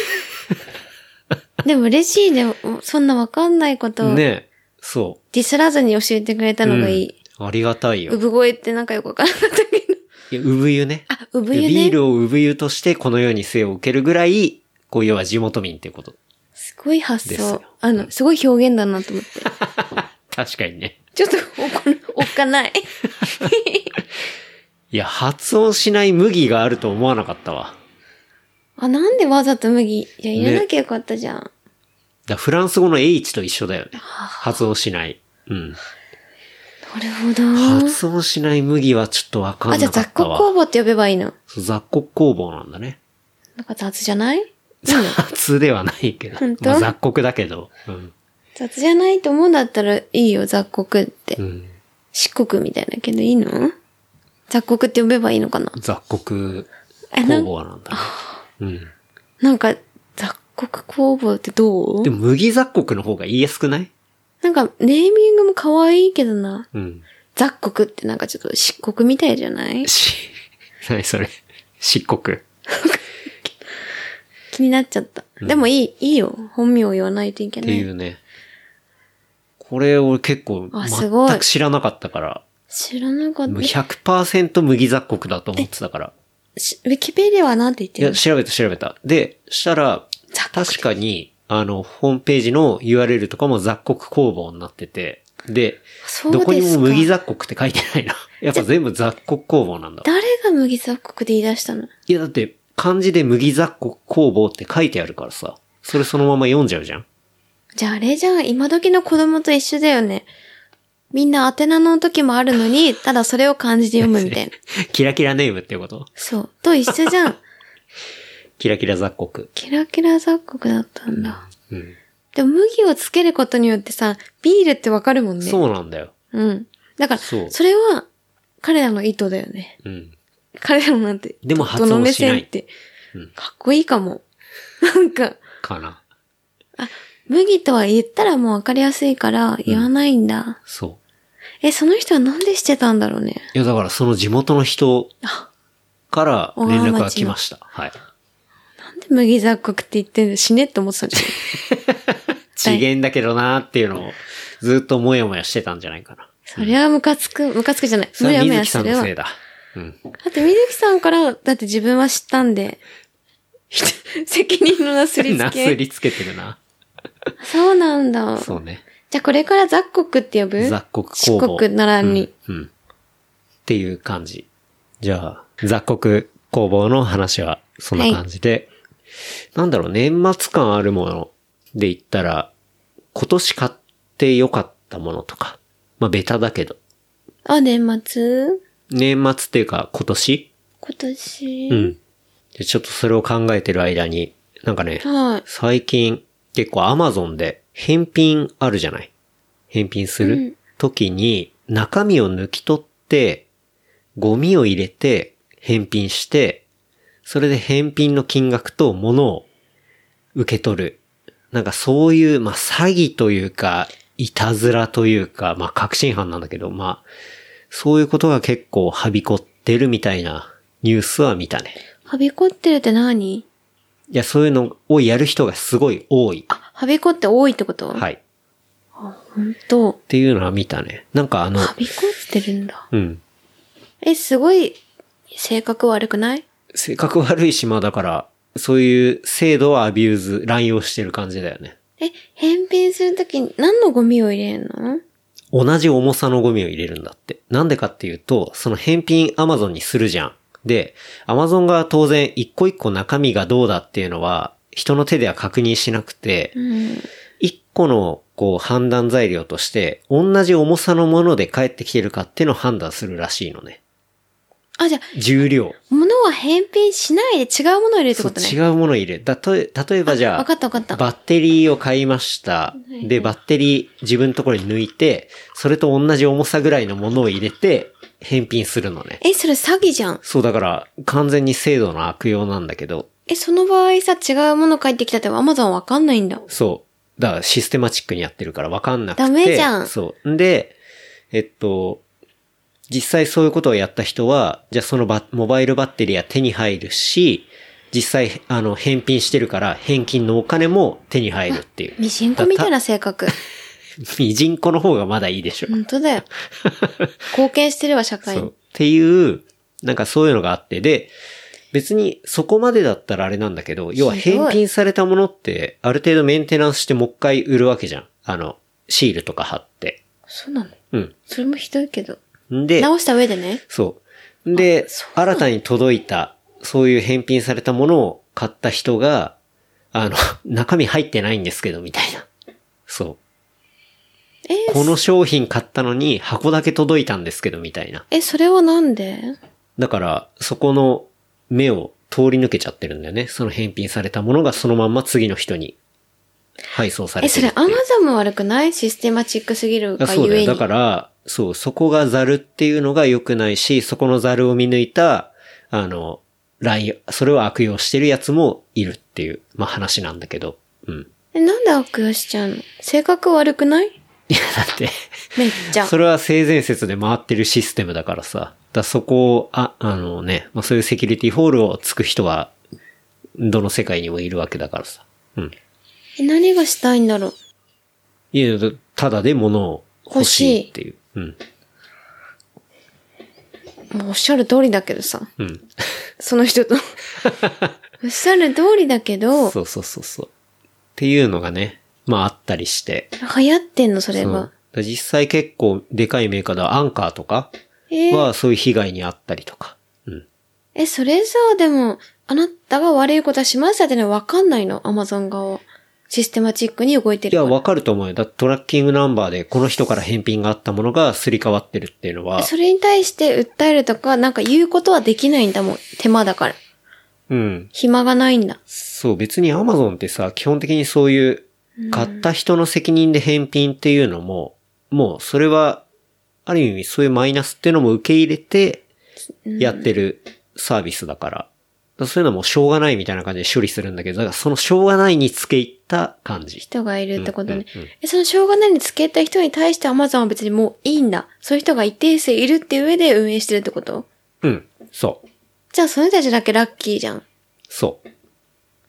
S3: でも嬉しいね。そんなわかんないことを。
S2: ねえ、そ
S3: ディスらずに教えてくれた
S2: う。
S3: のがいい。
S2: うんありがたいよ。
S3: 産声ってなんかよくわからなかったけど。
S2: いや、産湯ね。
S3: あ、産湯ね。
S2: ビールを産湯としてこの世に生を受けるぐらい、こう、要は地元民っていうこと。
S3: すごい発
S2: ですよ
S3: 想。あの、すごい表現だなと思って。
S2: 確かにね。
S3: ちょっとおこ、おっかない。
S2: いや、発音しない麦があると思わなかったわ。
S3: あ、なんでわざと麦じゃあ入れなきゃよかったじゃん。
S2: だフランス語の H と一緒だよね。発音しない。うん。
S3: なるほ
S2: 発音しない麦はちょっとわかん
S3: ど。あ、じゃ
S2: なか
S3: あ雑
S2: った
S3: 穀
S2: わ。
S3: 工房って呼べばいいの。
S2: そう雑穀工房なんだね。
S3: なんか雑じゃない
S2: 雑ではないけど
S3: 本。当
S2: まあ、雑穀だけど。うん。
S3: 雑じゃないと思うんだったらいいよ、雑穀って
S2: う。ん。
S3: 漆黒みたいだけどいいの雑穀って呼べばいいのかな
S2: 雑穀
S3: えな
S2: 工房なんだね。うん。
S3: なんか、雑穀工房ってどう
S2: でも麦雑穀の方が言いやすくない
S3: なんか、ネーミングも可愛いけどな。
S2: うん。
S3: 雑穀ってなんかちょっと漆黒みたいじゃない
S2: し、 何それ。漆黒。
S3: 気になっちゃった。でもいい、いいよ。本名を言わないといけ
S2: っ
S3: な
S2: て
S3: い。
S2: いうね。これ俺結構
S3: あすごい
S2: 全く知らなかったから、
S3: 知らなかった。え
S2: 100%麦雑穀だと思ってたから。
S3: しウィキペディアはなんて言っ
S2: い
S3: てる
S2: や、
S3: の
S2: 調べた調べた。で、したら、確かに、あの、ホームページの URL とかも雑穀工房になってて、で、
S3: そうで
S2: ど
S3: すか
S2: こにも麦雑穀って書いてない な。やっぱ全部雑穀工房なんだ。
S3: 誰が麦雑穀で言い出したの
S2: いや、だって、漢字で麦雑穀工房って書いてあるからさ、それそのまま読んじゃうじゃん。
S3: じゃああれじゃん、今時の子供と一緒だよね。みんな宛名の時もあるのに、ただそれを漢字で読む みたいな。
S2: キラキラネームっていうこと
S3: そう。と一緒じゃん。
S2: キラキラ雑穀。
S3: キラキラ雑穀だったんだ。
S2: うん。
S3: でも麦をつけることによってさ、ビールってわかるもんね。う。
S2: そうなんだよ。
S3: ん。だから、
S2: そう
S3: それは、彼らの意図だよね。
S2: うん。
S3: 彼らのなんて。
S2: でも
S3: ど
S2: 発音しない
S3: どの目線って
S2: うん。
S3: かっこいいかも。 なんか、
S2: かな。
S3: 麦とは言ったらもうわかりやすいから言わないんだ。
S2: そう。
S3: え、その人はなんでしてたんだろうね。
S2: いや、だからその地元の人から連絡が来ました。はい。
S3: なんで麦雑穀って言ってんの死ねって思ってたんじゃない
S2: 次元だけどなーっていうのをずっともやもやしてたんじゃないかな。
S3: そりゃムカつく、ムカつくじゃない。
S2: そ
S3: む
S2: れ
S3: や
S2: は
S3: む
S2: 水
S3: や
S2: 木
S3: す
S2: さん
S3: る
S2: の
S3: わ。
S2: せい
S3: だ
S2: だ。うん。
S3: って水木さんから、だって自分は知った んで、ひと責任のなすりつ
S2: なす
S3: け。
S2: りつけてるな。
S3: そうなんだ。
S2: そうね。
S3: じゃあこれから雑穀って呼ぶ
S2: 雑穀工房。
S3: 漆黒ならに。
S2: うん。うん。っていう感じ。じゃあ、雑穀工房の話はそんな感じで、なんだろう、年末感あるもので言ったら、今年買って良かったものとか、まあベタだけど、
S3: あ、年末
S2: 年末っていうか今年
S3: 今年、
S2: うん。で、ちょっとそれを考えてる間に、なんかね、
S3: はい。
S2: 最近結構 Amazon で返品あるじゃない返品す
S3: う
S2: る時に中身を抜き取ってゴミを入れて返品してそれで返品の金額と物を受け取る。なんかそういう、まあ、詐欺というか、いたずらというか、まあ、確信犯なんだけど、まあ、そういうことが結構はびこってるみたいなニュースは見たね。
S3: はびこってるって何
S2: いや、そういうのをやる人がすごい多い。
S3: あ、はびこって多いってこと。
S2: はいい。っ
S3: ほんと。
S2: ていうのは見たね。なんかあの、
S3: はびこってるんだ。
S2: うん。
S3: え、すごい、性格悪くない
S2: 性格悪い島だから、そういう制度はアビューズ、乱用してる感じだよね。
S3: え、返品するときに何のゴミを入れるの
S2: 同じ重さのゴミを入れるんだって。なんでかっていうと、その返品アマゾンにするじゃん。で、アマゾンが当然一個一個中身がどうだっていうのは、人の手では確認しなくて、
S3: うん。
S2: 一個のこう判断材料として、同じ重さのもので帰ってきてるかっていうのを判断するらしいのね。
S3: あ、じゃあ、
S2: 重量。
S3: 物は返品しないで違うものを入れるって
S2: そ
S3: こ
S2: う
S3: とね。
S2: 違うものを入れる。だとえ、例えばじゃあ、
S3: わかったわかった。
S2: バッテリーを買いました。で、バッテリー自分のところに抜いて、それと同じ重さぐらいのものを入れて、返品するのね。
S3: え、それ詐欺じゃん。
S2: そう、だから、完全に制度の悪用なんだけど、
S3: え、その場合さ、違うもの帰ってきたってアマゾンわかんないんだ。
S2: そう。だから、システマチックにやってるから分かんなくて。
S3: ダメじゃん
S2: そう。んで、えっと、実際そういうことをやった人は、じゃあそのバモバイルバッテリーは手に入るし、実際、あの、返品してるから、返金のお金も手に入るって いう。
S3: ミシンコみたいな性格。
S2: ミジン コの方がまだいいでしょ。
S3: 本当だよ。貢献してるわ、社会
S2: そう。
S3: に
S2: っ。ていうなんかそういうのがあって、で、別にそこまでだったらあれなんだけど、要は
S3: ひどい
S2: 返品されたものって、ある程度メンテナンスしてもう一回売るわけじゃん。あの、シールとか貼って。
S3: そうなの
S2: うん。
S3: それもひどいけど。
S2: んで、
S3: 直した上でね。
S2: そう。で、
S3: そう
S2: 新たに届いた、そういう返品されたものを買った人が、あの、 中身入ってないんですけど、みたいな。そう。
S3: えー
S2: この商品買ったのに箱だけ届いたんですけど、みたいな。
S3: え、それはなんで
S2: だから、そこの目を通り抜けちゃってるんだよね。その返品されたものがそのまんま次の人に配送され
S3: え、
S2: て
S3: そ
S2: る
S3: れ
S2: って
S3: ア
S2: い
S3: マ
S2: う。
S3: ゾンも悪くないシステマチックすぎる
S2: あ
S3: が
S2: そう
S3: ゆ
S2: だ
S3: え
S2: よ。
S3: に。
S2: だから、そう、そこがザルっていうのが良くないし、そこのザルを見抜いた、あの、ライン、それを悪用してるやつもいるっていう、まあ話なんだけど。うん。
S3: え、なんで悪用しちゃうの性格悪く ない
S2: いや、だって、
S3: めっちゃ。
S2: それは性善説で回ってるシステムだからさ。だからそこを、あ、あのね、まあ、そういうセキュリティホールをつく人は、どの世界にもいるわけだからさ。うん。
S3: え、何がしたいんだろう。
S2: いや、だただで物を欲しいっていう。うん。
S3: もうおっしゃる通りだけどさ。
S2: うん。
S3: そ の人と。おっしゃる通りだけど、
S2: そうそうそうそう。っていうのがね、まああったりして。
S3: 流行ってんの、それ
S2: うんだ
S3: は
S2: か。ら実際結構でかいメーカーだ、アンカーとか
S3: えー
S2: はそういう被害にあったりとか。うん。
S3: え、それさ、でも、あなたが悪いことはしましたってのはわかんないの、アマゾン側は。システマチックに動いて
S2: い
S3: る
S2: や、
S3: から。
S2: わかると思うよ。だってトラッキングナンバーでこの人から返品があったものがすり替わってるっていうのは。
S3: それに対して訴えるとか、なんか言うことはできないんだもん。手間だから。
S2: うん。
S3: 暇がないんだ。
S2: そう、別に Amazon ってさ、基本的にそういう、買った人の責任で返品っていうのも、もうそれは、ある意味そういうマイナスっていうのも受け入れて、やってるサービスだから。だからそういうのはもうしょうがないみたいな感じで処理するんだけど、だからそのしょうがないに付け入った感じ。
S3: 人がいるってことね。
S2: うんうんうん
S3: え、そのしょうがないにつけた人に対して Amazon は別にもういいんだ。そういう人が一定数いるっていう上で運営してるってこと
S2: うん。そう。
S3: じゃあその人たちだけラッキーじゃん。
S2: そう。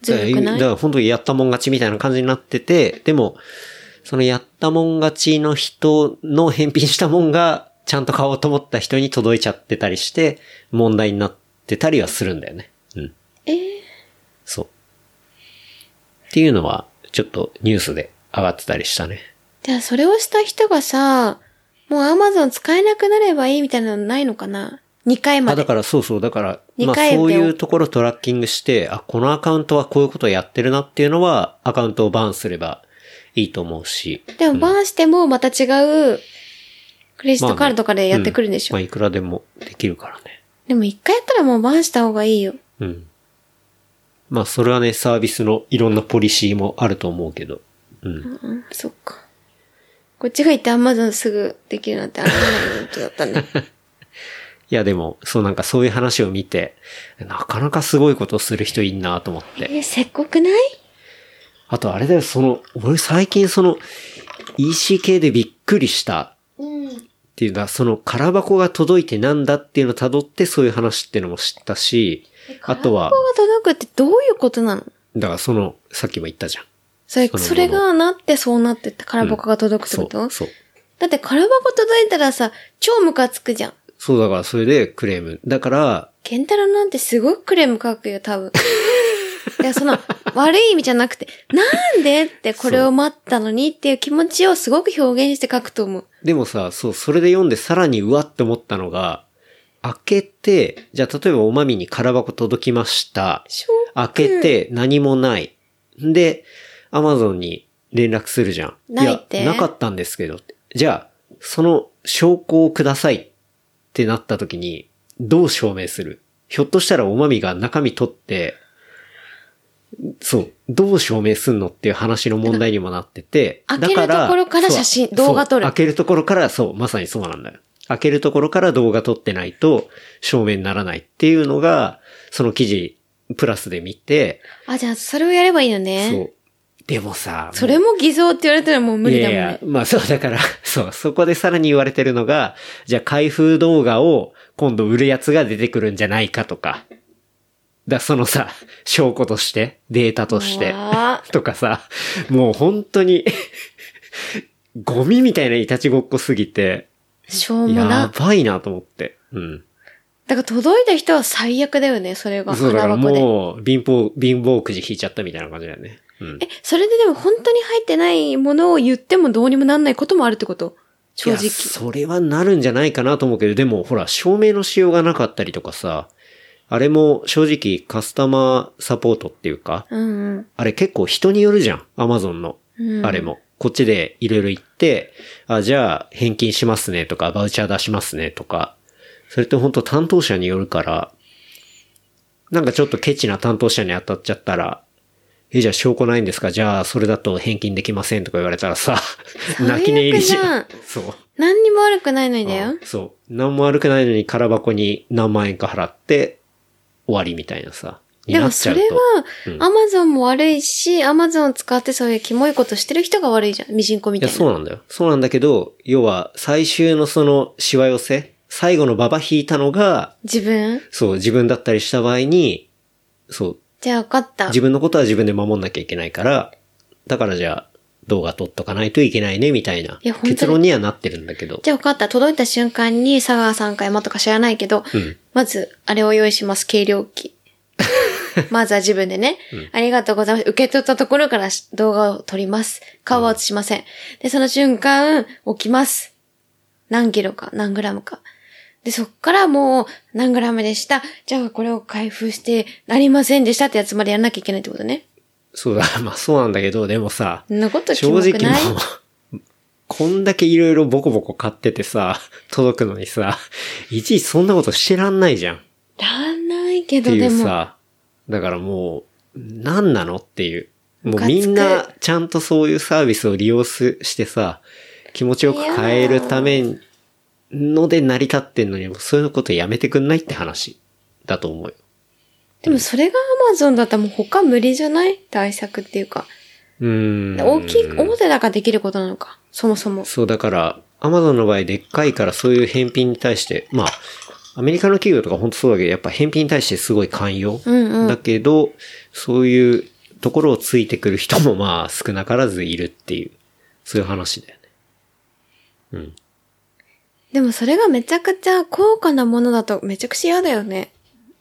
S3: ずるく
S2: だ
S3: な
S2: か
S3: い
S2: らだから本当にやったもん勝ちみたいな感じになってて、でも、そのやったもん勝ちの人の返品したもんが、ちゃんと買おうと思った人に届いちゃってたりして、問題になってたりはするんだよね。うん。
S3: えー
S2: そう。っていうのは、ちょっとニュースで上がってたりしたね。
S3: じゃあそれをした人がさ、もう Amazon 使えなくなればいいみたいなのないのかな ?2 回ま
S2: あ、
S3: で
S2: だ。からそうそう、だから、ま
S3: 二
S2: あ
S3: 回で
S2: そういうところトラッキングして、あ、このアカウントはこういうことをやってるなっていうのは、アカウントをバーンすればいいと思うし。
S3: でもバーンしてもまた違うクレジットカードとかでやってくるんでしょ、
S2: まあ、いくらでもできるからね。
S3: でも1回やったらもうバーンした方がいいよ。
S2: うん。まあ、それはね、サービスのいろんなポリシーもあると思うけど。うん。
S3: うん、そっか。こっちが行って Amazon すぐできるなんてありえないことだったね。
S2: いや、でも、そうなんかそういう話を見て、なかなかすごいことをする人いんなと思って。
S3: えー、せっこくない
S2: あと、あれだよ、その、俺最近その、EC 系でびっくりした
S3: うん。
S2: っていうのは、その空箱が届いてなんだっていうのを辿ってそういう話っていうのも知ったし、あとは
S3: こ、こが届くってどういうことなの
S2: だからその、さっきも言ったじゃん。
S3: それ、
S2: そのもの
S3: それがなってそうなってって空箱が届くって
S2: そ
S3: こと、
S2: う、そう。
S3: だって空箱届いたらさ、超ムカつくじゃん。
S2: そうだから、それでクレーム。だから、
S3: ケンタロウなんてすごくクレーム書くよ、多分。いや、その、悪い意味じゃなくて、なんでってこれを待ったのにっていう気持ちをすごく表現して書くと思う。
S2: でもさ、そう、それで読んでさらにうわって思ったのが、開けて、じゃあ例えばおまみに空箱届きました。
S3: ショッ
S2: 開けて何もない。で、アマゾンに連絡するじゃん。
S3: ないって
S2: や、なかったんですけどって。じゃあ、その証拠をくださいってなった時に、どう証明するひょっとしたらおまみが中身取って、そう、どう証明すんのっていう話の問題にもなってて、
S3: 開けるところから写真
S2: そう
S3: 動画撮る
S2: そう開けるところから、そう、まさにそうなんだよ。開けるところから動画撮ってないと証明にならないっていうのが、その記事、プラスで見て、
S3: あ、じゃあ、それをやればいいの
S2: そ
S3: ね。
S2: う。でもさ、
S3: それも偽造って言われたらもう無理だもん
S2: いやい
S3: ね
S2: や。まあそう、だから、 そう、そこでさらに言われてるのが、じゃあ開封動画を今度売るやつが出てくるんじゃないかとか。だ、そのさ、証拠として、データとして
S3: うわ。
S2: とかさ、もう本当に、ゴミみたいないたちごっこすぎて、
S3: しょうも
S2: や
S3: な。
S2: ばいなと思って。うん。
S3: だから届いた人は最悪だよね、それが。
S2: そうだか
S3: 花
S2: ら
S3: 箱で。
S2: もう、貧乏、貧乏くじ引いちゃったみたいな感じだよね。うん。
S3: え、それででも本当に入ってないものを言ってもどうにもなんないこともあるってこと正
S2: いや
S3: 直。
S2: それはなるんじゃないかなと思うけど、でもほら、照明の仕様がなかったりとかさ、あれも正直カスタマーサポートっていうか、
S3: うん
S2: あれ結構人によるじゃん、アマゾンの。
S3: うん。
S2: あれも。こっちでいろいろ言って、あ、じゃあ返金しますねとか、バウチャー出しますねとか、それって本当担当者によるから、なんかちょっとケチな担当者に当たっちゃったら、え、じゃあ証拠ないんですかじゃあそれだと返金できませんとか言われたらさ、
S3: 最悪
S2: 泣き寝入りじゃん
S3: だ。
S2: そう。
S3: 何にも悪くないのにだ
S2: う
S3: よ
S2: ん。そう。何も悪くないのに空箱に何万円か払って終わりみたいなさ。に
S3: で
S2: な
S3: も
S2: っち
S3: そ
S2: ゃうと
S3: れは、
S2: うん
S3: アマゾンも悪いし、アマゾンを使ってそういうキモいことしてる人が悪いじゃん。ミジンコみ
S2: い
S3: た
S2: や、
S3: いな。
S2: そうなんだよ。そうなんだけど、要は、最終のその、しわ寄せ、最後のババ引いたのが、
S3: 自分
S2: そう、自分だったりした場合に、そう、
S3: じゃあ分かった。
S2: 自分のことは自分で守んなきゃいけないから、だからじゃあ、動画撮っとかないといけないね、みたいない
S3: や本当に
S2: 結論にはなってるんだけど。
S3: じゃあ分かった。届いた瞬間に佐川さんか山とか知らないけど、
S2: うん
S3: まず、あれを用意します。計量 器。まずは自分でね、ありがとうございます。受け取ったところからし動画を撮ります。顔は映しません。で、その瞬間、置きます。何キロか、何グラムか。で、そっからもう、何グラムでした。じゃあ、これを開封して、なりませんでしたってやつまでやんなきゃいけないってことね。
S2: そう だ、まあそうなんだけど、でもさ、
S3: そんなことキ
S2: 正
S3: モく
S2: 直
S3: ない
S2: もうこんだけいろいろボコボコ買っててさ、届くのにさ、いちいちそんなことしてらんないじゃん。っ
S3: らんないけ
S2: て
S3: ど、
S2: い
S3: で
S2: う
S3: も。
S2: さ、だからもう、何なのっていう。もう
S3: ムカつく
S2: みんなちゃんとそういうサービスを利用すしてさ、気持ちよく変えるためので成り立ってんのに、もうそういうことやめてくんないって話だと思うよ。
S3: でも、それが Amazon だったらもう他無理じゃない対策っていうか。
S2: うーん。
S3: 大きい、表だからできることなのか。そもそも。
S2: そう、だから、アマゾンの場合、でっかいからそういう返品に対して、まあ、アメリカの企業とか本当そうだけど、やっぱ返品に対してすごい寛容。
S3: うんうん
S2: だけど、そういうところをついてくる人もまあ少なからずいるっていう、そういう話だよね。うん。
S3: でもそれがめちゃくちゃ高価なものだとめちゃくちゃ嫌だよね。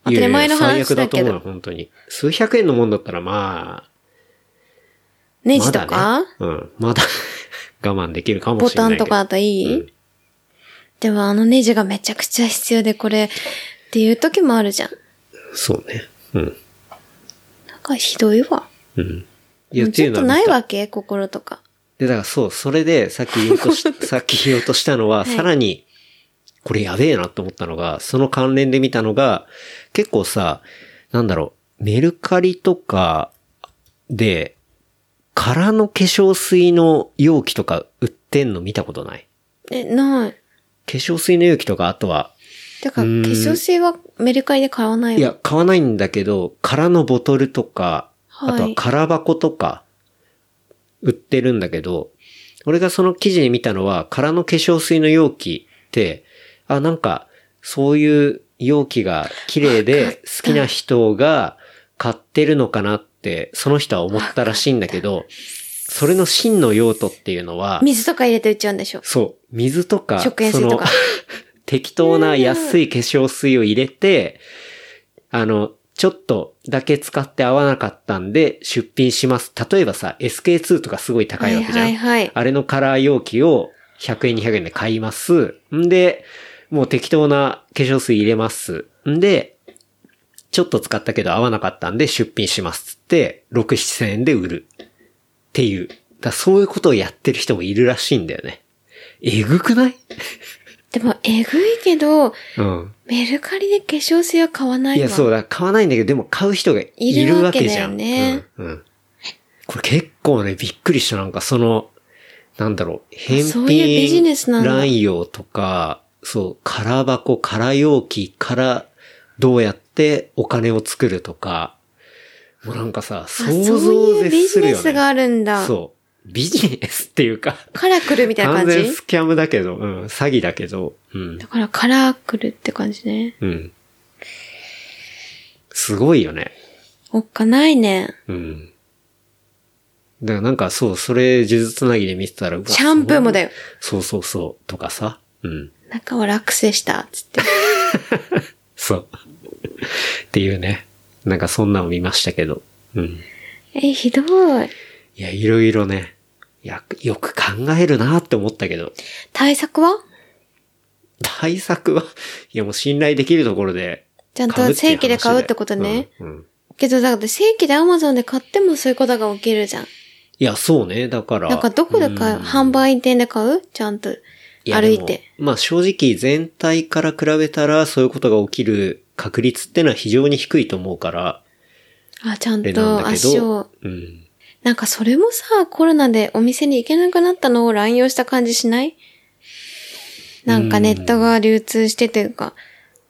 S3: 当たり前
S2: いや
S3: の
S2: いや
S3: 話
S2: 最悪だ
S3: だ
S2: と
S3: け
S2: 思うよ、
S3: ど。
S2: 本当に。数百円のもんだったらまあ、
S3: ネジとか、
S2: まだね、うん。まだ 我慢できるかも
S3: ボ
S2: しれ
S3: タ
S2: ない
S3: ン
S2: けど。
S3: とかだといい、
S2: うん
S3: でもあのネジがめちゃくちゃ必要でこれっていう時もあるじゃん。
S2: そうね。うん。
S3: なんかひどいわ。
S2: うん。い
S3: もうちょっと
S2: は
S3: ないわけ心とか。
S2: で、だからそう、それで、さっき言おうとし、さっき言おうとしたのは、
S3: い
S2: さらに、これやべえなと思ったのが、その関連で見たのが、結構さ、なんだろう、メルカリとかで、空の化粧水の容器とか売ってんの見たことない
S3: え、ない。
S2: 化粧水の容器とか、あとは、
S3: だから
S2: う
S3: 化
S2: ーん
S3: 粧水はメルカリで買わない
S2: い
S3: わ。
S2: や、買わないんだけど、空のボトルとか、
S3: はい
S2: あとは空箱とか、売ってるんだけど、俺がその記事で見たのは、空の化粧水の容器って、あ、なんか、そういう容器が綺麗で好きな人が買ってるのかなって、その人は思ったらしいんだけど、それの真の用途っていうのは、
S3: 水とか入れて売っちゃうんでしょ。
S2: そう。水とか、
S3: 食塩水とか
S2: その適当な安い化粧水を入れて、あの、ちょっとだけ使って合わなかったんで出品します。例えばさ、SK2 とかすごい高いわけじゃん。
S3: はいはいはい
S2: あれのカラー容器を100円200円で買います。んで、もう適当な化粧水入れます。んで、ちょっと使ったけど合わなかったんで出品しますっつって、6、7000円で売る。っていう。だそういうことをやってる人もいるらしいんだよね。えぐくない
S3: でもえぐいけど、
S2: うん。
S3: メルカリで化粧水は買わないわ。
S2: いや、そうだ。買わないんだけど、でも買う人がい
S3: い
S2: る
S3: る
S2: わ
S3: わ
S2: け
S3: け
S2: じ
S3: だ
S2: ゃ
S3: よ
S2: ん。
S3: ね
S2: うん。うんこれ結構ね、びっくりした。なんかその、なんだろう、返
S3: そういうビジネスな
S2: 品
S3: んだ
S2: 乱用とか、そう、空箱、空容器からどうやってお金を作るとか、もうなんかさ、
S3: あ
S2: 想像
S3: そ
S2: を
S3: ういう
S2: 絶
S3: ビ
S2: す
S3: ジ
S2: る
S3: ネ
S2: よ
S3: スが
S2: ね。
S3: あるんだ。
S2: そう。ビジネスっていうか、
S3: カラクルみたいな
S2: 完
S3: 感じ
S2: 全スキャムだけど、うん、詐欺だけど、うん。
S3: だからカラクルって感じね。
S2: うん。すごいよね。
S3: おっかないね。
S2: うん。だからなんかそう、それ、呪術つなぎで見てたら、うわ
S3: シャンプーもだよ。
S2: そうそうそう、とかさ。うん。
S3: 中は落成した、つって。
S2: そう。 っていうね。なんかそんなの見ましたけど。うん。
S3: え、ひどい。
S2: いや、いろいろね。いや、よく考えるなって思ったけど。
S3: 対策は
S2: 対策は、 いやもう信頼できるところで。
S3: ちゃんと正規で買うってことね。
S2: うんうん
S3: けど、だって正規で Amazon で買ってもそういうことが起きるじゃん。
S2: いや、そうね。だから。
S3: なんかどこで買う
S2: うん
S3: 販売店で買うちゃんと。
S2: や
S3: 歩いて。
S2: でもまあ正直全体から比べたらそういうことが起きる確率ってのは非常に低いと思うから、
S3: あ、ちゃ
S2: あ
S3: ん
S2: れなん
S3: と
S2: だけ
S3: 足
S2: ど
S3: を。。
S2: うん。
S3: なんかそれもさ、コロナでお店に行けなくなったのを乱用した感じしないなんかネットが流通してというか、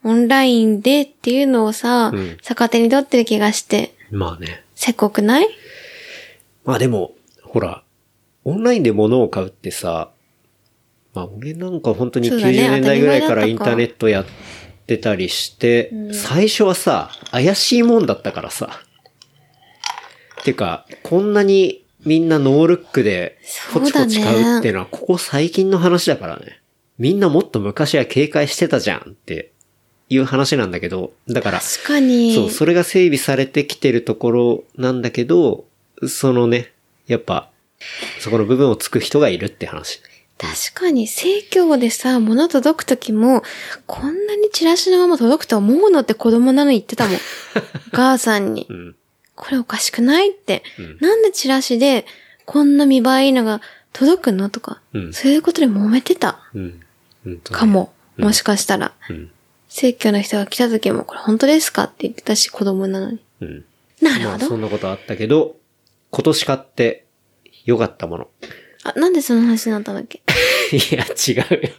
S3: オンラインでっていうのをさ、
S2: うん
S3: 逆手に取ってる気がして、
S2: まあね。
S3: せっこくない
S2: まあでも、ほら、オンラインで物を買うってさ、まあ俺なんか本当に
S3: そう
S2: 90
S3: だね
S2: 年代ぐらいから
S3: 当た
S2: イ
S3: り
S2: ン
S3: 前だった
S2: ター
S3: か
S2: ネットやってたりして、最初はさ、怪しいもんだったからさ。てか、こんなにみんなノールックで
S3: そ
S2: ポ
S3: う
S2: チ
S3: だ
S2: ポ
S3: ね
S2: チ買うっていうのはここ最近の話だからね。みんなもっと昔は警戒してたじゃんっていう話なんだけど、だから、
S3: 確かに。
S2: そう、それが整備されてきてるところなんだけど、そのね、やっぱ、そこの部分をつく人がいるって話。
S3: 確かに、生協でさ、物届くときも、こんなにチラシのまま届くと思うのって子供なのに言っ てたもん。お母さんに
S2: う。ん。
S3: これおかしくないって。
S2: ん
S3: なんでチラシで、こんな見栄えいいのが届くのとか、
S2: うん
S3: そういうことで揉めてた
S2: うん。うんとね
S3: か。も。もしかしたら。
S2: うん。
S3: 生協の人が来た時も、これ本当ですかって言ってたし、子供なのに。
S2: うん。
S3: なる
S2: ま
S3: ほ
S2: あ、
S3: ど。
S2: そんなことあったけど、今年買って良かったもの。
S3: あ、なんでその話になったんだっけ
S2: いや、違うよ。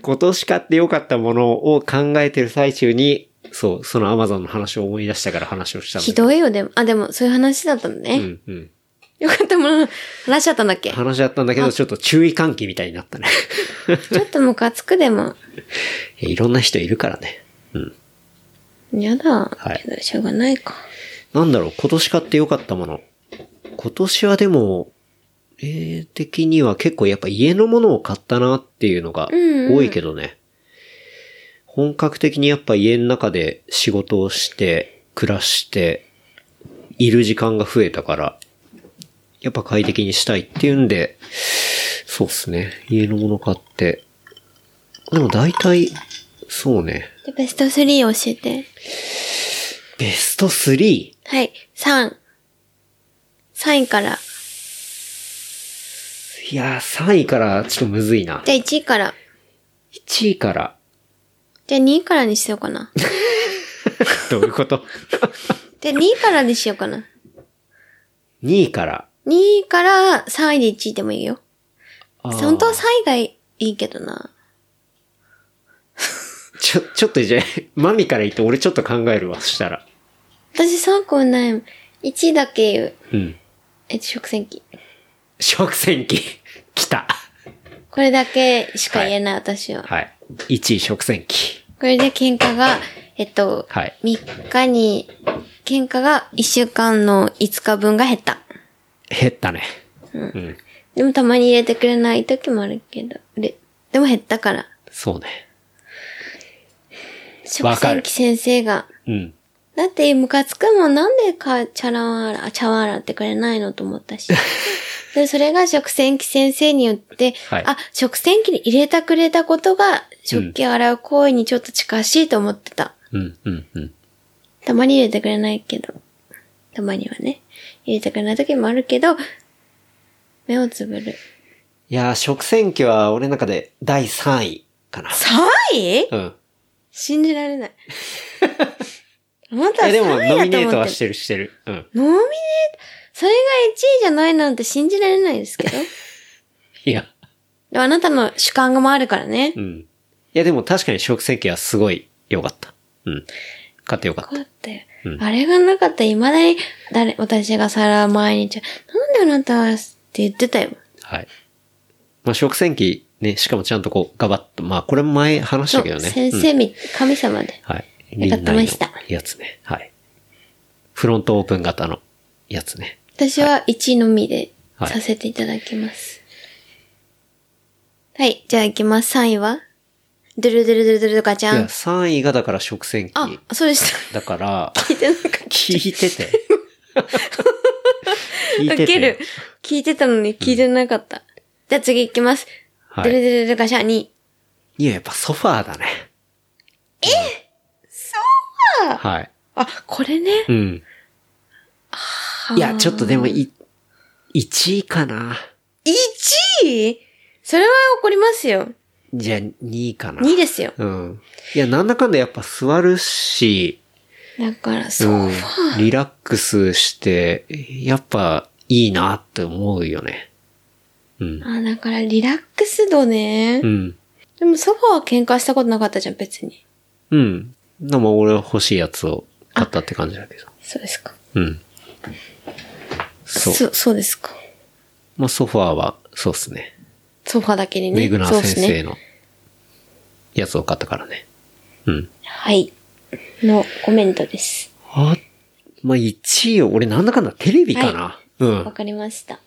S2: 今年買って良かったものを考えてる最中に、そう、その Amazon の話を思い出したから話をしたんだ
S3: ひ
S2: けど。
S3: どいよ、でも。あ、でも、そういう話だったのね。
S2: うんうん。
S3: よかったものの話だったんだ っけ
S2: 話だったんだけど、ちょっと注意喚起みたいになったね。
S3: ちょっとムカつくでも。
S2: いやいろんな人いるからね。うん。
S3: やだ。
S2: はい
S3: けど、しょうがないか。
S2: なんだろう、今年買って良かったもの。今年はでも、えー、的には結構やっぱ家のものを買ったなっていうのが
S3: うんうん
S2: 多いけどね。本格的にやっぱ家の中で仕事をして、暮らして、いる時間が増えたから、やっぱ快適にしたいっていうんで、そうっすね。家のもの買って。でも大体、そうね。
S3: で、ベスト3教えて。
S2: ベスト 3!
S3: はい。3。3位から。
S2: いやー、3位からちょっとむずいな。
S3: じゃあ1位から。
S2: 1位から。
S3: じゃあ2位からにしようかな。
S2: どういうこと
S3: じゃあ2位からにしようかな。
S2: ?2 位から。
S3: 2位から3位で1位でもいいよ。
S2: あー
S3: 本当は3位がいいけどな。
S2: ちょ、ちょっとじゃあ、マミから言って俺ちょっと考えるわ、そしたら。
S3: 私3個ないもん。1位だけ言う。
S2: うん。
S3: えっと、食洗機。
S2: 食洗機。来た。
S3: これだけしか言えない、私は。
S2: はい。1位食洗機。
S3: これで喧嘩が、えっと、
S2: はい
S3: 3日に、喧嘩が1週間の5日分が減った。
S2: 減ったね。うん。
S3: でもたまに入れてくれない時もあるけど、ででも減ったから。
S2: そうね。
S3: 食
S2: わかる
S3: 洗機先生が。
S2: うん。
S3: だってムカつくもんなんでか、チャラワラ、茶碗洗ってくれないのと思っ たし。で、それが食洗機先生によって、
S2: はい
S3: あ、食洗機に入れたくれたことが、食器を洗う行為にちょっと近しいと思ってた。
S2: うん、うん、うん。
S3: たまに入れてくれないけど。たまにはね。入れてくれない時もあるけど、目をつぶる。
S2: いやー、食洗機は俺の中で第3位かな。
S3: 3位
S2: うん。
S3: 信じられ ない。本当
S2: い
S3: は
S2: や、でも
S3: 3
S2: ノミ
S3: 位
S2: ネー
S3: だ
S2: ト
S3: と思
S2: は
S3: っ
S2: して
S3: る。
S2: てる、してる。うん。
S3: ノミネートそれが1位じゃないなんて信じられないですけど。
S2: いや。
S3: でもあなたの主観もあるからね
S2: う。ん。いや、でも確かに食洗機はすごい良かった。うん。買って良かった
S3: こ。うやって
S2: うん
S3: あれがなかったら未だに誰、私が皿毎日、なんであなたはって言ってたよ。
S2: はい。まあ、食洗機ね、しかもちゃんとこう、ガバッと。まあ、これも前話したけどね。
S3: 先
S2: うん
S3: 生み、神様で。
S2: はい。
S3: わかってました
S2: 輪内のやつね。はい。フロントオープン型のやつね。
S3: 私は1のみで
S2: はい
S3: させていただきます。はい、じゃあ行きます。3位はドゥルドゥルドゥルドゥルガチ
S2: い
S3: ャ
S2: や、
S3: ン。
S2: 3位がだから食洗機。
S3: あ、そうでした。
S2: だ から、
S3: 聞いてなかった。
S2: 聞いて て。聞い
S3: 受
S2: て
S3: ける
S2: て。。
S3: 聞いてたのに聞いてなかった。じゃあ次行きます。ド
S2: は
S3: ゥルド
S2: い。
S3: ゥルドゥルガシャン2。
S2: いや、やっぱソファーだね。えソファーはい。
S3: あ、これね。
S2: うん。いや、ちょっとでも、い、1位かな。
S3: 1位それは怒りますよ。
S2: じゃあ、2位かな。
S3: 2ですよ。
S2: うん。いや、なんだかんだやっぱ座るし、
S3: だから、
S2: う
S3: そう。
S2: ん。リラックスして、やっぱいいなって思うよね。うん。
S3: あ、だからリラックス度ね。
S2: うん。
S3: でもソファーは喧嘩したことなかったじゃん、別に。
S2: うん。でも俺は欲しいやつを買ったって感じだけど。
S3: そうですか。
S2: うん。そう。
S3: そそうですか。
S2: まあ、ソファーは、そうっすね。
S3: ソファーだけにね。
S2: メグナ
S3: そう
S2: ー
S3: です
S2: 先生
S3: ね。
S2: のやつを買ったからね。うん。
S3: はい。のコメントです。
S2: あ、まあ、1位を、俺なんだかんだテレビかな。う
S3: わ
S2: ん。
S3: かりました。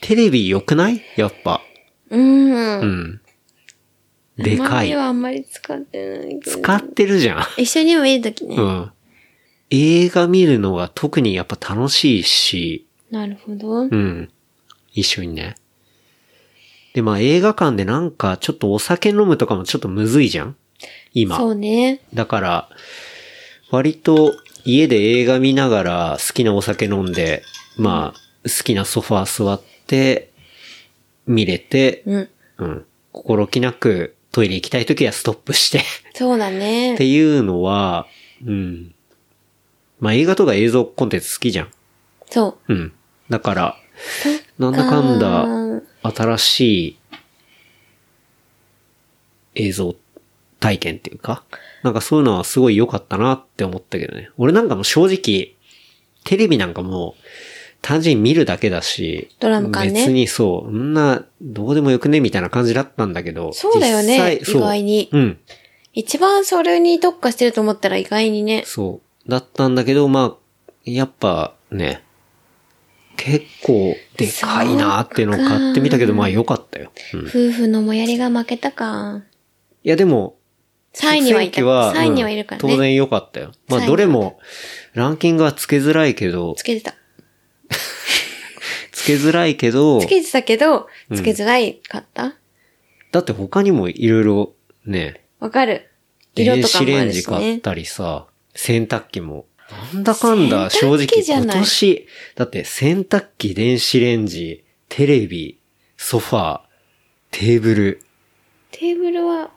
S2: テレビ良くないやっぱ。
S3: うー。
S2: うんん。でか
S3: 前
S2: い。
S3: はあんまり使ってないけど。
S2: 使ってるじゃん。
S3: 一緒にもいるときね。
S2: うん。映画見るのが特にやっぱ楽しいし、
S3: なるほど。
S2: うん。一緒にね。で、まあ映画館でなんかちょっとお酒飲むとかもちょっとむずいじゃん今。
S3: そうね。
S2: だから、割と家で映画見ながら好きなお酒飲んで、まあ、好きなソファー座って、見れて、
S3: うん。
S2: うん。心置きなくトイレ行きたい時はストップして
S3: そうだね
S2: っ。ていうのは、うん。まあ映画とか映像コンテンツ好きじゃん。
S3: そう。
S2: うん。だから、なんだかん
S3: あ
S2: だ、
S3: ー
S2: 新しい映像体験っていうか、なんかそういうのはすごい良かったなって思ったけどね。俺なんかもう正直、テレビなんかもう、単純に見るだけだし、
S3: ドラマ感ね
S2: 別にそう、そんな、どうでもよくねみたいな感じだったんだけど、
S3: そうだよね
S2: 実際そう
S3: 意外に
S2: うん、
S3: 一番それに特化してると思ったら意外にね。
S2: そう。だったんだけど、まあ、やっぱね、結構でかいなーっていうのを買ってみたけど、まあ良かったよ。うん
S3: 夫婦のもやりが負けたか。
S2: いやでも、
S3: 3位にはいた。
S2: 食洗機は
S3: 3位にはいるからね。
S2: うん当然良かったよ。ま
S3: 3
S2: あ
S3: 位
S2: どれも、ランキングはつけづらいけど
S3: つ、けてた。
S2: つけづらいけど
S3: つ、けてたけど、つけづらいかった
S2: だって他にもいろいろね、
S3: わかる。色
S2: 電
S3: とか
S2: 子
S3: もあ
S2: レン
S3: る
S2: ジ
S3: し
S2: 買っ
S3: ね。
S2: たりさ、洗濯機も、なんだかんだ正
S3: 洗濯機
S2: 直
S3: じゃない
S2: 今年、だって洗濯機、電子レンジ、テレビ、ソファー、テーブル、
S3: テーブルは、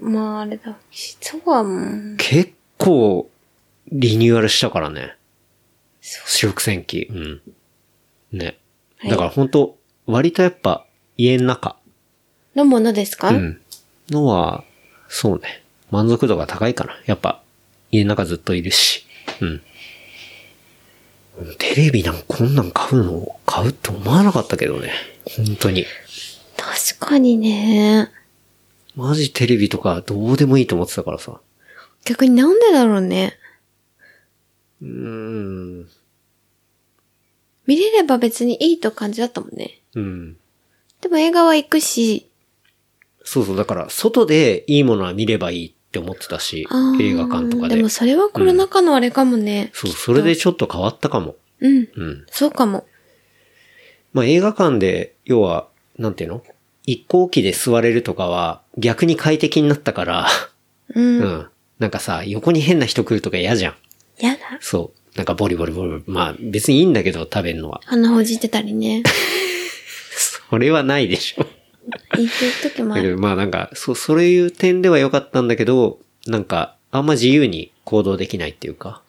S3: まああれだ。ソファーも、
S2: 結構リニューアルしたからね。食洗機。うん。ね。
S3: はい
S2: だから本当、割とやっぱ家の中、
S3: のものですか、
S2: うん、のは、そうね。満足度が高いかな。やっぱ家の中ずっといるし。うん。テレビなんかこんなん買うの買うって思わなかったけどね。本当に。
S3: 確かにね。
S2: マジテレビとかどうでもいいと思ってたからさ。
S3: 逆になんでだろうね。
S2: うーん。
S3: 見れれば別にいいと感じだったもんね。
S2: うん。
S3: でも映画は行くし、
S2: そうそう、だから、外でいいものは見ればいいって思ってたし
S3: あ、ー
S2: 映画館とかで。
S3: もそれはコロナ禍のあれかもね。
S2: そう、それでちょっと変わったかも。
S3: うん。
S2: うん。
S3: そうかも。
S2: まあ、映画館で、要は、なんていうの一行機で座れるとかは、逆に快適になったから、
S3: うん。
S2: う
S3: や
S2: ん。なんかさ、横に変な人来るとか嫌じゃん。
S3: だ。
S2: そう。なんかボリボリボリボリ。まあ、別にいいんだけど、食べるのは。
S3: 鼻ほじってた りね。
S2: それはないでしょ。
S3: 言ってる時もあ
S2: だけ
S3: る。
S2: ど、まあなんか、そう、そういう点では良かったんだけど、なんか、あんま自由に行動できないっていうか。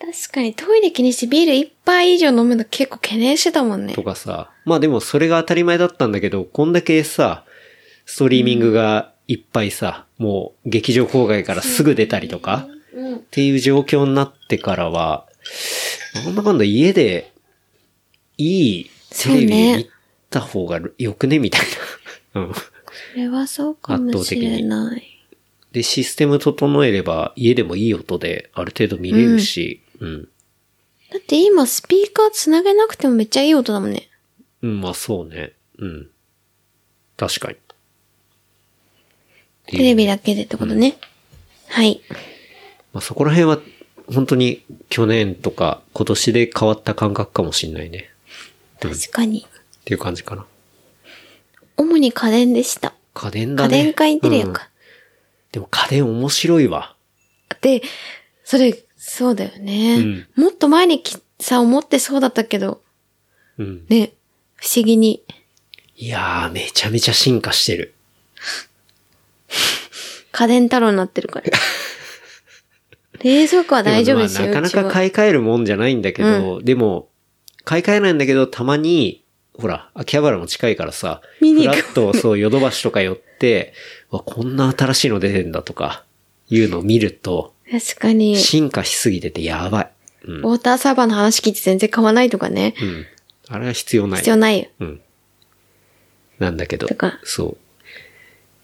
S3: 確かにトイレ気にしてビール一杯以上飲むの結構懸念してたもんね
S2: と。かさ、まあでもそれが当たり前だったんだけど、こんだけさ、ストリーミングがいっぱいさ、もう劇場公開からすぐ出たりとか、
S3: うん
S2: っ。ていう状況になってからは、なんだかんだ家で、いいテレビ
S3: そうね
S2: 見た方がよくねみたい な。うん。
S3: これはそうかもしれない。
S2: で、システム整えれば、家でもいい音である程度見れるし、うん。
S3: だって今スピーカーつなげなくてもめっちゃいい音だもんね。
S2: うん、まあそうね。うん。確かに。ていう。
S3: テレビだけでってことね。はい。
S2: まあ、そこら辺は本当に去年とか今年で変わった感覚かもしんないね。うんっ
S3: 確かに。
S2: ていう感じかな。
S3: 主に家電でした。
S2: 家電だ
S3: 家
S2: ね。
S3: 電化インテリア
S2: うん
S3: か。
S2: でも家電面白いわ。
S3: で、それ、そうだよね。
S2: うん
S3: もっと前にきさ、思ってそうだったけど、
S2: うん。
S3: ね、不思議に。
S2: いやー、めちゃめちゃ進化してる。
S3: 家電太郎になって るから。冷蔵庫は大丈夫ですよ。
S2: まあなかなか
S3: い
S2: 買い替えるもんじゃないんだけど、でも、買い替えないんだけど、たまに、ほら、秋葉原も近いからさ、
S3: 見に行
S2: ふ
S3: く
S2: らっと、そう、ヨドバシとか寄って、 わ、こんな新しいの出てんだとか、いうのを見ると、
S3: 確かに。
S2: 進化しすぎててやばい。うん。
S3: ウォーターサーバーの話聞いて全然買わないとかね。
S2: うん。あれは必要ない。
S3: 必要ないよ。
S2: うん。なんだけど
S3: とか、
S2: そう。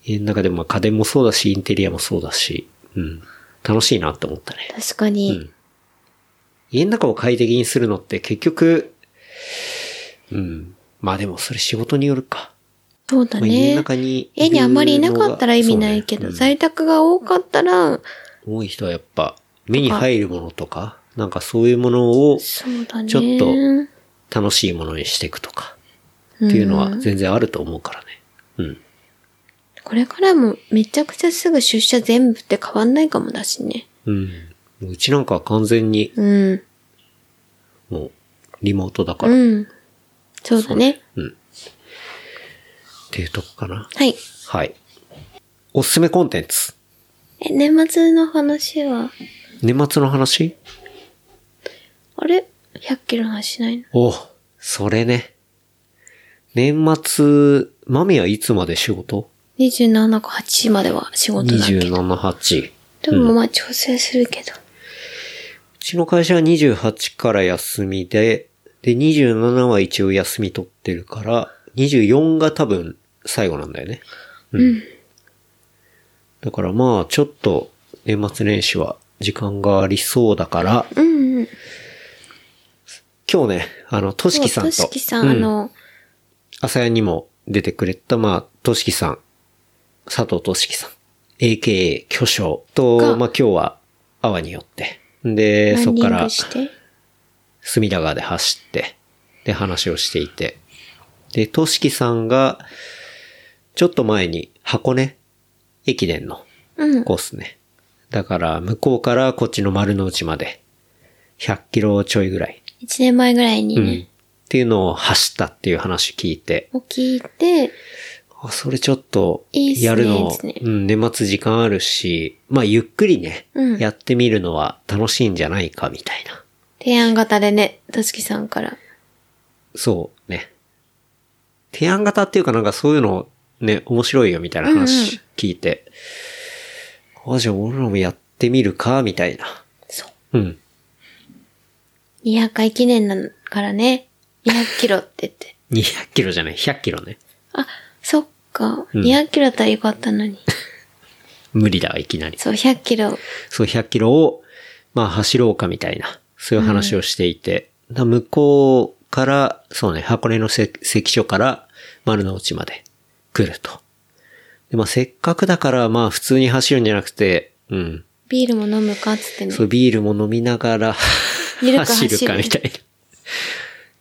S2: 家の中でもまあ家電もそうだし、インテリアもそうだし、うん。楽しいなって思ったね。
S3: 確かに。
S2: うん家の中を快適にするのって結局、うん。まあでもそれ仕事によるか。
S3: そうだ
S2: まあ、家の
S3: ね。
S2: 中にいるのが。
S3: 家にあんまりいなかったら意味ないけど、
S2: そうね
S3: 在宅が多かったら、
S2: うん多い人はやっぱ目に入るものとか、なんかそういうものを
S3: そうだね。
S2: ちょっと楽しいものにしていくとか、っていうのは全然あると思うからね。うん。
S3: これからもめちゃくちゃすぐ出社全部って変わんないかもだしね。
S2: うん。もううちなんかは完全に
S3: うん。
S2: もうリモートだから。
S3: うん。そうだね。
S2: うん。っていうとこかな。
S3: はい。
S2: はい。おすすめコンテンツ。
S3: え、年末の話は、
S2: 年末の話
S3: あれ ?100 キロの話しないの
S2: お、それね。年末、マミはいつまで仕事
S3: ?27 か8までは仕事だけど。
S2: ?27、8。
S3: でもまあ調整するけど。
S2: うちの会社は28から休みで、で、27は一応休み取ってるから、24が多分最後なんだよね。
S3: うん。
S2: だからまあ、ちょっと年末年始は時間がありそうだから、
S3: うんうん。
S2: 今日ね、あの、としきさんと、
S3: そうとしきさん、あ
S2: うん
S3: の、
S2: 朝屋にも出てくれた、まあ、としきさん、佐藤としきさん、AKA 巨匠
S3: が
S2: と、まあ今日は、阿波に寄って、で、
S3: ラン
S2: そ
S3: ニ
S2: こか
S3: ン
S2: ら
S3: グ、して。
S2: 隅田川で走って、で、話をしていて、で、としきさんが、ちょっと前に、箱根駅伝の
S3: うん。
S2: コースね。だから、向こうからこっちの丸の内まで、100キロちょいぐらい、
S3: 1年前ぐらいに
S2: うん
S3: ね
S2: っ、ていうのを走ったっていう話聞いて、
S3: を聞いて、
S2: あそれちょっと、
S3: いいっすね
S2: やるの、
S3: いいっすね
S2: うん、年末時間あるし、まあ、ゆっくりね、
S3: うん
S2: やってみるのは楽しいんじゃないか、みたいな。
S3: 提案型でね、としきさんから。
S2: そうね。提案型っていうかなんかそういうのね、面白いよみたいな
S3: うんう
S2: 話聞いて、あ、じゃあ俺らもやってみるか、みたいな。
S3: そう。
S2: うん。
S3: 200回記念だからね、200キロって言って。
S2: 200キロじゃない、100キロね。
S3: あ、そっか、
S2: うん
S3: 200キロだったらよかったのに。
S2: 無理だわ、いきなり。
S3: そう、100キロ。
S2: そう、100キロを、まあ走ろうかみたいな、そういう話をしていて、だ向こうから、そうね、箱根のせ関所から丸の内まで来ると。で、まあせっかくだから、まあ普通に走るんじゃなくて、うん、
S3: ビールも飲むかっつってね
S2: そ。う、ビールも飲みながら、
S3: ゆるく走
S2: 走
S3: る
S2: るかみたいな。っ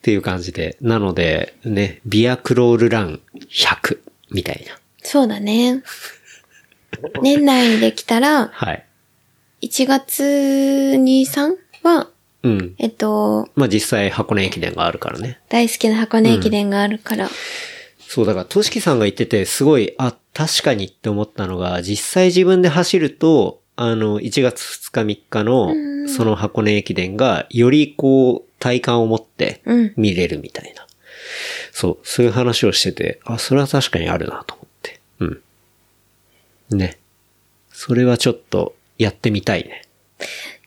S2: ていう感じで。なので、ね、ビアクロールラン100みたいな。
S3: そうだね。年内にできたら、
S2: はい。
S3: 1月2、3は、
S2: うん。
S3: えっと、
S2: まあ実際箱根駅伝があるからね。
S3: 大好きな箱根駅伝があるから。
S2: そう、だから、としきさんが言ってて、すごい、あ、確かにって思ったのが、実際自分で走ると、あの、1月2日3日の、その箱根駅伝が、よりこう、体感を持って
S3: うん、
S2: 見れるみたいな。そう、そういう話をしてて、あ、それは確かにあるなと思って。うん。ね。それはちょっと、やってみたいね。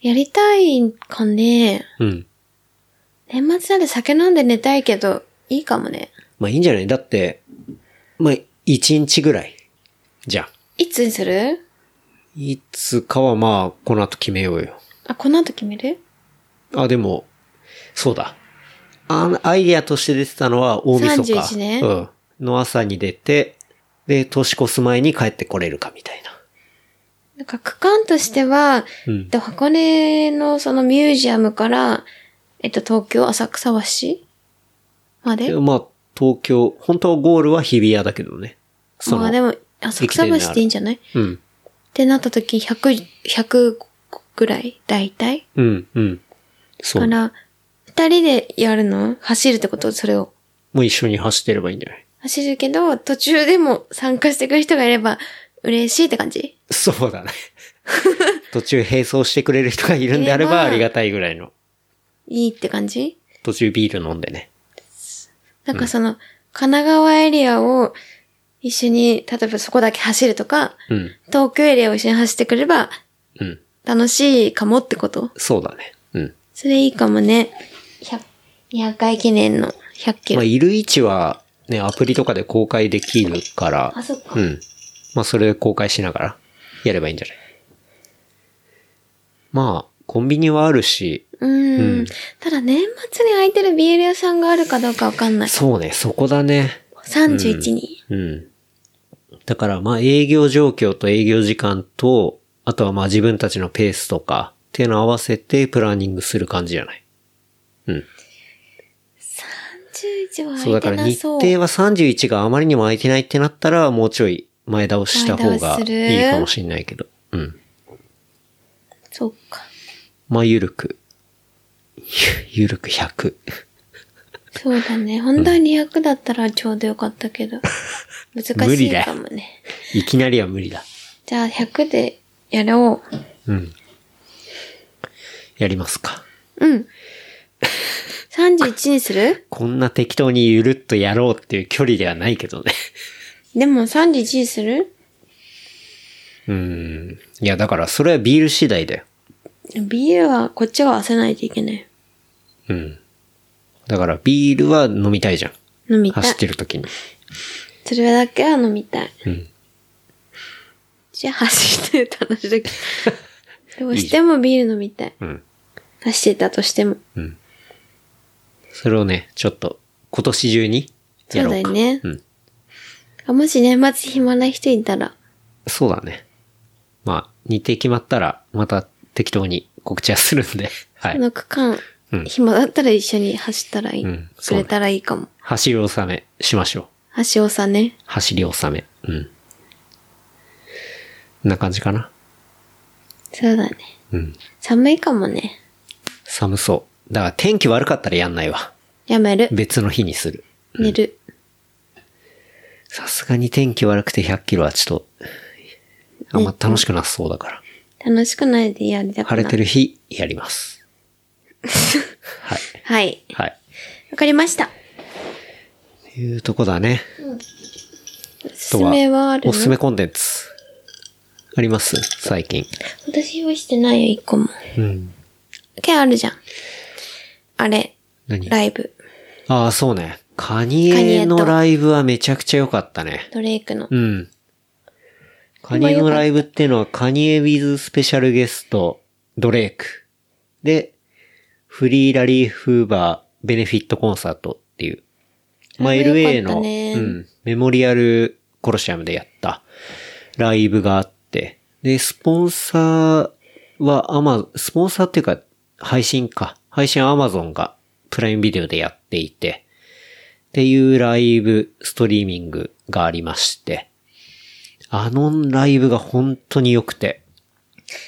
S3: やりたいんかね。
S2: うん。
S3: 年末なんで酒飲んで寝たいけど、いいかもね。
S2: まあ、いいんじゃないだって、まあ、1日ぐらい。じゃあ。
S3: いつにする
S2: いつかはまあ、この後決めようよ。
S3: あ、この後決める
S2: あ、でも、そうだ。あアイディアとして出てたのは大晦日。
S3: 31ね
S2: うん。の朝に出て、で、年越す前に帰ってこれるかみたいな。
S3: なんか区間としては、
S2: うん
S3: えっと箱根のそのミュージアムから、えっと、東京、浅草橋まで
S2: でまあ、東京、本当はゴールは日比谷だけどね。そ
S3: まあで
S2: の、
S3: も、浅草橋でいいんじゃないっ
S2: うん、
S3: てなった時、100、100ぐらい、だいたい
S2: うん、うん。そ
S3: か
S2: う。も
S3: ら、二人でやるの走るってことそれを。
S2: う一緒に走ってればいいんじゃない
S3: 走るけど、途中でも参加してくれる人がいれば嬉しいって感じ
S2: そう だね。途中並走してくれる人がいるんであればありがたいぐらいの。
S3: いいって感じ
S2: 途中ビール飲んでね。
S3: なんかその、神奈川エリアを一緒に、例えばそこだけ走るとか、
S2: うん、
S3: 東京エリアを一緒に走ってくれば
S2: うん。
S3: 楽しいかもってこと
S2: そうだね。うん。
S3: それいいかもね。100、200回記念の100キ
S2: ま
S3: ロ。
S2: あ、いる位置は、ね、アプリとかで公開できるから。
S3: あ、そっか。
S2: うん。まあ、それ公開しながらやればいいんじゃないまあ、コンビニはあるし、
S3: うん。
S2: うん
S3: ただ年末に空いてるビール屋さんがあるかどうかわかんない。
S2: そうね、そこだね。
S3: 31に。
S2: うん。だから、まあ、営業状況と営業時間と、あとはまあ自分たちのペースとか、っていうのを合わせてプランニングする感じじゃないうん。
S3: 31は
S2: そう、だ
S3: 空いて
S2: から
S3: な
S2: 日
S3: そう。
S2: 程は31があまりにも空いてないってなったら、もうちょい前倒しした方
S3: 前倒
S2: が
S3: しする
S2: いいかもしれないけど。うん。
S3: そうか。
S2: まあ、ゆるく。 ゆるく100。
S3: そうだね。本当に200だったらちょうどよかったけど。難
S2: 無
S3: し
S2: 理
S3: い
S2: だよ
S3: かもね。
S2: いきなりは無理だ。
S3: じゃあ100でやろ
S2: うん。やりますか。
S3: う。うん。31にする
S2: こんな適当にゆるっとやろうっていう距離ではないけどね。
S3: でも31にする
S2: うん。いや、だからそれはビール次第だよ。
S3: ビールはこっちは合わせないといけない。
S2: うん。だからビールは飲みたいじゃん。
S3: 飲みたい
S2: 走っ。てる時に。
S3: それだけは飲みたい。
S2: うん。
S3: じゃあ走って楽しい時。 どうしてもビール飲みたい。
S2: うん。
S3: 走ってたとしても。
S2: それをね、ちょっと今年中にやろうか。
S3: そうだよね
S2: うん。
S3: もし年末暇な人いたら、
S2: そうだね。まあ、日程決まったらまた適当に告知はするんで。は
S3: こ
S2: い。
S3: の区間、
S2: うん
S3: 暇だったら一緒に走ったらいい。
S2: うん
S3: くれたらいいかも。
S2: 走り納めしましょう。
S3: 足尾さんね。
S2: 走り納め。うん。こんな感じかな。
S3: そうだね。
S2: うん。
S3: 寒いかもね。
S2: 寒そう。だから天気悪かったらやんないわ。
S3: やめる。
S2: 別の日にする。
S3: 寝る。
S2: さすがに天気悪くて100キロはちょっと、あんま楽しくなさそうだから。
S3: 楽しくないでやりたくな
S2: 晴
S3: い。
S2: れてる日、やり ます。はい。
S3: はい。
S2: はい。
S3: わかりました。
S2: いうとこだね。
S3: おすすめはあ
S2: あと
S3: るの
S2: おすすめコンテンツ。あります最近。
S3: 私用意してないよ、一個も。
S2: うん。
S3: けあるじゃん。あれ、
S2: 何
S3: ライブ。
S2: ああ、そうね。カニ
S3: カニ
S2: エ
S3: エと
S2: のライブはめちゃくちゃ良かったね。
S3: ドレイクの。
S2: うん。カニエのライブっていうのは、カニエ with スペシャルゲスト、ドレイク。で、フリーラリー・フーバー、ベネフィットコンサートっていう。まあ、
S3: あれも
S2: LA
S3: 良かった
S2: の、
S3: ね
S2: うん、メモリアルコロシアムでやったライブがあって。で、スポンサーは、アマ、スポンサーっていうか、配信か。配信はアマゾンがプライムビデオでやっていて。っていうライブ、ストリーミングがありまして。あのライブが本当に良くて。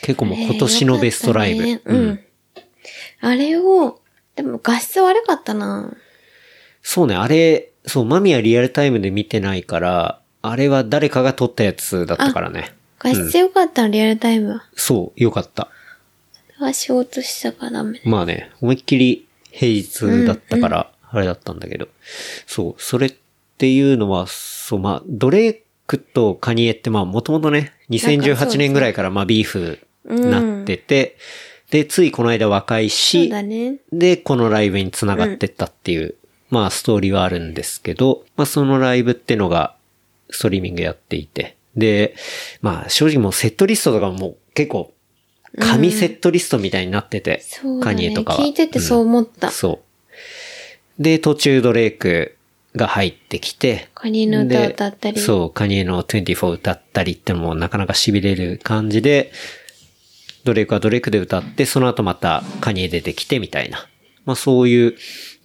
S2: 結構もう今年のベストライブ。
S3: ねよかったねうん。あれを、でも画質悪かったな
S2: そうね、あれ、そう、マミはリアルタイムで見てないから、あれは誰かが撮ったやつだったからね。
S3: 画質良かったの、リアルタイムは。
S2: そう、よかった。
S3: それは仕事したからダメ。
S2: まあね、思いっきり平日だったから、あれだったんだけど。そう、それっていうのは、そう、まあ、ドレイクとカニエって、まあ、もともとね、
S3: なんかそうです
S2: 2018
S3: ね
S2: 年ぐらいから、まあ、ビーフなってて、で、ついこの間和解
S3: そう
S2: し、
S3: だね。
S2: で、このライブに繋がってったっていう、まあ、ストーリーはあるんですけど、まあ、そのライブってのが、ストリーミングやっていて。で、まあ、正直もうセットリストとかも結構、紙セットリストみたいになってて、
S3: そうだ
S2: カ
S3: ね。
S2: ニエとかは。
S3: 聞いててそ
S2: う
S3: う
S2: ん
S3: 思った。
S2: そう。で、途中ドレイクが入ってきて、
S3: カニの歌を歌ったり。
S2: でそう、カニエの24歌ったりってのもなかなか痺れる感じで、ドレイクはドレイクで歌って、その後またカニエ出てきてみたいな。まあそういう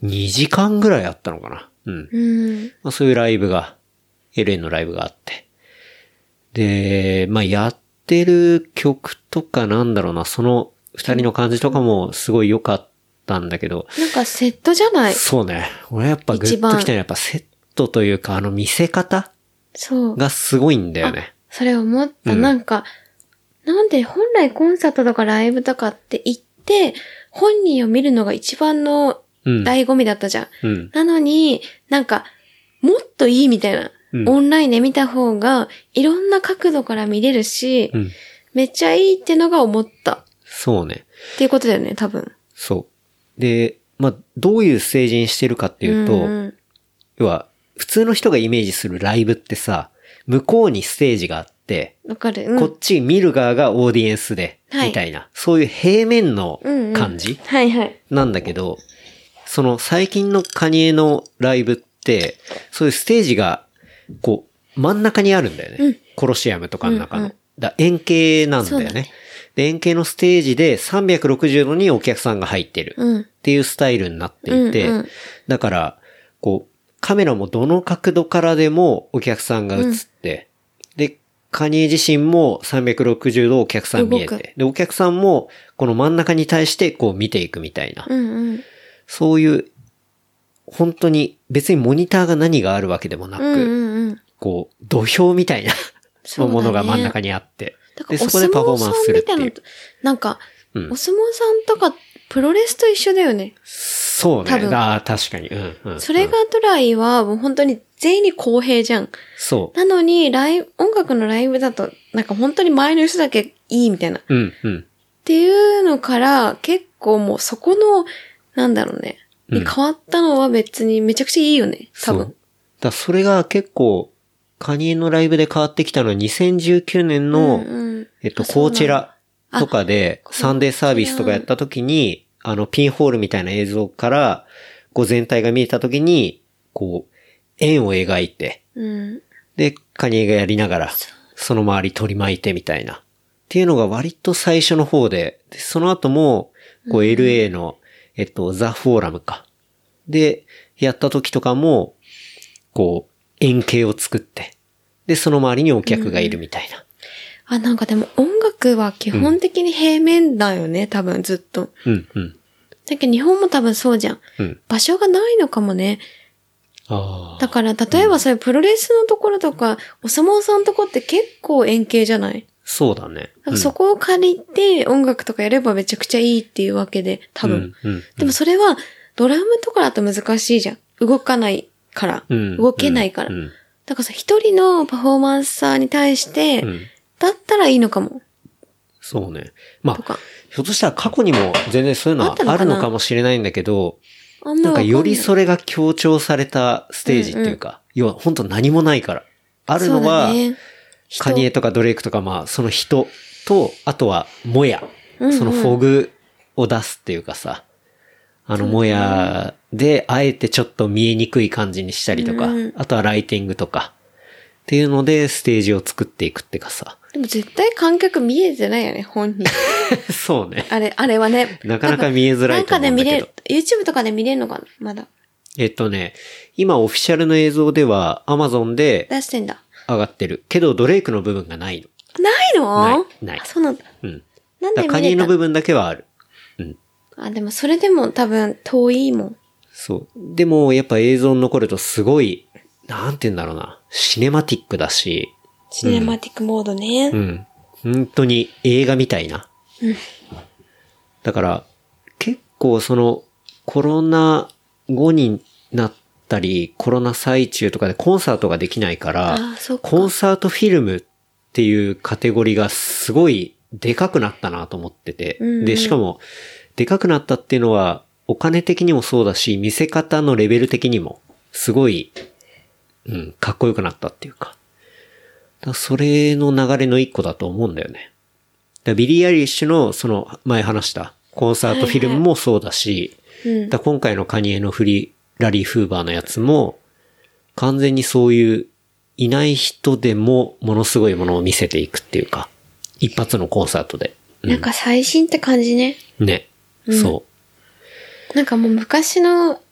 S2: 2時間ぐらいあったのかな。うん。
S3: う。うん。
S2: まあそういうライブが、LA のライブがあって。で、まあやってる曲とかなんだろうな、その二人の感じとかもすごい良かったんだけど、
S3: なんかセットじゃない
S2: そうね。俺やっぱグッときたのはやっぱセットというか、あの見せ方
S3: そう。
S2: がすごいんだよね。
S3: それ思った。
S2: うん
S3: なんか、なんで本来コンサートとかライブとかって行って、本人を見るのが一番の
S2: うん。
S3: 醍醐味だったじゃん。
S2: うん。
S3: なのに、なんか、もっといいみたいな。
S2: うん
S3: オンラインで見た方が、いろんな角度から見れるし、
S2: うん。
S3: めっちゃいいってのが思った。っ
S2: そうね。
S3: ていうことだよね、多分。
S2: そう。で、まあ、どういうステージにしてるかっていうと、
S3: ん
S2: 要は、普通の人がイメージするライブってさ、向こうにステージがあって、
S3: わかる。うん、
S2: こっち見る側がオーディエンスで、
S3: はい
S2: みたいな、そういう平面の感じ、
S3: はいはい。
S2: なんだけど、その最近のカニエのライブって、そういうステージが、こう、真ん中にあるんだよね。コロシアムとかの中の。
S3: うんうん
S2: だ円形なんだよ
S3: そうだ
S2: ね。で、円形のステージで360度にお客さんが入ってる。
S3: うん。
S2: っていうスタイルになっていて、
S3: うんうん
S2: だから、こう、カメラもどの角度からでもお客さんが映って、で、カニエ自身も360度お客さん見え
S3: 動く
S2: て、で、お客さんもこの真ん中に対してこう見ていくみたいな、
S3: うんうん。
S2: そういう、本当に別にモニターが何があるわけでもなく、
S3: うんうんうん。
S2: こう、土俵みたいな
S3: そうだね
S2: ものが真ん中にあって、
S3: だか
S2: で、
S3: らお
S2: そこ
S3: 相
S2: でパフォ
S3: 撲
S2: ー
S3: さ
S2: マ
S3: ん
S2: ンスするっ
S3: み
S2: て
S3: たいな
S2: いう
S3: のと、なんか、
S2: うん
S3: お相撲さんとか、プロレスと一緒だよね。
S2: そうね。
S3: 多分
S2: ああ、確かに。うん、うん。
S3: それ
S2: う
S3: が
S2: ん
S3: トライは、もう本当に全員に公平じゃん。
S2: そ
S3: なのに、ライブ、音楽のライブだと、なんか本当に前の人だけいいみたいな。っ
S2: う。うん、うん。
S3: ていうのから、結構もうそこの、なんだろうね。
S2: うん
S3: に変わったのは別にめちゃくちゃいいよね。多
S2: そう
S3: 分。
S2: だそれが結構、カニエのライブで変わってきたのは2019年の、
S3: うんうん
S2: えっと、
S3: あそ
S2: コー
S3: うなんだ
S2: チェラとかで、
S3: あ
S2: サンデーサービスとかやった時に、あの、ピンホールみたいな映像から、こう全体が見えた時に、こう、円を描いて、
S3: うん。
S2: で、カニエがやりながら、その周り取り巻いてみたいな。っていうのが割と最初の方で、でその後も、こう LA の、えっと、ザ・フォーラムか。で、やった時とかも、こう、円形を作って、で、その周りにお客がいるみたいな。
S3: あ、なんかでも音楽は基本的に平面だよね。多分ずっと。
S2: うん、うん、
S3: だけど日本も多分そうじゃん。
S2: うん。
S3: 場所がないのかもね。
S2: あ
S3: だから、例えばそういうプロレスのところとか、お相撲さんのとこって結構円形じゃない
S2: そうだね。
S3: なんかそこを借りて音楽とかやればめちゃくちゃいいっていうわけで、多分。
S2: うんうん
S3: でもそれはドラムとかだと難しいじゃん。動かないから。
S2: うん
S3: 動けないから。
S2: うんうん
S3: だからさ、一人のパフォーマンサーに対して、
S2: うん
S3: だったらいいのかも。
S2: そうね。ま
S3: と
S2: あ
S3: か、
S2: ひょっとしたら過去にも全然そういうの
S3: あ
S2: は
S3: ったのか
S2: あ
S3: な
S2: るのかもしれないんだけど、
S3: あんま
S2: なん
S3: わ
S2: か
S3: かんない
S2: よりそれが強調されたステージっていうか、要は本当何もないから。あるのは、
S3: そうだね人
S2: カニエとかドレイクとかまあその人と、あとはモヤ。
S3: うんうん
S2: そのフォグを出すっていうかさ、あのモヤであえてちょっと見えにくい感じにしたりとか、
S3: うん
S2: あとはライティングとか、っていうのでステージを作っていくっていうかさ。
S3: でも絶対観客見えてないよね、本人。
S2: そうね。
S3: あれ、あれはね。
S2: なかなか見えづらいと思うんだけど
S3: なんかで見れる、YouTube とかで見れるのかなまだ。
S2: えっとね、今オフィシャルの映像では Amazon で
S3: 出してんだ。
S2: 上がってる。けどドレイクの部分がないの。
S3: ないの
S2: ないない
S3: あそうなんだ。
S2: うん。
S3: なん
S2: だ
S3: で
S2: からカ
S3: 見
S2: ニ
S3: れ
S2: の
S3: た
S2: 部分だけはある。うん。
S3: あ、でもそれでも多分遠いもん。
S2: そう。でも、やっぱ映像に残るとすごい、なんて言うんだろうな。シネマティックだし、
S3: シネマティックモードね。
S2: うん。本当に映画みたいな。だから、結構その、コロナ後になったり、コロナ最中とかでコンサートができないから
S3: あーそっ、か
S2: コンサートフィルムっていうカテゴリーがすごいでかくなったなと思ってて。
S3: うんうん
S2: で、しかも、でかくなったっていうのは、お金的にもそうだし、見せ方のレベル的にも、すごい、うん、かっこよくなったっていうか。だからそれの流れの一個だと思うんだよね。だからビリー・アイリッシュの、その、前話した、コンサートフィルムもそうだし、
S3: うん。
S2: だから今回のカニエのフリー、ラリー・フーバーのやつも、完全にそういう、いない人でもものすごいものを見せていくっていうか、一発のコンサートで。
S3: なんか最新って感じね。
S2: ね。そ
S3: なんかもう昔の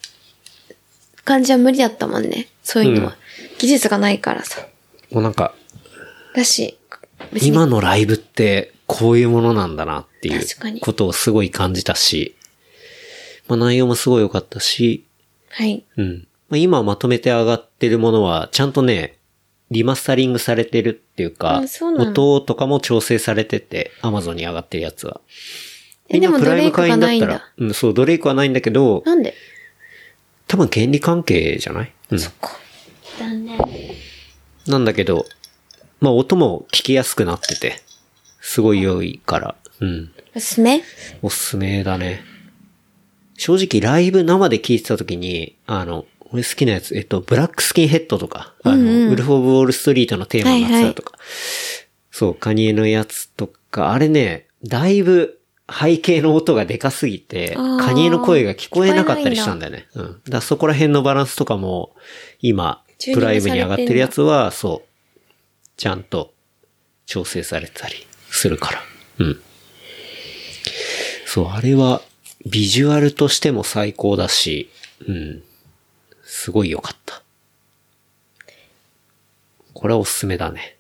S3: 感じは無理だったもんね。そういうのは。
S2: うん
S3: 技術がないからさ。
S2: う。もうなんか、
S3: だし、別に
S2: 今のライブってこういうものなんだなっていう
S3: 確かに
S2: ことをすごい感じたし、まあ内容もすごい良かったし、
S3: はい。
S2: うん。まあ、今まとめて上がってるものは、ちゃんとね、リマスタリングされてるっていうか
S3: あそう、なんだ
S2: 音とかも調整されてて、Amazon に上がってるやつは。
S3: え
S2: 今
S3: でも
S2: プライム
S3: ドレイクがないんだ
S2: 会員ったらうん、そう、ドレイクはないんだけど、
S3: なんで
S2: 多分権利関係じゃないうん。
S3: 残念。
S2: なんだけど、まあ音も聞きやすくなってて、すごい良いから、うん。
S3: おすすめ
S2: おすすめだね。正直ライブ生で聴いてた時に、あの、俺好きなやつ、えっと、ブラックスキンヘッドとか、あの、ウルフ・オブ・ウォール・ストリートのテーマになってたとか、そう、カニエのやつとか、あれね、だいぶ背景の音がでかすぎて、
S3: あー
S2: カニエの声が聞こえなかったりしたんだよね。うん。だからそこら辺のバランスとかも、今、
S3: チューニ
S2: プ
S3: ング
S2: ライムに上がってるやつは、そう、ちゃんと調整されてたりするから。うん。そう、あれは、ビジュアルとしても最高だし、うん。すごい良かった。これはおすすめだね。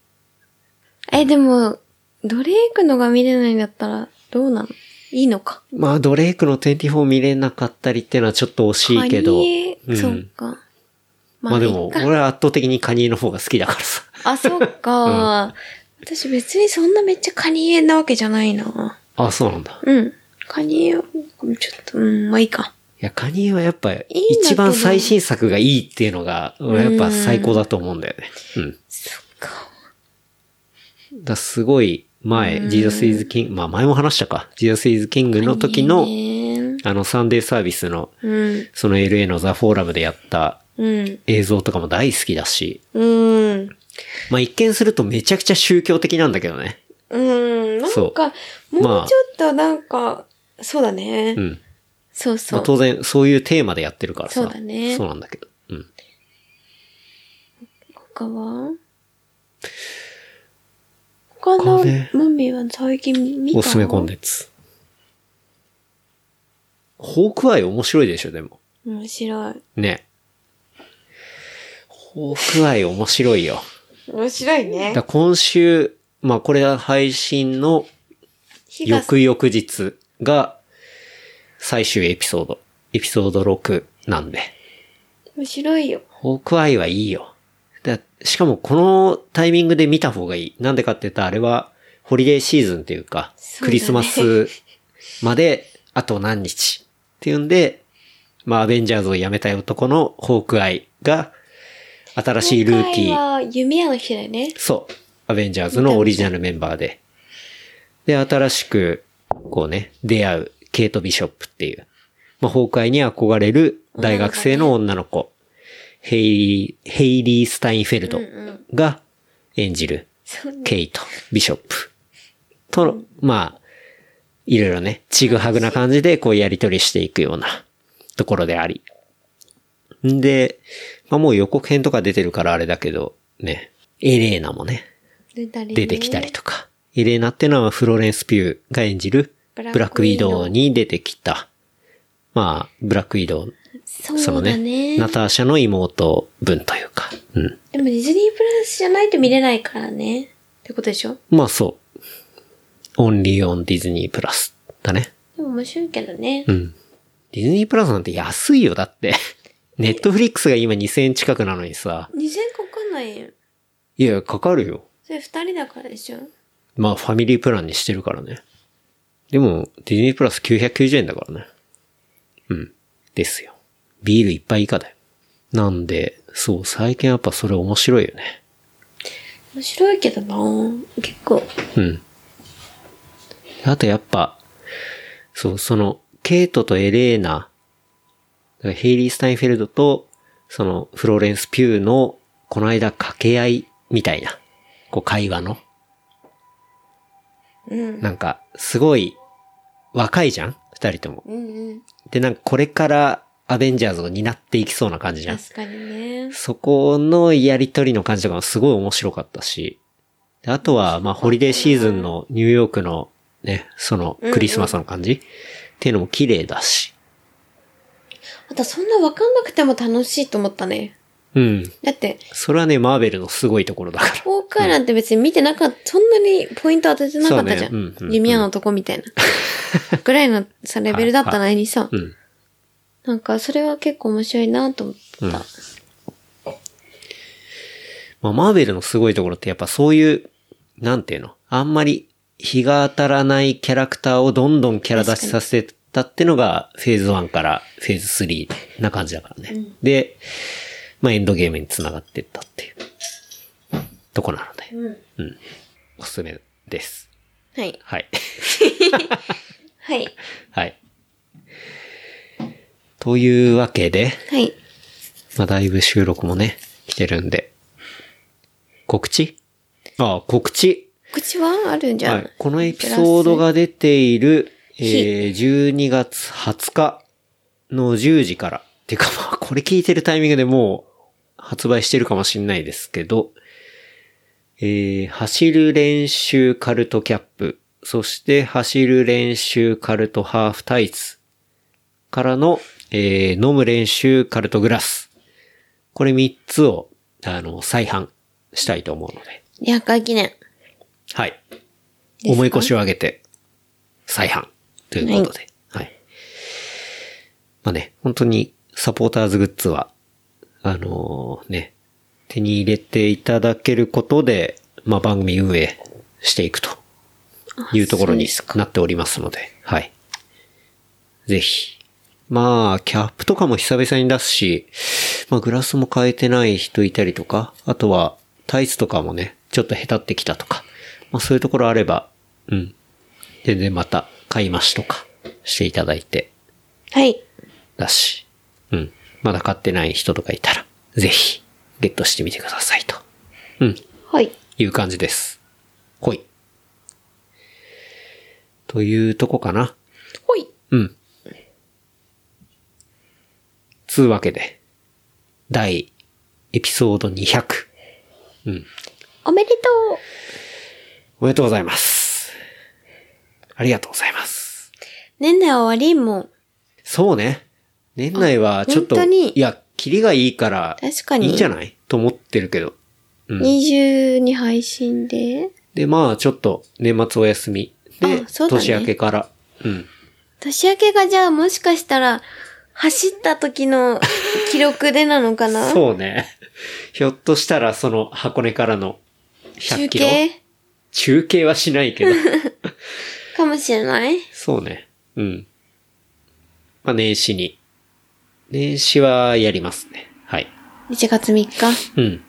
S3: え、でも、ドレイクのが見れないんだったら、どうなのいいのか。
S2: まあ、ドレイクの24見れなかったりってのはちょっと惜しいけど。
S3: カニ
S2: う
S3: エそうか。
S2: まあでも、
S3: いいか
S2: 俺は圧倒的にカニエの方が好きだからさ。
S3: あ、そ っか。私別にそんなめっちゃカニエなわけじゃないな。
S2: あ、そうなんだ。
S3: うん。カニエ、ちょっと、うん、まあいいか。
S2: いや、カニエはやっぱ、
S3: んだけど
S2: 一番最新作がいいっていうのが、俺はやっぱ最高だと思うんだよね。うん。
S3: そっか。
S2: だすごい前、ジーザス・イズ・キング、まあ前も話したか。ジーザス・イズ・キングの時の、
S3: いいね
S2: あのサンデーサービスの、
S3: うん。
S2: その LA のザ・フォーラムでやった
S3: うん。
S2: 映像とかも大好きだし、
S3: うん。
S2: まあ一見するとめちゃくちゃ宗教的なんだけどね。
S3: うん。なん
S2: そう
S3: か、
S2: ま
S3: も
S2: あ
S3: うちょっとなんか、そうだね。
S2: うん。
S3: そう
S2: ま
S3: そ
S2: あ
S3: う。
S2: 当然そういうテーマでやってるからさ。
S3: そうだね
S2: そうなんだけど。うん。
S3: 他は他
S2: 他
S3: の
S2: ね
S3: ムービーは最近見た
S2: おすすめコンテンツ。ホークアイ面白いでしょ、でも。
S3: 面白い。
S2: ね。ホークアイ面白いよ。
S3: 面白い
S2: だ
S3: ね
S2: から。今週、まあこれは配信の
S3: 日が
S2: 翌々日が最終エピソード。エピソード6なんで。
S3: 面白いよ。
S2: ホークアイはいいよ。だしかもこのタイミングで見た方がいい。なんでかって言ったらあれはホリデーシーズンっていうか、
S3: そうだね
S2: クリスマスまであと何日っていうんで、まあアベンジャーズを辞めたい男のホークアイが新しいルーキ
S3: 今回
S2: ー。
S3: は弓矢の日だよね。
S2: そう。アベンジャーズのオリジナルメンバーで。で、新しく、こうね、出会う、ケイト・ビショップっていう、まあ、崩壊に憧れる大学生の女の子、ヘイリー、ヘイリー・スタインフェルドが演じる、
S3: そうね。
S2: ケイト・ビショップとの、まあ、いろいろね、ちぐはぐな感じで、こう、やりとりしていくようなところであり。んで、まあ、もう予告編とか出てるからあれだけど、ね、エレーナもね、
S3: 出たりね
S2: 出てきたりとか。エレーナってのはフローレンス・ピューが演じるブ
S3: ブ
S2: ラ
S3: ラ
S2: ッ
S3: ッ
S2: ク
S3: ク
S2: ウ
S3: ウ
S2: ィ
S3: ィ
S2: ド
S3: ドウ
S2: ウに出てきた。まあ、ブラックウィドウ、そ
S3: そ
S2: の
S3: うだ
S2: ね、
S3: ね。
S2: ナターシャの妹分というか。うん。
S3: でもディズニープラスじゃないと見れないからね。ってことでしょ
S2: まあそう。オンリーオンディズニープラスだね。
S3: でも面白いけどね。
S2: うん。ディズニープラスなんて安いよ、だって。 ネットフリックスが今2000円近くなのにさ。
S3: 2000かかんないよ。
S2: いや、かかるよ。
S3: それ二人だからでしょ
S2: まあ、ファミリープランにしてるからね。でも、ディズニープラス990円だからね。うん。ですよ。ビール一杯以下だよ。なんで、そう、最近やっぱそれ面白いよね。
S3: 面白いけどな結構。
S2: うん。あとやっぱ、そう、その、ケイトとエレーナ、だからヘイリー・スタインフェルドと、その、フローレンス・ピューの、この間掛け合いみたいな、こう、会話の。
S3: うん。
S2: なんか、すごい、若いじゃん二人とも。
S3: うんうん。
S2: で、なんかこれからアベンジャーズを担っていきそうな感じじゃん。
S3: 確かにね。
S2: そこのやりとりの感じとかもすごい面白かったし、であとは、まあ、ホリデーシーズンのニューヨークのね、そのクリスマスの感じ、っていうのも綺麗だし、
S3: あとそんなわかんなくても楽しいと思ったね。
S2: うん。
S3: だって、
S2: それはね、マーベルのすごいところだから。
S3: ウォーカーなんて別に見てなかった、そんなにポイント当ててなかったじゃん。
S2: そうねうんうん
S3: 弓矢のとこみた いな。ぐらいのさ、レベルだったのにさ、
S2: うん。
S3: なんかそれは結構面白いなと思った。
S2: うんまあ、マーベルのすごいところってやっぱそういう、なんていうの、あんまり日が当たらないキャラクターをどんどんキャラ出しさせたってのがフェーズ1からフェーズ3な感じだからね。で、まあエンドゲームに繋がってったっていうとこなので、うん。おすすめです。
S3: はい。
S2: はい。
S3: はい。
S2: はい。というわけで、
S3: はい。
S2: まあ、だいぶ収録もね、来てるんで。告知ああ、告知。
S3: 口はあるんじゃ
S2: は
S3: ない
S2: い。このエピソードが出ている、えー、12月20日の10時から。てかまあ、これ聞いてるタイミングでもう発売してるかもしんないですけど、えー、走る練習カルトキャップ、そして走る練習カルトハーフタイツからの、えー、飲む練習カルトグラス。これ3つを、あの、再販したいと思うので。
S3: 200回記念。
S2: はい。思い越しを上げて、再販ということで。はい。まあね、本当にサポーターズグッズは、あのーね、手に入れていただけることで、まあ番組運営していくというところになっておりますので、はい。ぜひ。まあ、キャップとかも久々に出すし、まあグラスも変えてない人いたりとか、あとはタイツとかもね、ちょっと下手ってきたとか、まあそういうところあれば、うん。全然また買い増しとかしていただいて、
S3: はい。
S2: だし、うん。まだ買ってない人とかいたら、ぜひ、ゲットしてみてくださいと。うん。
S3: はい。
S2: いう感じです。ほい。というとこかな。
S3: ほい。
S2: うん。つうわけで、第、エピソード200。
S3: おめでとう
S2: おめでとうございます。ありがとうございます。
S3: 年内終わりもう。
S2: そうね。年内はちょっと、
S3: あ本当に
S2: いや、キリがいいから、
S3: 確かに
S2: いいんじゃないと思ってるけど。うん
S3: 22配信で、
S2: で、まあ、ちょっと、年末お休み。で、
S3: あそうだね
S2: 年明けから。うん。
S3: 年明けがじゃあもしかしたら、走った時の記録でなのかな
S2: そうね。ひょっとしたら、その、箱根からの100
S3: 中
S2: キロ。
S3: 継
S2: 中継はしないけど。
S3: かもしれない
S2: そうね。うん。まあ、年始に。年始はやりますね。はい。
S3: ?1 月3日。
S2: うん。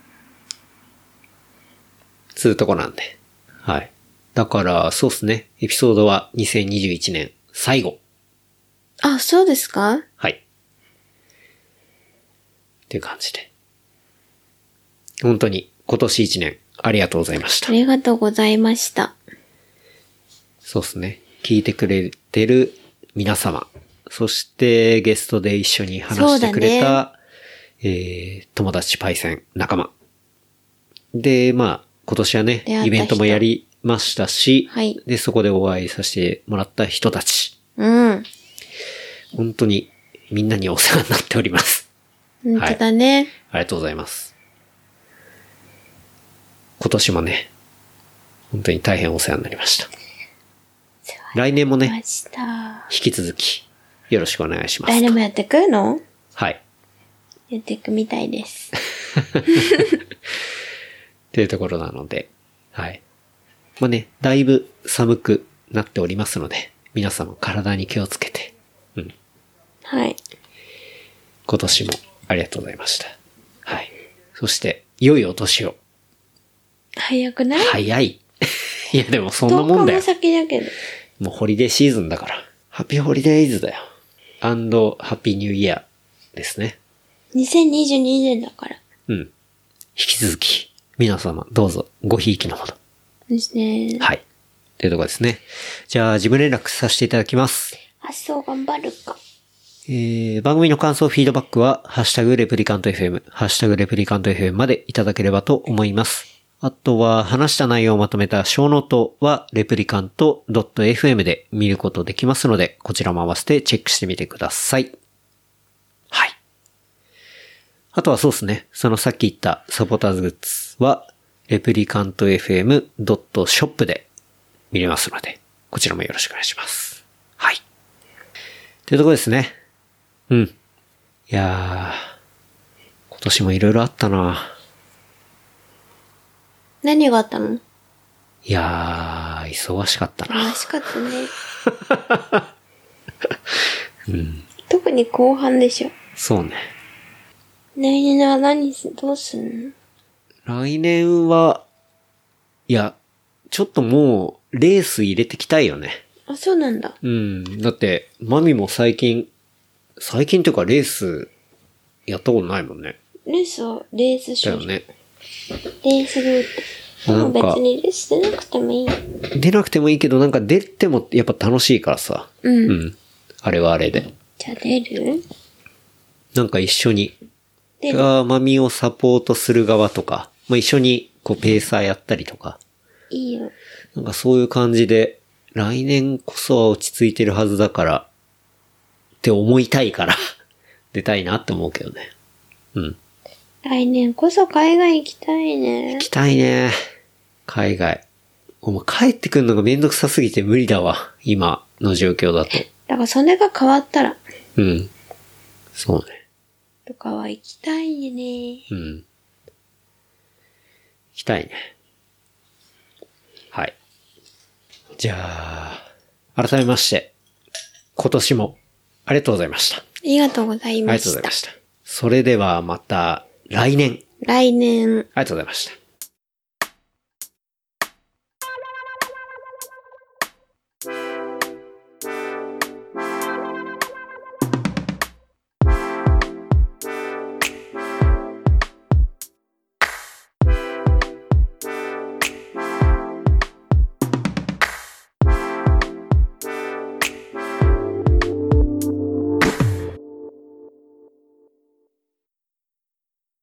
S2: つうとこなんで。はい。だから、そうっすね。エピソードは2021年最後。
S3: あ、そうですか
S2: はい。っていう感じで。本当に今年一年ありがとうございました
S3: あ。りがとうございました。
S2: そうですね。聞いてくれてる皆様。そしてゲストで一緒に話してくれ
S3: そう
S2: た、えー、友達パイセン仲間。で、まあ、今年は
S3: 出会った
S2: ね、
S3: 人
S2: イベントもやりましたし、
S3: はい
S2: で、そこでお会いさせてもらった人たち。
S3: うん。
S2: 本当にみんなにお世話になっております。
S3: 本当だね。
S2: ありがとうございます。今年もね、本当に大変お世話になりました。来年もね、
S3: ました。
S2: 引き続き、よろしくお願いしま
S3: 来
S2: す
S3: 年。もやってくの
S2: はい。
S3: やっていくみたいです。
S2: というところなので、はい。まあね、だいぶ寒くなっておりますので、皆様体に気をつけて、うん。
S3: はい。
S2: 今年もありがとうございました。はい。そして、良いお年を。
S3: 早くない
S2: 早い。いや、でもそんなもんだ
S3: 10日
S2: よ
S3: も。先だけど。
S2: もうホリデーシーズンだから。ハッピーホリデーイズだよ。アンド、ハッピーニューイヤーですね。
S3: 2022年だから。
S2: うん。引き続き、皆様、どうぞ、ごひいきのほど。
S3: ですね。
S2: はい。というところですね。じゃあ、自分連絡させていただきます。
S3: 発想頑張るか。
S2: ええー番組の感想、フィードバックは、ハッシュタグレプリカント FM、ハッシュタグレプリカント FM までいただければと思います。あとは、話した内容をまとめた小ノートは、レプリカント .fm で見ることできますので、こちらも合わせてチェックしてみてください。はい。あとはそうですね。そのさっき言ったサポーターズグッズは、レプリカント FM.shop で見れますので、こちらもよろしくお願いします。はい。というところですね。うん。いやー、今年もいろいろあったな。
S3: 何があったの
S2: いやー、忙しかったな。
S3: 悲しかったね。 特に後半でしょ。
S2: そうね。
S3: 来年は何す、どうすんの
S2: 来年は、いや、ちょっともう、レース入れてきたいよね。
S3: あ、そうなんだ。
S2: うん。だって、マミも最近、最近というかレース、やったことないもんね。
S3: レースはレース
S2: だ
S3: 勝
S2: よ
S3: 負、
S2: ね。
S3: レースルート。で
S2: な
S3: も
S2: んか
S3: 別にレースでなくてもいい。
S2: 出なくてもいいけど、なんか出てもやっぱ楽しいからさ。
S3: うん
S2: うん。あれはあれで。
S3: じゃあ出る
S2: なんか一緒に、
S3: 出る。
S2: あーマミをサポートする側とか、まあ、一緒にこうペーサーやったりとか、
S3: いいよ。
S2: なんかそういう感じで、来年こそは落ち着いてるはずだから、って思いたいから、 出たいなって思うけどね。うん。
S3: 来年こそ海外行きたいね
S2: 行。きたいね。海外。お前帰ってくんのがめんどくさすぎて無理だわ。今の状況だと。
S3: だからそれが変わったら、
S2: うん。そうね。
S3: とかは行きたいね。
S2: うん。行きたいね。はい。じゃあ、改めまして、今年もありがとうございました。
S3: ありがとうござい
S2: あり
S3: ま
S2: がとうご
S3: し
S2: ざいま
S3: た。
S2: した。それではまた来年、
S3: 来年、
S2: ありがとうございました。